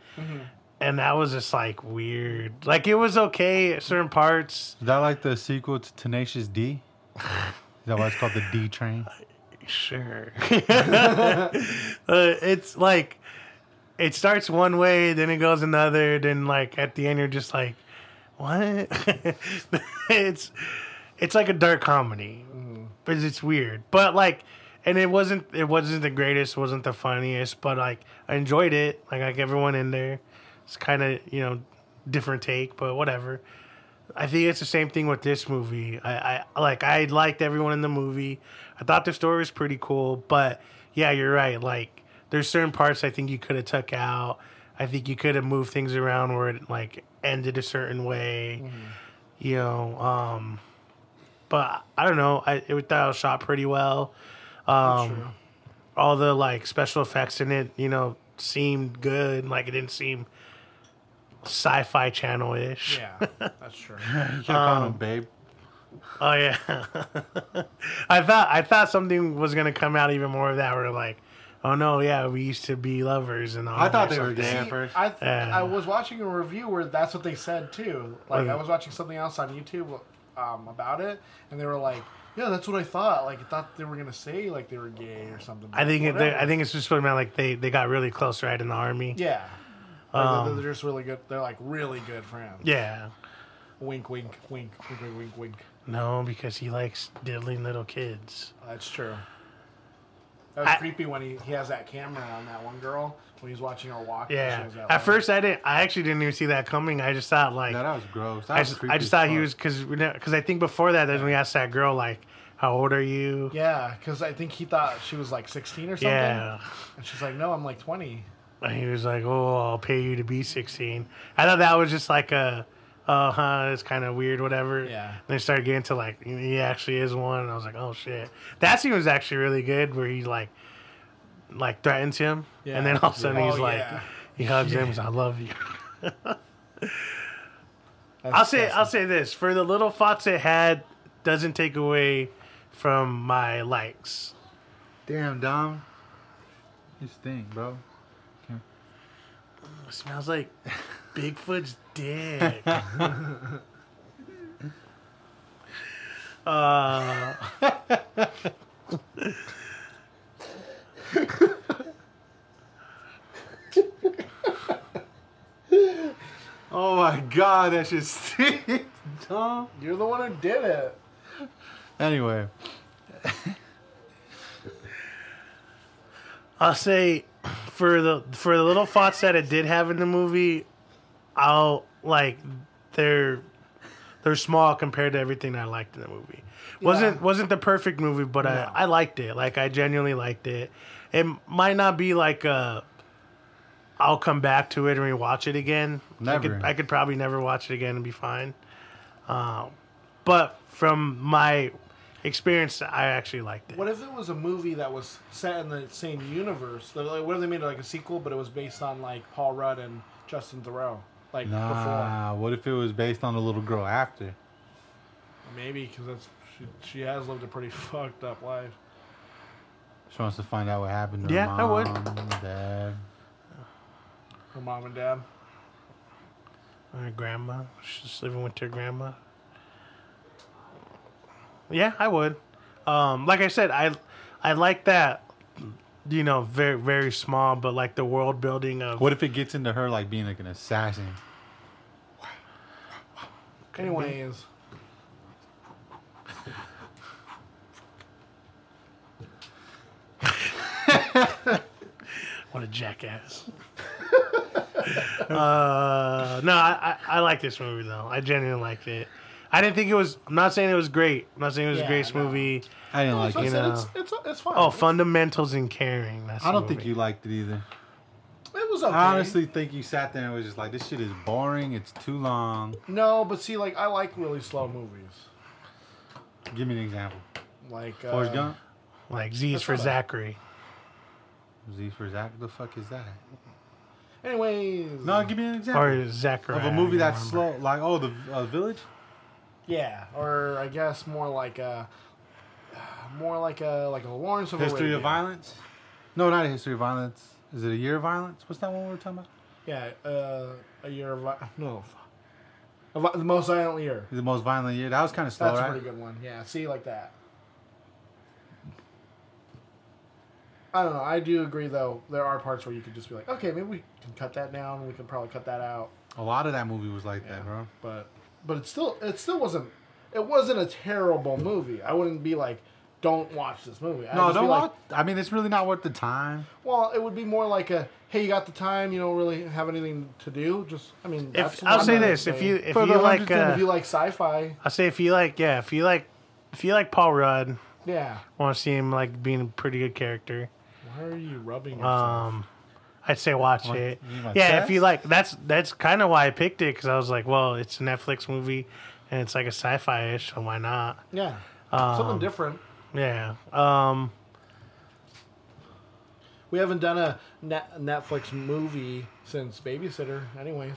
Speaker 2: and that was just like weird. Like, it was okay at certain parts.
Speaker 4: Is that like the sequel to Tenacious D? Is that why it's called the D Train?
Speaker 2: Sure. uh, it's like, it starts one way, then it goes another, then, like, at the end, you're just like, what? it's it's like a dark comedy, but it's weird. But like, and it wasn't it wasn't the greatest, wasn't the funniest, but like I enjoyed it. Like like everyone in there, it's kind of you know different take, but whatever. I think it's the same thing with this movie. I, I like I liked everyone in the movie. I thought the story was pretty cool, but yeah, you're right. Like there's certain parts I think you could have took out. I think you could have moved things around where it like ended a certain way. You know, um but I don't know. I it was, thought it was shot pretty well. Um, all the like special effects in it, you know, seemed good. Like it didn't seem sci-fi channel ish.
Speaker 3: yeah, that's true.
Speaker 4: You should have him Babe.
Speaker 2: Oh yeah. I thought I thought something was gonna come out even more of that. Where like, oh no, yeah, we used to be lovers and all.
Speaker 4: I thought
Speaker 2: that
Speaker 4: they were
Speaker 2: stuff.
Speaker 4: gay at
Speaker 3: See,
Speaker 4: first.
Speaker 3: I, th-
Speaker 2: Yeah.
Speaker 3: I was watching a review where that's what they said too. Like
Speaker 2: Okay.
Speaker 3: I was watching something else on YouTube um, about it, and they were like, "Yeah, that's what I thought. Like I thought they were gonna say like they were gay or something."
Speaker 2: I think it, they-
Speaker 3: Whatever.
Speaker 2: I think it's just what meant like they, they got really close right in the army.
Speaker 3: yeah. Like, they're- they're just really good. They're like really good friends.
Speaker 2: Um, Yeah.
Speaker 3: Wink, wink, wink, wink, wink, wink, wink.
Speaker 2: No, because he likes diddling little kids.
Speaker 3: That's true. That was
Speaker 2: I-
Speaker 3: creepy when he, he has that camera on that one girl when he's watching her walk. and
Speaker 2: Yeah.
Speaker 3: shows that
Speaker 2: At
Speaker 3: one.
Speaker 2: first, I didn't. I actually didn't even see that coming. I just thought like
Speaker 4: No, that was gross. That
Speaker 2: I
Speaker 4: was
Speaker 2: just,
Speaker 4: creepy
Speaker 2: I
Speaker 4: as
Speaker 2: just thought he
Speaker 4: fuck.
Speaker 2: was because because I think before that, that's when we asked that girl like, "How old are you?"
Speaker 3: yeah, because I think he thought she was like 16 or something.
Speaker 2: Yeah.
Speaker 3: And she's like, no, I'm like 20.
Speaker 2: And he was like, "Oh, I'll pay you to be 16." I thought that was just like a, uh huh, it's kind of weird, whatever.
Speaker 3: Yeah.
Speaker 2: And they started getting to like, he actually is one, and I was like, "Oh shit!" That scene was actually really good, where he like, like threatens him, and then all of a sudden
Speaker 3: Yeah.
Speaker 2: he's
Speaker 3: Oh,
Speaker 2: like,
Speaker 3: yeah.
Speaker 2: he hugs him, he's like, "I love you."
Speaker 3: That's
Speaker 2: I'll say,
Speaker 3: disgusting.
Speaker 2: I'll say this for the little thoughts it had doesn't take away from my likes.
Speaker 4: Damn, Dom. You stink, bro.
Speaker 2: It smells like Bigfoot's dick. uh,
Speaker 4: Oh my god, that shit stinks, Dom.
Speaker 3: You're the one who did it.
Speaker 4: Anyway,
Speaker 2: I'll say for the for the little thoughts that it did have in the movie, I'll like they're they're small compared to everything I liked in the movie. wasn't wasn't the perfect movie, but I I liked it. Like I genuinely liked it. It might not be like a I'll come back to it and rewatch it again. I could
Speaker 4: Never.
Speaker 2: I could probably never watch it again and be fine. Um, but from my experience, I actually liked it.
Speaker 3: What if it was a movie that was set in the same universe? They're Like, what if they made it like a sequel, but it was based on like Paul Rudd and Justin Thoreau? Like before.
Speaker 4: nah. What if it was based on the little girl after?
Speaker 3: Maybe because that's she, she has lived a pretty fucked up life.
Speaker 4: She wants to find out what happened to
Speaker 2: Yeah,
Speaker 4: her
Speaker 2: I would.
Speaker 4: mom, dad.
Speaker 3: Her mom and dad.
Speaker 2: Her grandma. She's living with her grandma. Yeah, I would. Um, like I said, I I like that. You know, very very small, but like the world building of
Speaker 4: What if it gets into her like being like an assassin?
Speaker 3: Anyways,
Speaker 2: What a jackass. uh, no, I, I, I like this movie though. I genuinely liked it. I didn't think it was. I'm not saying it was great. I'm not saying it was
Speaker 3: Yeah,
Speaker 2: a great
Speaker 3: no.
Speaker 2: movie.
Speaker 4: I didn't like
Speaker 3: so I
Speaker 4: it.
Speaker 2: you
Speaker 3: said
Speaker 2: know.
Speaker 3: it's, it's, it's fine.
Speaker 2: Oh, fundamentals and caring. That's
Speaker 4: I
Speaker 2: the
Speaker 4: don't think
Speaker 2: movie.
Speaker 4: you liked it either.
Speaker 3: It was okay.
Speaker 4: I honestly think you sat there and was just like, this shit is boring. It's too long.
Speaker 3: No, but see, like I like really slow movies.
Speaker 4: Give me an example.
Speaker 3: Like uh,
Speaker 4: Forrest Gump.
Speaker 2: like Z is
Speaker 3: That's
Speaker 2: for
Speaker 3: not bad.
Speaker 2: Zachary.
Speaker 4: Z for Zach. The fuck is that?
Speaker 3: Anyways,
Speaker 4: No, give me an example
Speaker 2: Or Zachary.
Speaker 4: of a movie that's slow. Like, oh, the uh, Village.
Speaker 3: yeah, or I guess more like a, more like a like a Lawrence of
Speaker 4: History
Speaker 3: Arabia.
Speaker 4: of Violence. No, not a History of Violence. Is it a Year of Violence? What's that one we were talking about?
Speaker 3: Yeah, uh, a year of Vi- no, of, Vi- the most violent year.
Speaker 4: The most violent year. That was kind of slow,
Speaker 3: That's a
Speaker 4: right?
Speaker 3: pretty good one. Yeah, see like that. I don't know. I do agree though. There are parts where you could just be like, okay, maybe we can cut that down. We can probably cut that out.
Speaker 4: A lot of that movie was like that, bro.
Speaker 3: But but it still it still wasn't it wasn't a terrible movie. I wouldn't be like, don't watch this movie. I'd
Speaker 4: No,
Speaker 3: just be
Speaker 4: don't
Speaker 3: like,
Speaker 4: watch. I mean, it's really not worth the time.
Speaker 3: Well, it would be more like a hey, you got the time. You don't really have anything to do. Just I mean,
Speaker 2: If,
Speaker 3: that's
Speaker 2: I'll
Speaker 3: not
Speaker 2: say
Speaker 3: a
Speaker 2: this: if
Speaker 3: thing.
Speaker 2: you if
Speaker 4: For the
Speaker 2: you like,
Speaker 4: hundredth time,
Speaker 2: uh,
Speaker 3: if you like sci-fi,
Speaker 2: I'll say if you like, yeah, if you like, if you like Paul Rudd,
Speaker 3: yeah.
Speaker 2: want to see him like being a pretty good character.
Speaker 3: Why are you rubbing? yourself?
Speaker 2: Um, I'd say watch
Speaker 4: What-
Speaker 2: it.
Speaker 4: you mean my
Speaker 2: Yeah,
Speaker 4: chest?
Speaker 2: if you like, that's that's kind of why I picked it because I was like, well, it's a Netflix movie, and it's like a sci-fi ish, so why not?
Speaker 3: yeah,
Speaker 2: um,
Speaker 3: something different.
Speaker 2: Yeah. Um.
Speaker 3: We haven't done a Net- Netflix movie since Babysitter, anyways.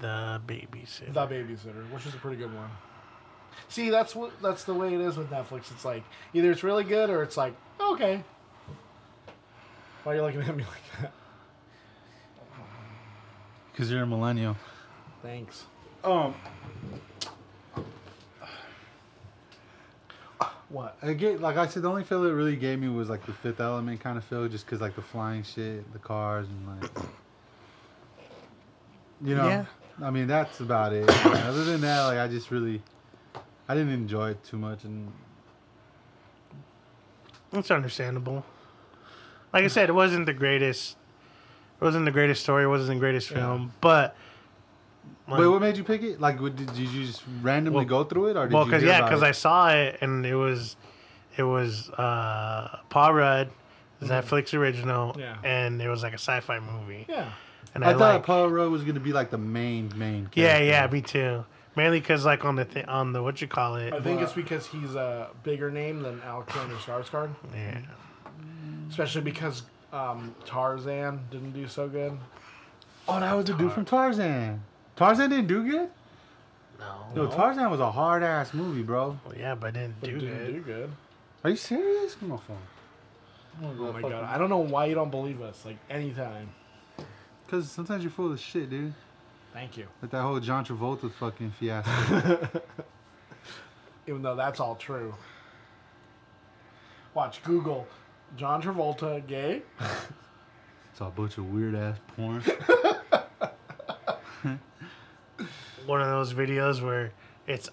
Speaker 2: The babysitter.
Speaker 3: The Babysitter, which is a pretty good one. See, that's what that's the way it is with Netflix. It's like either it's really good or it's like okay. Why are you looking at me like that?
Speaker 4: Because you're a millennial.
Speaker 3: Thanks.
Speaker 4: Um,
Speaker 3: What?
Speaker 4: again, like I said, the only feel it really gave me was like the Fifth Element kind of feel, just because like the flying shit, the cars, and like, you know,
Speaker 2: Yeah.
Speaker 4: I mean that's about it. Other than that, like I just really, I didn't enjoy it too much, and
Speaker 2: It's understandable. Like I said, it wasn't the greatest. It wasn't the greatest story. It wasn't the greatest film, but.
Speaker 4: wait, what made you pick it? Like, what, did, did you just randomly go through it, or did
Speaker 2: Well,
Speaker 4: you?
Speaker 2: because
Speaker 4: hear
Speaker 2: yeah,
Speaker 4: about
Speaker 2: because
Speaker 4: it?
Speaker 2: I saw it and it was, it was uh, Paul Rudd, it's a
Speaker 4: Mm-hmm.
Speaker 2: Netflix original,
Speaker 3: Yeah.
Speaker 2: and it was like a sci-fi movie.
Speaker 3: Yeah.
Speaker 2: And
Speaker 4: I,
Speaker 2: I,
Speaker 4: thought
Speaker 2: like,
Speaker 4: Paul Rudd was gonna be like the main main. Character.
Speaker 2: yeah, yeah, me too. Mainly because like on the thi- on the what you call it,
Speaker 3: I think it's
Speaker 4: uh,
Speaker 3: because he's a bigger name than Alexander Skarsgård,
Speaker 2: yeah.
Speaker 3: especially because um, Tarzan didn't do so good.
Speaker 4: Oh, that was the dude from Tarzan. Tarzan didn't do good. No, Tarzan was a hard ass movie, bro.
Speaker 2: Well, yeah, but I didn't do
Speaker 3: didn't
Speaker 2: good.
Speaker 3: do good.
Speaker 4: Are you serious? Come on, phone.
Speaker 3: Oh my god! I don't know why you don't believe us. Like anytime.
Speaker 4: Because sometimes you're full of shit, dude.
Speaker 3: Thank you.
Speaker 4: Like that whole John Travolta fucking fiasco.
Speaker 3: Even though that's all true. Watch Google, John Travolta gay.
Speaker 4: it's a bunch of weird ass porn.
Speaker 2: One of those videos where it's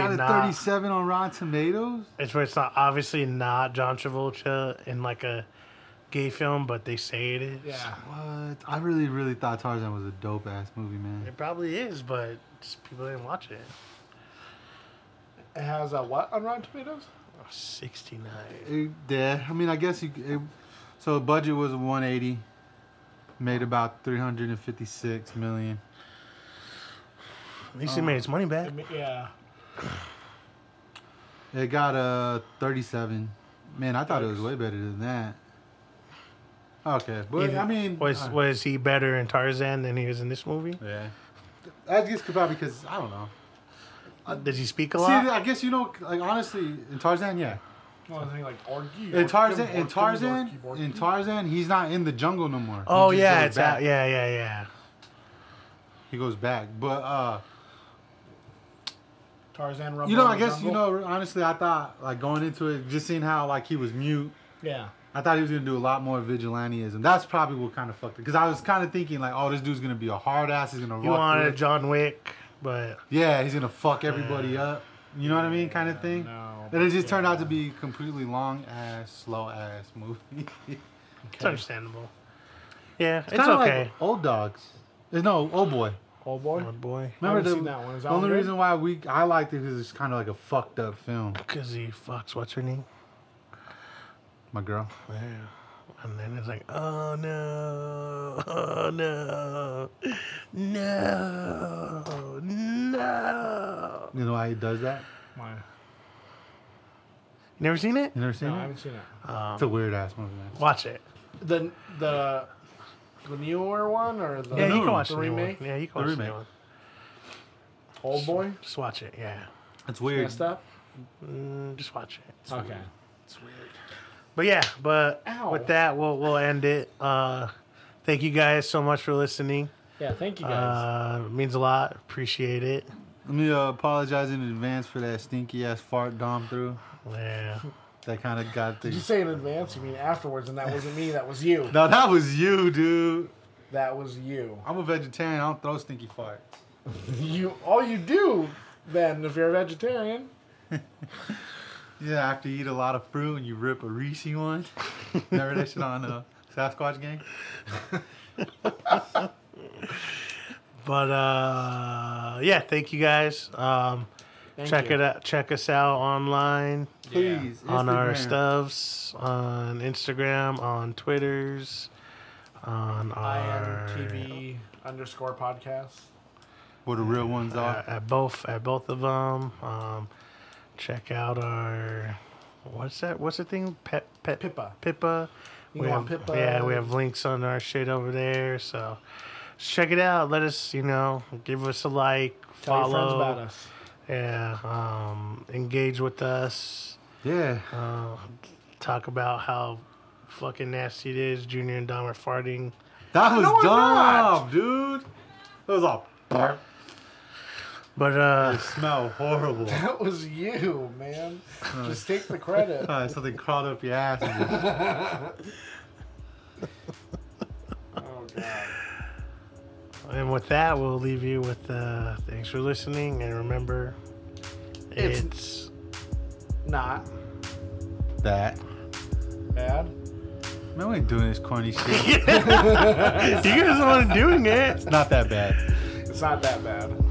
Speaker 2: obviously
Speaker 4: got a
Speaker 2: not.
Speaker 4: 37 on Rotten Tomatoes.
Speaker 2: It's where it's not obviously not John Travolta in like a gay film, but they say it is.
Speaker 3: Yeah.
Speaker 4: What? I really, really thought Tarzan was a dope ass movie, man.
Speaker 2: It probably is, but just people didn't watch it.
Speaker 3: It has a what on Rotten Tomatoes?
Speaker 2: Sixty nine.
Speaker 4: It, yeah, I mean, I guess you. It, so the budget was 180, made about 356 million.
Speaker 2: At least he made his money back.
Speaker 3: I mean, yeah.
Speaker 4: It got a 37. Man, I thought it was way better than that. Okay, but I mean,
Speaker 2: was
Speaker 4: uh,
Speaker 2: was he better in Tarzan than he was in this movie?
Speaker 4: yeah, I guess could probably because I don't know.
Speaker 2: Does he speak a
Speaker 4: See, uh,
Speaker 2: lot?
Speaker 4: I guess you know, like honestly, in Tarzan, yeah,
Speaker 3: Well, I think like Orgy.
Speaker 4: In Tarzan, in Tarzan, in Tarzan, he's not in the jungle no more. He
Speaker 2: Oh
Speaker 4: just
Speaker 2: yeah,
Speaker 4: goes
Speaker 2: it's
Speaker 4: back.
Speaker 2: out. Yeah, yeah, yeah.
Speaker 4: He goes back, but uh,
Speaker 3: Tarzan. Rumble
Speaker 4: you know,
Speaker 3: in
Speaker 4: I
Speaker 3: the
Speaker 4: guess you
Speaker 3: Jungle?
Speaker 4: know. Honestly, I thought like going into it, just seeing how like he was mute.
Speaker 3: Yeah.
Speaker 4: I thought he was gonna do a lot more vigilantism. That's probably what kind of fucked it. Because I was kind of thinking like, oh, this dude's gonna be a hard ass. He's gonna
Speaker 2: You
Speaker 4: rock
Speaker 2: wanted
Speaker 4: through it.
Speaker 2: John Wick, but
Speaker 4: Yeah, he's gonna fuck everybody up. You know what I mean, kind of thing.
Speaker 3: no,
Speaker 4: and it just turned out to be completely long ass, slow ass movie.
Speaker 2: it's understandable. Yeah, it's,
Speaker 4: Kinda like
Speaker 2: okay.
Speaker 4: old dogs. Uh, No, old boy.
Speaker 3: Oh boy.
Speaker 2: Good boy,
Speaker 4: Remember
Speaker 3: haven't
Speaker 4: the
Speaker 3: seen that one. Is that
Speaker 4: the only
Speaker 3: one good?
Speaker 4: reason why we I liked it because it's kind of like a fucked up film.
Speaker 2: because he fucks what's her name,
Speaker 4: My girl.
Speaker 2: and then it's like, oh no, oh no, no, no.
Speaker 4: You know why he does that?
Speaker 3: My,
Speaker 2: You never seen it?
Speaker 4: You never seen
Speaker 3: no, I
Speaker 4: it?
Speaker 3: haven't seen it.
Speaker 4: It's a weird ass movie, man.
Speaker 2: Watch it.
Speaker 3: The the the newer one or the,
Speaker 2: Yeah, you can watch
Speaker 3: the
Speaker 2: the new one.
Speaker 3: remake?
Speaker 2: Yeah, you can watch the new
Speaker 4: remake.
Speaker 2: one.
Speaker 3: Old boy.
Speaker 2: Just watch it. Yeah,
Speaker 4: It's weird.
Speaker 3: Messed up.
Speaker 2: Mm, just watch it.
Speaker 3: Okay.
Speaker 2: But yeah, but
Speaker 3: Ow.
Speaker 2: with that, we'll we'll end it. Uh, thank you guys so much for listening.
Speaker 3: Yeah. Thank you guys.
Speaker 2: Uh, it means a lot. Appreciate it.
Speaker 4: Let me uh, apologize in advance for that stinky ass fart Dom through.
Speaker 2: Yeah.
Speaker 4: That kind of got
Speaker 3: Did you
Speaker 4: the.
Speaker 3: say in advance? You mean afterwards? And that wasn't me. That was you.
Speaker 4: No, that was you, dude.
Speaker 3: That was you.
Speaker 4: I'm a vegetarian. I don't throw stinky farts.
Speaker 3: You. All you do then, if you're a vegetarian.
Speaker 4: Yeah, after you eat a lot of fruit and you rip a Reese one. Remember that shit on uh, Sasquatch Gang?
Speaker 2: But uh, yeah, thank you guys. Um,
Speaker 3: Thank
Speaker 2: check
Speaker 3: you.
Speaker 2: it out. Check us out online
Speaker 4: Please.
Speaker 2: on our
Speaker 4: Instagram.
Speaker 2: stuffs on Instagram, on Twitters, on our
Speaker 3: IMTV underscore podcast.
Speaker 4: Where the real ones
Speaker 2: uh,
Speaker 4: are.
Speaker 2: at both at both of them. Um, check out our what's that? What's the thing? Pet, pet
Speaker 3: Pippa.
Speaker 2: Pippa.
Speaker 3: You
Speaker 2: we
Speaker 3: go
Speaker 2: have,
Speaker 3: on Pippa
Speaker 2: Yeah, we
Speaker 3: and-
Speaker 2: have links on our shit over there. So check it out. Let us, you know, give us a like,
Speaker 3: Tell
Speaker 2: follow,
Speaker 3: your friends about us.
Speaker 2: yeah, um, engage with us.
Speaker 4: Yeah.
Speaker 2: Uh, talk about how fucking nasty it is. Junior and Dom are farting.
Speaker 4: That was
Speaker 3: I'm
Speaker 4: dumb,
Speaker 3: not.
Speaker 4: dude. That was all. burp.
Speaker 2: But uh,
Speaker 4: It smelled horrible.
Speaker 3: That was you, man. Just take the credit.
Speaker 4: Uh, something crawled up your ass. and just-
Speaker 3: Oh god.
Speaker 2: And with that, we'll leave you with uh, thanks for listening. And remember,
Speaker 3: It's-
Speaker 2: it's
Speaker 3: Not
Speaker 4: that.
Speaker 3: bad.
Speaker 4: Man, we ain't doing this corny shit.
Speaker 2: you guys aren't doing it.
Speaker 4: It's not that bad.
Speaker 3: It's not that bad.